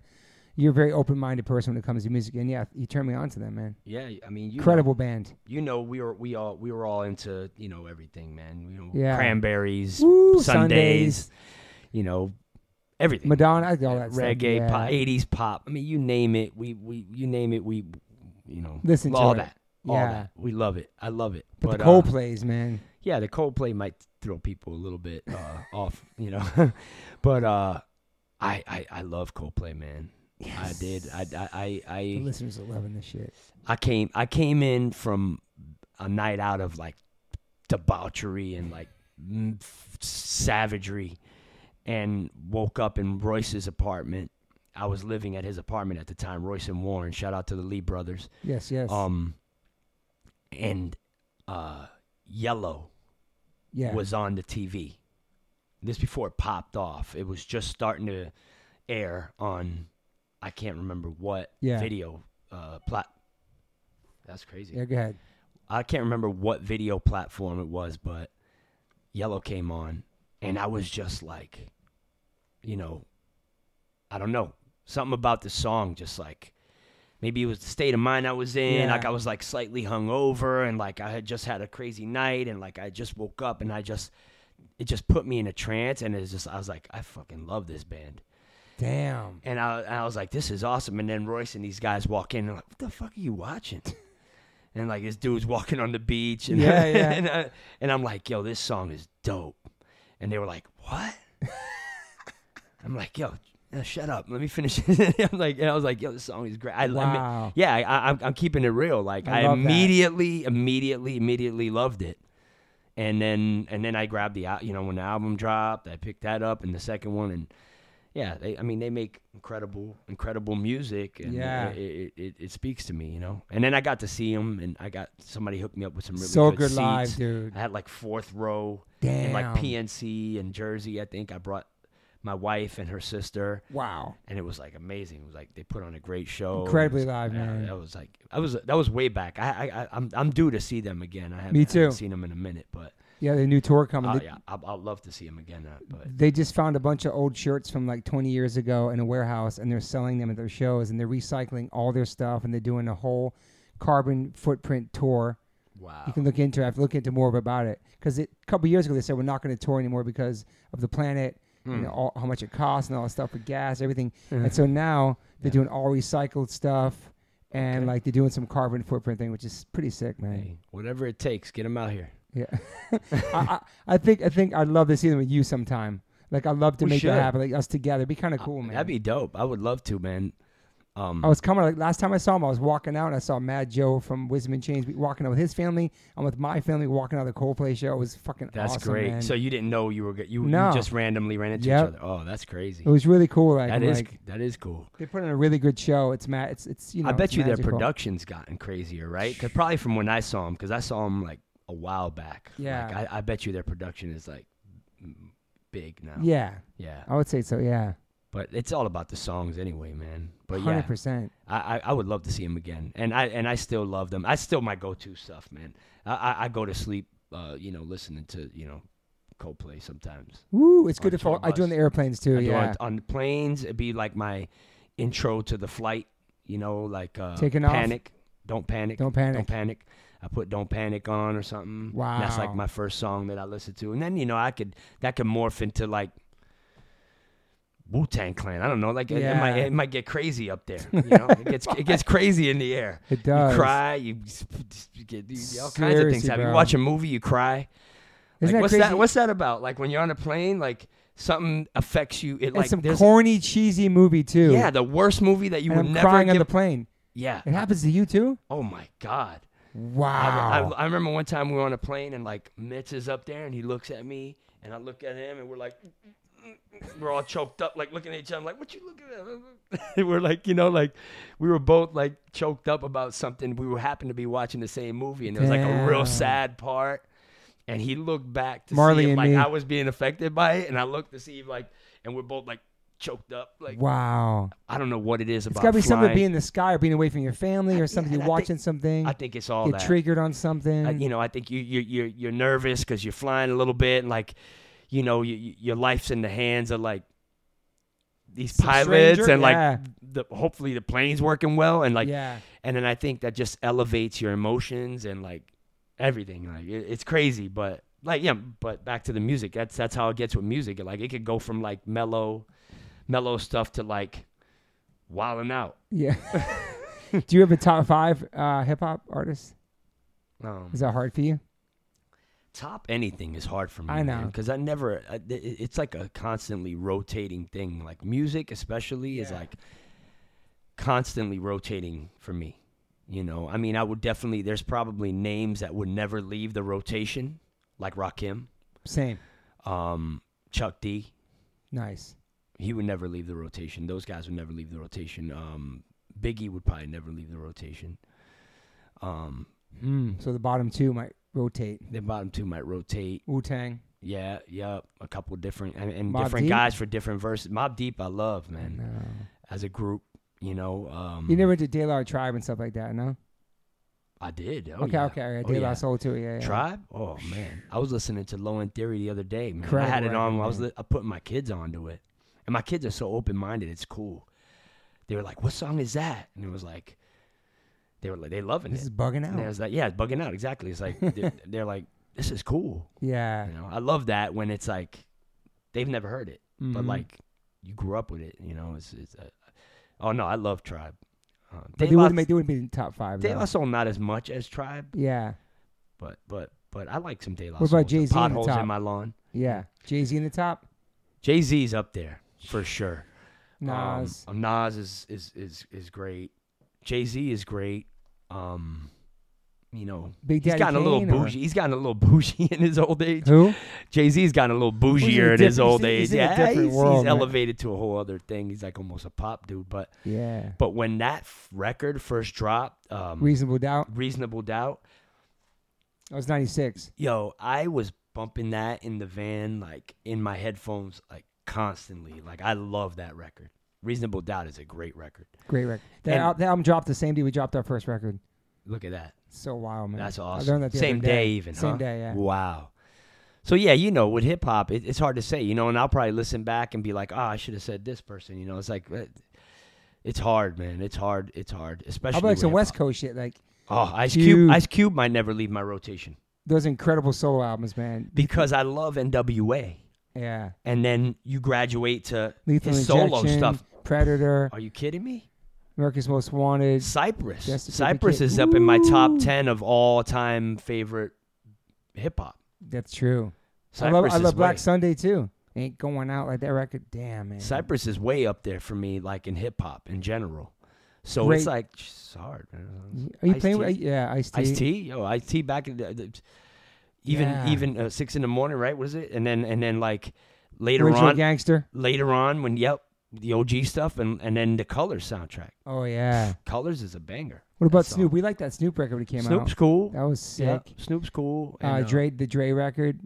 A: you're a very open-minded person when it comes to music, and yeah, you turned me on to them, man.
C: yeah, I mean, you
A: Incredible band.
C: Know, you know, we were we all we were all into you know everything, man. You know,
A: Yeah.
C: cranberries,
A: Woo,
C: Sundays, you know, everything.
A: Madonna, I did all that stuff,
C: reggae,
A: yeah.
C: pop, eighties pop. I mean, you name it. We we you name it. We you know
A: Listen to
C: all
A: it.
C: that. All
A: Yeah.
C: that. We love it. I love it.
A: But, the
C: uh,
A: Coldplays, man.
C: yeah, the Coldplay might throw people a little bit uh, off, you know. [LAUGHS] but uh, I, I I love Coldplay, man. I did. I I I
A: The
C: I,
A: listeners are loving this shit.
C: I came I came in from a night out of like debauchery and like m- savagery, and woke up in Royce's apartment. I was living at his apartment at the time, Royce and Warren. Shout out to the Lee brothers.
A: Yes, yes.
C: Um, and uh, Yellow
A: yeah.
C: was on the TV. This before it popped off. It was just starting to air on I can't remember what
A: Yeah.
C: video uh plat That's crazy.
A: yeah, go ahead.
C: I can't remember what video platform it was, but Yellow came on and I was just like you know I don't know. Something about the song just like maybe it was the state of mind I was in.
A: Yeah.
C: Like I was like slightly hungover and like I had just had a crazy night and like I just woke up and I just it just put me in a trance and it's just I was like I fucking love this band
A: Damn.
C: and I and I was like this is awesome and then Royce and these guys walk in and like what the fuck are
A: [LAUGHS]
C: you watching and like this dude's walking on the beach and [LAUGHS]
A: Yeah, yeah.
C: and, I, and I'm like yo this song is dope and they were like
A: [LAUGHS]
C: what I'm like yo uh, shut up let me finish it [LAUGHS] I'm like and I was like yo this song is great I, I mean,
A: Wow.
C: yeah, I, I, I'm- I'm keeping it real. Like
A: I
C: I,
A: love that.
C: immediately, immediately, immediately loved it, and then and then I grabbed the al- you know when the album dropped, I picked that up and the second one, and yeah, they I mean they make incredible, incredible music, and
A: Yeah.
C: it, it, it, it speaks to me, you know. And then I got to see them, and I got somebody hooked me up with some really
A: so
C: good,
A: good
C: seats.
A: live, dude.
C: I had like fourth row
A: Damn.
C: in like PNC and Jersey. I think I brought my wife and her sister
A: Wow.
C: and it was like amazing. It was like they put on a great show.
A: Incredibly
C: It was-
A: live,
C: yeah,
A: man.
C: That was like I was that was way back. I I I- I'm I'm due to see them again. I haven't,
A: Me
C: I
A: too.
C: haven't seen them in a minute, but
A: Yeah, the new tour coming.
C: I'll,
A: They-
C: Oh, yeah, I'll, I'll love to see them again. uh, But
A: They just found a bunch of old shirts from like 20 years ago in a warehouse, and they're selling them at their shows, and they're recycling all their stuff, and they're doing a whole carbon footprint tour.
C: wow,
A: You can look into. it. I've looked into more about it because a couple years ago they said we're not going to tour anymore because of the planet and
C: Mm.
A: all, how much it costs and all that stuff with gas, everything.
C: Yeah.
A: And so now they're
C: Yeah.
A: doing all recycled stuff and
C: Okay.
A: like they're doing some carbon footprint thing, which is pretty sick, man.
C: Hey, whatever it takes, get them out here. [LAUGHS]
A: Yeah, I, I, I think I think I'd love to see them with you sometime. Like I'd love to
C: We
A: make
C: should.
A: that happen, like us together. It'd be kind of
C: Uh,
A: cool, man.
C: That'd be dope. I would love to, man. Um,
A: I was coming like last time I saw him, I was walking out and I saw Mad Joe from Wisdom and Chains walking out with his family. I'm with my family walking out of the Coldplay show. It was fucking
C: that's
A: Oh, awesome,
C: great.
A: man.
C: So you didn't know you were go- you,
A: No.
C: you just randomly ran into
A: Yep.
C: each other. Oh, that's crazy.
A: it was really cool. Like,
C: That is
A: like,
C: that is cool.
A: They put in a really good show. It's Matt. It's it's you know.
C: I bet
A: it's
C: you their
A: magical.
C: production's gotten crazier, right? 'Cause probably from when I saw them, because I saw them like a while back.
A: Yeah.
C: Like, I, I bet you their production is like m- big now.
A: Yeah,
C: Yeah.
A: I would say so. Yeah,
C: But it's all about the songs anyway, man. But yeah,
A: Hundred percent.
C: I, I- I would love to see him again, and I and I still love them. I still my go-to stuff, man. I I, I go to sleep, uh, you know, listening to you know, Coldplay sometimes.
A: Woo! It's good
C: On
A: to fall.
C: tour
A: I do on
C: bus.
A: the airplanes
C: I
A: too.
C: do
A: yeah,
C: on, on the planes, it'd be like my intro to the flight. You know, like uh,
A: Taking off?
C: panic. Don't panic.
A: Don't panic.
C: Don't panic. I put "Don't Panic" on or something. And That's
A: Wow.
C: like my first song that I listened to, and then you know I could that could morph into like Wu Tang Clan. I don't know, like it- it, might
A: Yeah.
C: it might get crazy
A: [LAUGHS]
C: up there. You know, it gets it gets crazy in the air.
A: it does.
C: You cry, you, you get you, all kinds of things
A: Seriously,
C: happen.
A: bro.
C: You watch a movie, you cry.
A: Isn't
C: like,
A: that
C: what's
A: crazy?
C: that? What's that about? Like when you're on a plane, like something affects you. It
A: and
C: like
A: some
C: there's
A: corny, cheesy movie too.
C: yeah, the worst movie that you
A: and
C: would
A: I'm
C: never
A: crying
C: give.
A: on the plane.
C: yeah.
A: It happens to you too.
C: Oh my god. I,
A: Wow.
C: I, I remember one time we were on a plane and like Mitch is up there and he looks at me and I look at him and we're like, [LAUGHS] we're all choked up, like looking at each other. I'm like, what you looking at? [LAUGHS] And we're like, you know, like we were both like choked up about something. We were happened to be watching the same movie and there was like a
A: Damn.
C: real sad part. And he looked back to
A: Marley
C: see
A: and
C: if like
A: me.
C: I was being affected by it, and I looked to see if like, and we're both like choked up. Like
A: wow.
C: I don't know what it is
A: It's
C: about.
A: got to be something to
C: flying.
A: be in the sky or being away from your family or something.
C: and I
A: You're
C: think-
A: watching something.
C: I think it's all
A: get
C: that.
A: triggered on something.
C: I, Uh, you know, I think you you you're, you're nervous because you're flying a little bit, and like, you know, you, you- your life's in the hands of like these
A: Some
C: pilots,
A: stranger,
C: and
A: yeah.
C: like, the, hopefully the plane's working well, and like,
A: yeah.
C: and then I think that just elevates your emotions and like everything. Like, it, it's crazy, but like, yeah, but back to the music. That's that's how it gets with music. Like, it could go from like mellow, mellow stuff to like wilding out.
A: Yeah. [LAUGHS] Do you have a top five uh, hip hop artist?
C: Um,
A: Is that hard for you?
C: top anything is hard for me.
A: I know.
C: because I never. I, it- it's like a constantly rotating thing. Like music, especially, is
A: Yeah.
C: like constantly rotating for me. You know, I mean, I would definitely. There's probably names that would never leave the rotation, like Rakim,
A: Same.
C: um, Chuck D.
A: Nice.
C: He would never leave the rotation. Those guys would never leave the rotation. Um, Biggie would probably never leave the rotation. Um,
A: Hmm. So the bottom two might rotate.
C: the bottom two might rotate.
A: Wu Tang.
C: Yeah, yeah, a couple different and, and
A: Mobb
C: different
A: Deep?
C: guys for different verses. Mob Deep, I love man
A: No.
C: as a group. You know, um,
A: You never did De La Tribe and stuff like that, no?
C: I did. Oh,
A: okay,
C: yeah.
A: okay. Yeah,
C: Oh,
A: De La
C: yeah.
A: Soul too. Yeah, yeah.
C: Tribe. Oh man, I was listening to Low End Theory the other day. Man, I had
A: Incredible
C: it on. I was
A: record,
C: li- I put my kids onto it, and my kids are so open minded. It's cool. They were like, "What song is that?" And it was like, they were like, they loving
A: This
C: it.
A: is bugging
C: And I
A: out.
C: was like, "Yeah, it's bugging out." Exactly. It's like they're, [LAUGHS] they're like, "This is cool."
A: Yeah.
C: You know, I love that when it's like they've never heard it. but
A: Mhm.
C: like you grew up with it, you know. It's, it's uh, oh no, I love Tribe. Uh,
A: But
C: De
A: they
C: La,
A: wouldn't make they wouldn't be in the top five.
C: De La
A: though.
C: Soul not as much as Tribe,
A: Yeah.
C: but but but I like some De La
A: What about
C: Soul.
A: Jay-Z in the
C: Potholes
A: top?
C: in my lawn.
A: Yeah.
C: Mm.
A: Jay Z in the top.
C: Jay Z's up there for sure. Um,
A: Nas.
C: um, Nas is is is is great. Jay Z is great. Um, you know.
A: Big
C: He's
A: Daddy
C: gotten a little
A: Kane or-
C: bougie. He's gotten a little [LAUGHS] bougie in his old age. [LAUGHS]
A: Who?
C: Jay Z's gotten a little
A: in a
C: bougier in his
A: different-
C: old
A: he's in-
C: age.
A: he's in a
C: Yeah,
A: different
C: he's, he's
A: world, man.
C: elevated to a whole other thing. He's like almost a pop dude, but
A: Yeah.
C: But when that f- record first dropped, um,
A: Reasonable Doubt.
C: Reasonable Doubt,
A: That was ninety six.
C: yo, I was bumping that in the van, like in my headphones, like constantly. Like I love that record. Reasonable Doubt is a great record.
A: Great record. That,
C: And-
A: al- that album dropped the same day we dropped our first record.
C: Look at that.
A: So wild, man.
C: That's
A: I
C: awesome.
A: learned that the
C: Same
A: other
C: day.
A: day.
C: even.
A: Same
C: huh?
A: day, yeah.
C: Wow. So yeah, you know, with hip hop, it, it's hard to say, you know, and I'll probably listen back and be like, oh, I should have said this person, you know. It's like, eh, it's hard, man. It's hard. It's hard, especially.
A: How about like
C: with
A: some West
C: hip-hop.
A: Coast shit? Like
C: Oh, Ice
A: Huge.
C: Cube. Ice Cube might never leave my rotation
A: those incredible solo albums, man.
C: because I love N.W.A.
A: Yeah.
C: and then you graduate to
A: Lethal
C: his
A: Injection,
C: solo stuff.
A: Predator,
C: Are you kidding me?
A: America's Most Wanted.
C: Cypress.
A: Yes, to keep
C: Cypress
A: it-
C: is up in my
A: Ooh.
C: top ten of all time favorite hip hop.
A: That's true.
C: Cypress
A: I love I
C: is
A: love
C: way,
A: Black Sunday too. Ain't going out like that record. Damn man.
C: Cypress is way up there for me, like in hip hop in general. So
A: Great.
C: it's like it's hard. man.
A: Are you
C: Ice-T?
A: playing? With, uh, yeah, Ice T.
C: Ice T, yo, Ice T back in the, the- even
A: Yeah.
C: even uh, six in the morning, right? What is it? And then and then like later
A: Original
C: on,
A: Gangster.
C: later on when yep, the OG stuff, and and then the Colors soundtrack.
A: Oh yeah.
C: Colors is a banger.
A: What about
C: That
A: Snoop?
C: song.
A: We like that Snoop record when it came
C: Snoop's
A: out.
C: cool.
A: That was
C: Yeah,
A: sick.
C: Snoop's cool.
A: Uh,
C: and,
A: Dre, the Dre record.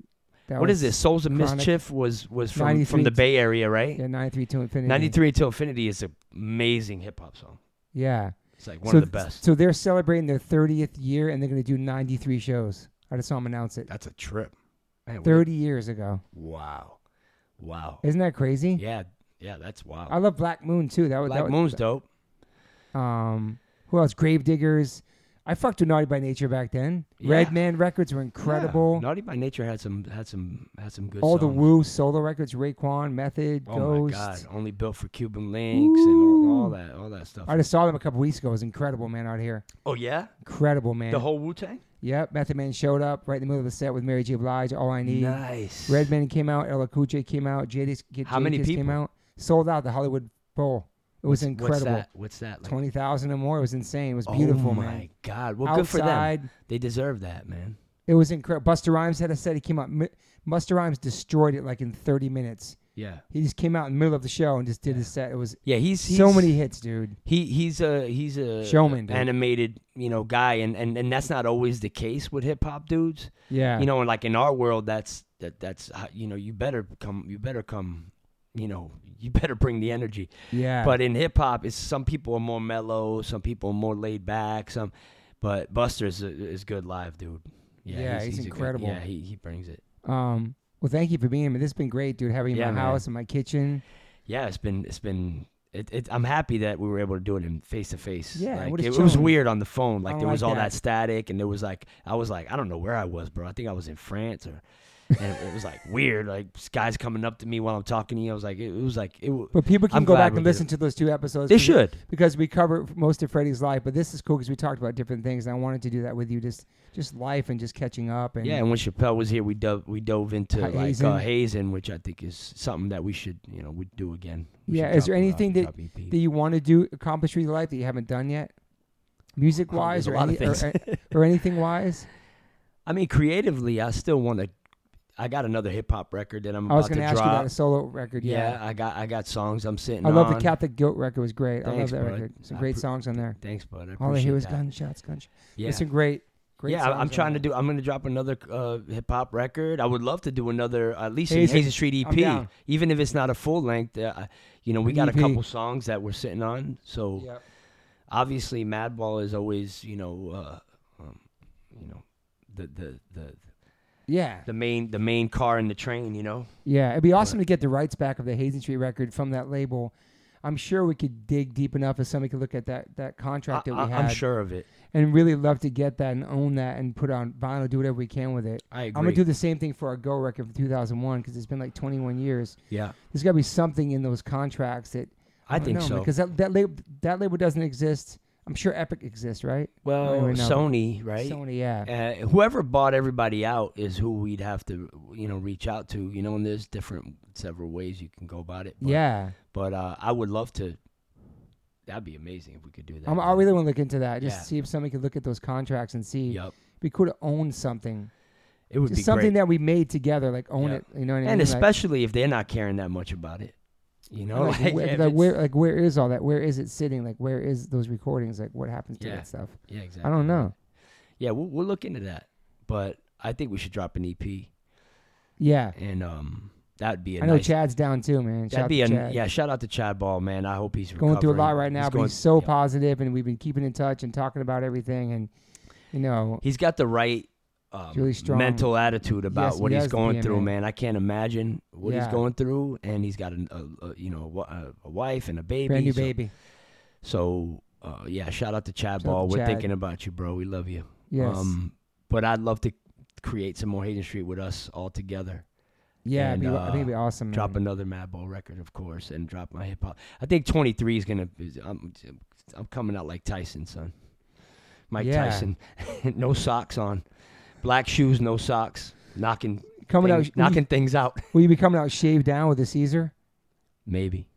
A: That
C: What is
A: was-
C: this? Souls of
A: Chronic.
C: Mischief was was from, from
A: 93
C: the Bay Area, right?
A: Yeah, 93 to Infinity.
C: 93 till Infinity is an amazing hip hop song.
A: Yeah.
C: It's like one
A: so,
C: of the best.
A: So they're celebrating their 30th year and they're going to do 93 shows. I just saw them announce it
C: That's a trip. Man, we-
A: 30 years ago.
C: Wow. Wow.
A: Isn't that crazy?
C: Yeah. Yeah, that's wow.
A: I love Black Moon too. That was
C: Black
A: that was,
C: Moon's dope.
A: Um, who else? Gravediggers. I fucked with Naughty by Nature back then.
C: Yeah.
A: Redman records were incredible.
C: Yeah. Naughty by Nature had some had some had some good
A: All the
C: songs.
A: Woo solo records, Raekwon, Method,
C: Oh
A: Ghost.
C: my god. Only built for Cuban links and all, all that all that stuff.
A: I just saw them a couple weeks ago. It was incredible, man, out here.
C: oh yeah?
A: Incredible, man.
C: The whole Wu Tang?
A: yep, Method Man showed up right in the middle of the set with Mary J. Blige, All I Need.
C: Nice.
A: Redman came out, Ella Cool J came out, Jadakiss
C: How many
A: Jadakiss came
C: people?
A: out. Sold out the Hollywood Bowl. It was
C: What's
A: incredible.
C: that? What's that? Like,
A: Twenty thousand or more. It was insane. It was beautiful,
C: oh my
A: man.
C: god. Well, good for them.
A: Outside,
C: They deserve that, man.
A: it was incredible. Buster Rhymes had a set. He came out. Mi- Buster Rhymes destroyed it like in thirty minutes.
C: Yeah.
A: He just came out in the middle of the show and just did his set. It was
C: Yeah, he's, he's
A: so many hits, dude.
C: He he's a he's a
A: Showman, dude.
C: animated you know guy, and and and that's not always the case with hip hop dudes.
A: Yeah,
C: You know, and like in our world, that's that that's uh, you know you better come you better come you know you [LAUGHS] better bring the energy.
A: yeah.
C: But in hip hop, it's some people are more mellow, some people are more laid back, some. But Buster is, is good live, dude. Yeah,
A: Yeah, he's
C: a good-
A: incredible.
C: yeah, he, he brings it.
A: um, well, thank you for being here. This has been great, dude. Having you
C: Yeah,
A: in my
C: man.
A: house, in my kitchen.
C: Yeah, it's been it's been. It, it, I'm happy that we were able to do it in face to face.
A: Yeah,
C: like,
A: what
C: it,
A: it's
C: it was
A: showing.
C: weird on the phone. Like
A: don't
C: there was
A: like
C: all
A: that.
C: that. static, and there was like I was like I don't know where I was, bro. I think I was in France or, and it, was like
A: [LAUGHS]
C: weird. Like guys coming up to me while I'm talking to you. I was like it, it was like it. w-
A: But people can
C: I'm
A: go
C: glad
A: back
C: we
A: and
C: did it.
A: listen to those two episodes.
C: They
A: because-
C: should.
A: because we cover most of Freddie's life. But this is cool because we talked about different things, and I wanted to do that with you, just just life and just catching up. And
C: Yeah, and when Chappelle was here, we dove we dove into like
A: Hazing.
C: uh, hazing, which I think is something that we should you know we do again. We
A: Yeah,
C: should
A: is there
C: drop, uh,
A: anything that-
C: drop EP.
A: that you want to do, accomplish with your life that you haven't done yet, music
C: Well,
A: wise,
C: there's a
A: or,
C: lot
A: any,
C: of
A: or, or anything wise.
C: I mean creatively, I still want to. I got another hip hop record that I'm
A: I was
C: about to
A: going to ask
C: drop.
A: you about a solo record.
C: Yeah,
A: Yeah,
C: I got I got songs I'm sitting
A: I love the
C: on.
A: Catholic Guilt record. Was great. I love
C: Thanks,
A: that
C: bud.
A: record. Some
C: I
A: great
C: appre-
A: songs on there.
C: Thanks, bud. I
A: All I hear
C: appreciate
A: was
C: that.
A: gunshots, gunshots.
C: Yeah.
A: It's a great, great.
C: yeah, I- I'm
A: songs on
C: trying to
A: there.
C: do. I'm going to drop another uh, hip hop record. I would love to do another, at least
A: Hazen.
C: a Hazen Street
A: I'm down.
C: EP, even if it's not a full length. Uh, I- you know, we
A: An E
C: got a
A: EP.
C: couple songs that we're sitting on. So
A: Yep.
C: obviously, Madball is always, you know, uh, um, you know, the, the the
A: Yeah,
C: the main the main car in the train. You know,
A: Yeah, it'd be awesome to get the rights back of the Hazen Street record from that label. I'm sure we could dig deep enough if somebody could look at that that
C: I,
A: contract that we had
C: am sure of it.
A: and really love to get that and own that and put on vinyl, do whatever we can with it.
C: I agree.
A: I'm gonna do the same thing for our Go record from 2001 because it's been like 21 years.
C: yeah,
A: There's gotta be something in those contracts that
C: I
A: don't
C: think
A: know,
C: so.
A: because that that label that label doesn't exist. I'm sure Epic exists, right?
C: well,
A: even know.
C: Sony, right?
A: Sony, yeah.
C: uh, whoever bought everybody out is who we'd have to you know reach out to you know and there's different several ways you can go about it but,
A: yeah,
C: but uh, i would love to that'd be amazing if we could do that
A: I'm, I
C: man.
A: really want to look into that. Just
C: Yeah.
A: see if somebody could look at those contracts and see.
C: Yup.
A: We could own something.
C: it would
A: Just
C: be
A: something
C: something
A: that we made together, like own
C: Yeah.
A: it. You know what I mean?
C: and
A: Like-
C: especially if they're not caring that much about it you know
A: like,
C: [LAUGHS] like,
A: where,
C: oh,
A: like,
C: if it's-
A: where, like, where is all that? Where is it sitting? Like, where is those recordings? Like, what happens to
C: Yeah.
A: that stuff?
C: yeah exactly
A: I don't know.
C: yeah we'll, we'll look into that but i think we should drop an ep
A: Yeah,
C: and um that'd be a
A: I know
C: nice
A: Chad's down too, man. Shout
C: that'd be
A: out
C: a
A: to Chad.
C: yeah shout out to chad ball man i hope he's
A: going through a lot
C: recovering.
A: right now,
C: He's
A: but
C: going-
A: he's so
C: yeah.
A: positive, and we've been keeping in touch and talking about everything, and you know,
C: he's got the right um,
A: really strong.
C: mental attitude about
A: Yes,
C: what
A: he
C: he's
A: has to be
C: going
A: a
C: through,
A: man.
C: man. I can't imagine what
A: Yeah.
C: he's going through, and he's got an, a, a you know a wa- a, a wife and a baby,
A: brand new
C: so,
A: baby.
C: So uh, yeah, shout out to
A: Shout
C: Chad
A: out
C: Ball.
A: to
C: We're
A: Chad.
C: thinking about you, bro. We love you.
A: Yes,
C: Um, but I'd love to create some more Hayden Street with us all together.
A: yeah, it'd be,
C: and, uh,
A: I think it'd be awesome. man.
C: Drop another Madball record, of course, and drop my hip hop. I think 23 is gonna. is- I'm, I'm coming out like Tyson, son. Mike
A: Yeah.
C: Tyson, [LAUGHS] no socks on, black shoes, no socks, knocking
A: coming
C: things,
A: out, will you-
C: knocking things out.
A: Will you be coming out shaved down with a Caesar?
C: Maybe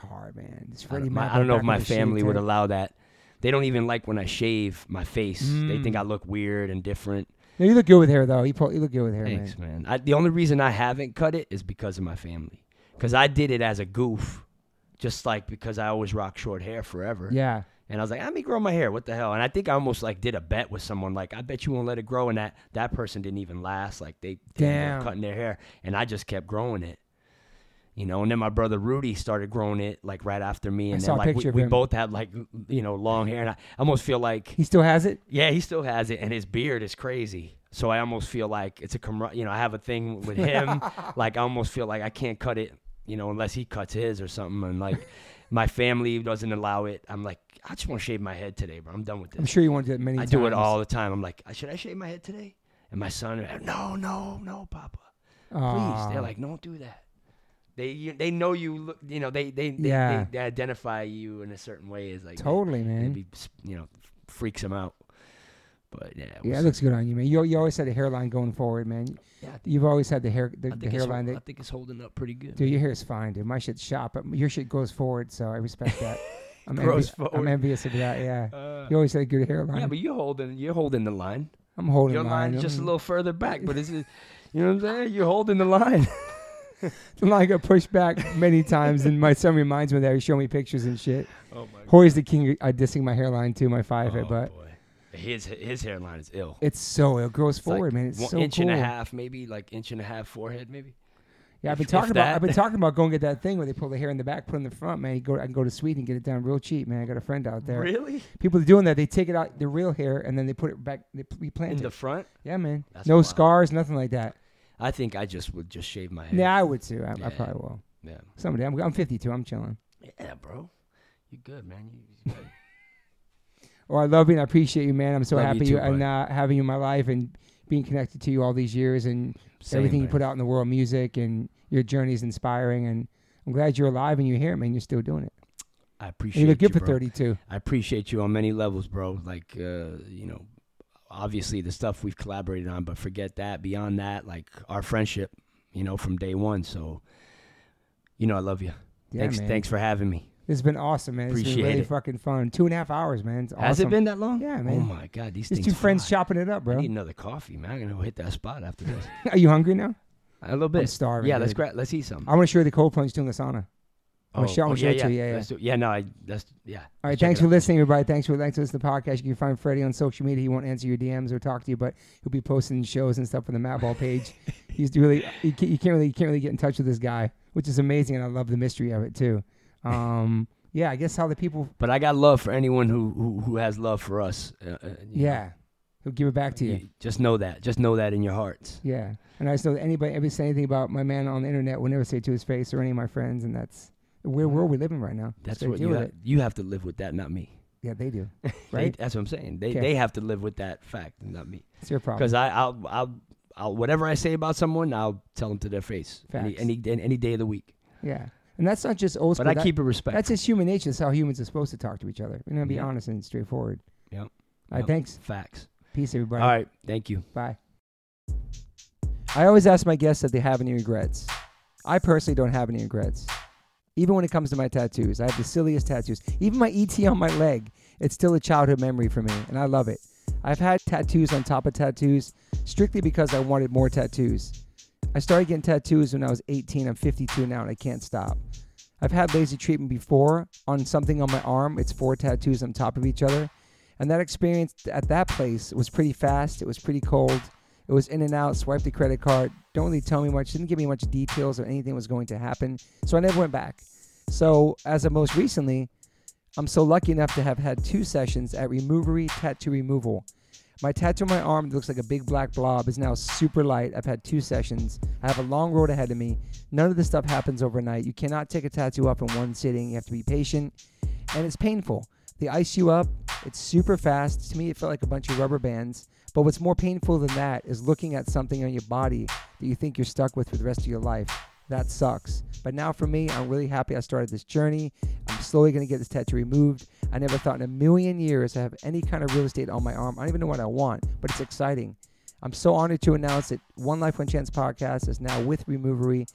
A: Hard man. It's
C: I
A: Freddie.
C: don't, my-
A: Mac
C: I don't know
A: back
C: if
A: with
C: my
A: a shaved
C: family would
A: head.
C: allow that. They don't even like when I shave my face. They think
A: Mm.
C: I look weird and different.
A: No, you look good with hair though. You, pull, you look good with hair, man.
C: Thanks, man. I, the only reason I haven't cut it is because of my family. Because I did it as a goof Just like because I always rock short hair forever.
A: Yeah.
C: And I was like, let me grow my hair. What the hell? And I think I almost like did a bet with someone, like, I bet you won't let it grow. And that that person didn't even last. Like they, they ended up
A: Damn.
C: cutting their hair, and I just kept growing it. You know, and then my brother Rudy started growing it like right after me,
A: I
C: and
A: saw a
C: then like
A: picture
C: we,
A: of
C: we
A: him.
C: both had like you know long hair, and I almost feel like
A: He still has it?
C: yeah, he still has it, and his beard is crazy. So I almost feel like it's a camar- you know I have a thing
A: [LAUGHS]
C: with him. like I almost feel like I can't cut it, you know, unless he cuts his or something. And like my family doesn't allow it. I'm like, I just want to shave my head today, bro. I'm done with
A: I'm
C: this.
A: sure you want to do it many
C: I
A: times.
C: do it all the time. I'm like, should I shave my head today? And my son, no, no, no, Papa, please.
A: Aw.
C: They're like, don't do that. They you, they know you look, you know, they they they,
A: Yeah.
C: they they identify you in a certain way as like
A: totally, man.
C: maybe you know freaks him out. But yeah, it
A: Yeah, it
C: was-
A: looks good on you, man. You, you always had a hairline going forward, man.
C: yeah, I think,
A: You've always had the hair the,
C: I
A: the
C: think it's
A: hairline
C: hol- I
A: that
C: think it's holding up pretty good.
A: dude, your hair is fine, dude. My shit's shot, but your shit goes forward, so I respect
C: [LAUGHS]
A: that. I'm,
C: Grows
A: I'm
C: forward.
A: envious of that, yeah.
C: Uh,
A: You always had a good hairline.
C: yeah, but you're holding you're holding the line.
A: I'm holding mm-hmm.
C: Your
A: mine.
C: line's just a
A: I'm-
C: little further back, but
A: [LAUGHS]
C: it's you know what I'm saying. You're holding the line.
A: [LAUGHS] The line got pushed back many times, and my son reminds me of that. He showed me pictures and shit.
C: Oh my god.
A: Hoy's the king. of- I dissing my hairline too, my five head, but
C: Oh, boy. His his hairline is ill.
A: it's so it grows
C: It's like
A: forward, man. It's
C: one
A: so
C: inch
A: cool.
C: and a half, maybe like inch and a half forehead, maybe.
A: Yeah, I've been
C: if- if
A: talking about. I've
C: that.
A: been talking about going get that thing where they pull the hair in the back, put it in the front, man. You go, I can go to Sweden and get it done real cheap, man. I got a friend out there.
C: Really?
A: People doing that, they take it out their real hair and then they put it back. They p-
C: In
A: replant
C: the
A: it.
C: front?
A: Yeah, man.
C: That's
A: No
C: wild.
A: scars, nothing like that.
C: I think I just would just shave my head.
A: Yeah, I would too. I, I
C: Yeah.
A: probably will
C: Yeah.
A: someday. I'm, I'm 52. I'm chilling.
C: Yeah, bro. You good, man.
A: [LAUGHS]
C: You, you
A: Well, I love you and I appreciate you, man. I'm so
C: Love you
A: happy
C: too,
A: you, and uh, having you in my life and being connected to you all these years and
C: Same,
A: everything you
C: man.
A: put out in the world, of music and your journey is inspiring. And I'm glad you're alive and you're here, man. You're still doing it.
C: I
A: And
C: appreciate
A: you look good
C: you,
A: for
C: bro.
A: 32.
C: I appreciate you on many levels, bro. Like, uh, you know, obviously the stuff we've collaborated on, but forget that. Beyond that, like our friendship, you know, from day one. So, you know, I love you.
A: Yeah,
C: thanks,
A: man.
C: thanks for having me.
A: This has been awesome, man. It's been
C: Appreciate
A: really
C: it.
A: fucking fun. Two and a half hours, man. It's awesome.
C: Has it been that long?
A: Yeah,
C: Oh
A: man.
C: my God, these
A: Just
C: things.
A: two friends
C: fly.
A: chopping it up,
C: I
A: bro.
C: need another coffee, man. I'm gonna go hit that spot after this.
A: [LAUGHS] Are you hungry now?
C: a little
A: I'm
C: bit.
A: starving.
C: yeah, let's
A: dude.
C: grab. Let's eat some. Oh,
A: I want to show you the cold plunge doing the sauna. I'll show- I'll show
C: yeah,
A: it to you,
C: yeah.
A: yeah,
C: Let's do- yeah, no, I. That's yeah.
A: All right,
C: Let's check
A: thanks
C: it
A: for
C: out.
A: listening, everybody. Thanks for thanks for listening to the podcast. You can find Freddie on social media. He won't answer your DMs or talk to you, but he'll be posting shows and stuff on the Madball
C: [LAUGHS]
A: page. He's really you can't, you can't really you can't really get in touch with this guy, which is amazing, and I love the mystery of it too. Um, [LAUGHS] yeah, I guess how the people.
C: But I got love for anyone who who, who has love for us. Uh, uh, you know.
A: Yeah, he'll give it back to you.
C: You- Just know that. Just know that in your hearts.
A: Yeah, and I just know that anybody ever say anything about my man on the internet will never say it to his face or any of my friends, and that's where world we living right now.
C: That's
A: Straight
C: what
A: deal
C: you
A: with
C: have,
A: it.
C: you have to live with that, not me.
A: Yeah, they do.
C: [LAUGHS] They-
A: Right?
C: that's what I'm saying. They
A: Okay.
C: they have to live with that fact, and not me.
A: It's your problem.
C: Because I I'll, I'll I'll whatever I say about someone, I'll tell them to their face. Any,
A: Facts.
C: any day- any day of the week.
A: Yeah, and that's not just old school.
C: But I
A: that-
C: keep it respect.
A: That's just human nature. That's how humans are supposed to talk to each other. You know, be
C: Yep.
A: honest and straightforward.
C: Yep.
A: All right.
C: Yep.
A: Thanks.
C: facts.
A: Peace, everybody.
C: All right. Thank you.
A: Bye. I always ask my guests if they have any regrets. I personally don't have any regrets. Even when it comes to my tattoos, I have the silliest tattoos. Even my ET on my leg, it's still a childhood memory for me, and I love it. I've had tattoos on top of tattoos strictly because I wanted more tattoos. I started getting tattoos when I was 18. I'm 52 now, and I can't stop. I've had laser treatment before on something on my arm. It's four tattoos on top of each other. And that experience at that place was pretty fast. It was pretty cold. It was in and out, swipe the credit card. Don't really tell me much. Didn't give me much details of anything was going to happen. So I never went back. So as of most recently, I'm so lucky enough to have had two sessions at Removery Tattoo Removal. My tattoo on my arm that looks like a big black blob is now super light. I've had two sessions. I have a long road ahead of me. None of this stuff happens overnight. You cannot take a tattoo up in one sitting. You have to be patient, and it's painful. They ice you up. It's super fast. To me, it felt like a bunch of rubber bands. But what's more painful than that is looking at something on your body that you think you're stuck with for the rest of your life. That sucks. But now for me, I'm really happy I started this journey. I'm slowly going to get this tattoo removed. I never thought in a million years I have any kind of real estate on my arm. I don't even know what I want, but it's exciting. I'm so honored to announce that One Life One Chance podcast is now with Removery.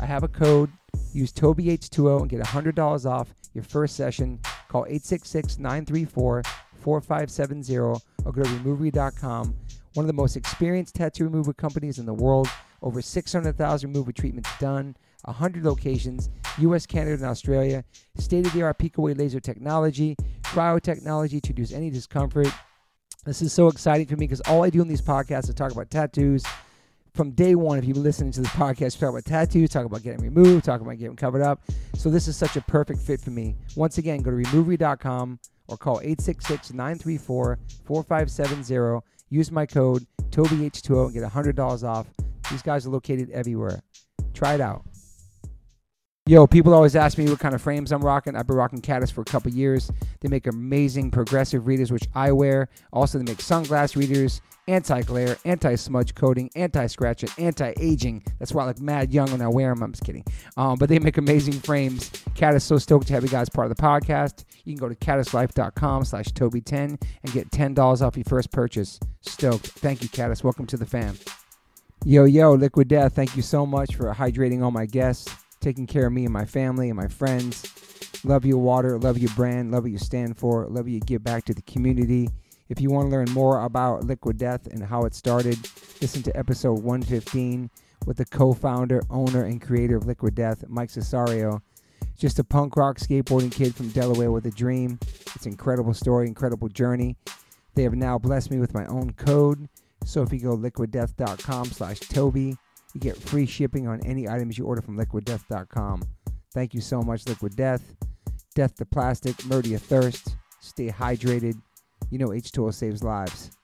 A: I have a code. Use TobyH20 and get $100 off your first session. Call 866 934 4570 or go to removery.com. One of the most experienced tattoo removal companies in the world. Over 600,000 removal treatments done. 100 locations, US, Canada, and Australia. State of the art peak away laser technology, cryo technology to reduce any discomfort. This is so exciting for me because all I do in these podcasts is talk about tattoos. From day one, if you've been listening to this podcast, we talk about tattoos, talk about getting removed, talk about getting covered up. So this is such a perfect fit for me. Once again, go to removery.com or call 866-934-4570. Use my code TOBYH20 and get $100 off. These guys are located everywhere. Try it out. Yo, people always ask me what kind of frames I'm rocking. I've been rocking Caddis for a couple years. They make amazing progressive readers, which I wear. Also, they make sunglass readers, anti glare, anti smudge coating, anti scratch it, anti aging. That's why I look mad young when I wear them. I'm just kidding. Um, but they make amazing frames. Cat is so stoked to have you guys part of the podcast. You can go to caddislife.com slash Toby10 and get $10 off your first purchase. Stoked. Thank you, Caddis. Welcome to the fam. Yo, yo, Liquid Death, thank you so much for hydrating all my guests, taking care of me and my family and my friends. Love your water, love your brand, love what you stand for, love what you give back to the community. If you want to learn more about Liquid Death and how it started, listen to episode 115 with the co founder, owner, and creator of Liquid Death, Mike Cesario. Just a punk rock skateboarding kid from Delaware with a dream. It's an incredible story, incredible journey. They have now blessed me with my own code. So if you go liquiddeath.com slash Toby, you get free shipping on any items you order from liquiddeath.com. Thank you so much, Liquid Death. Death to plastic, murder your thirst, stay hydrated. You know H2O saves lives.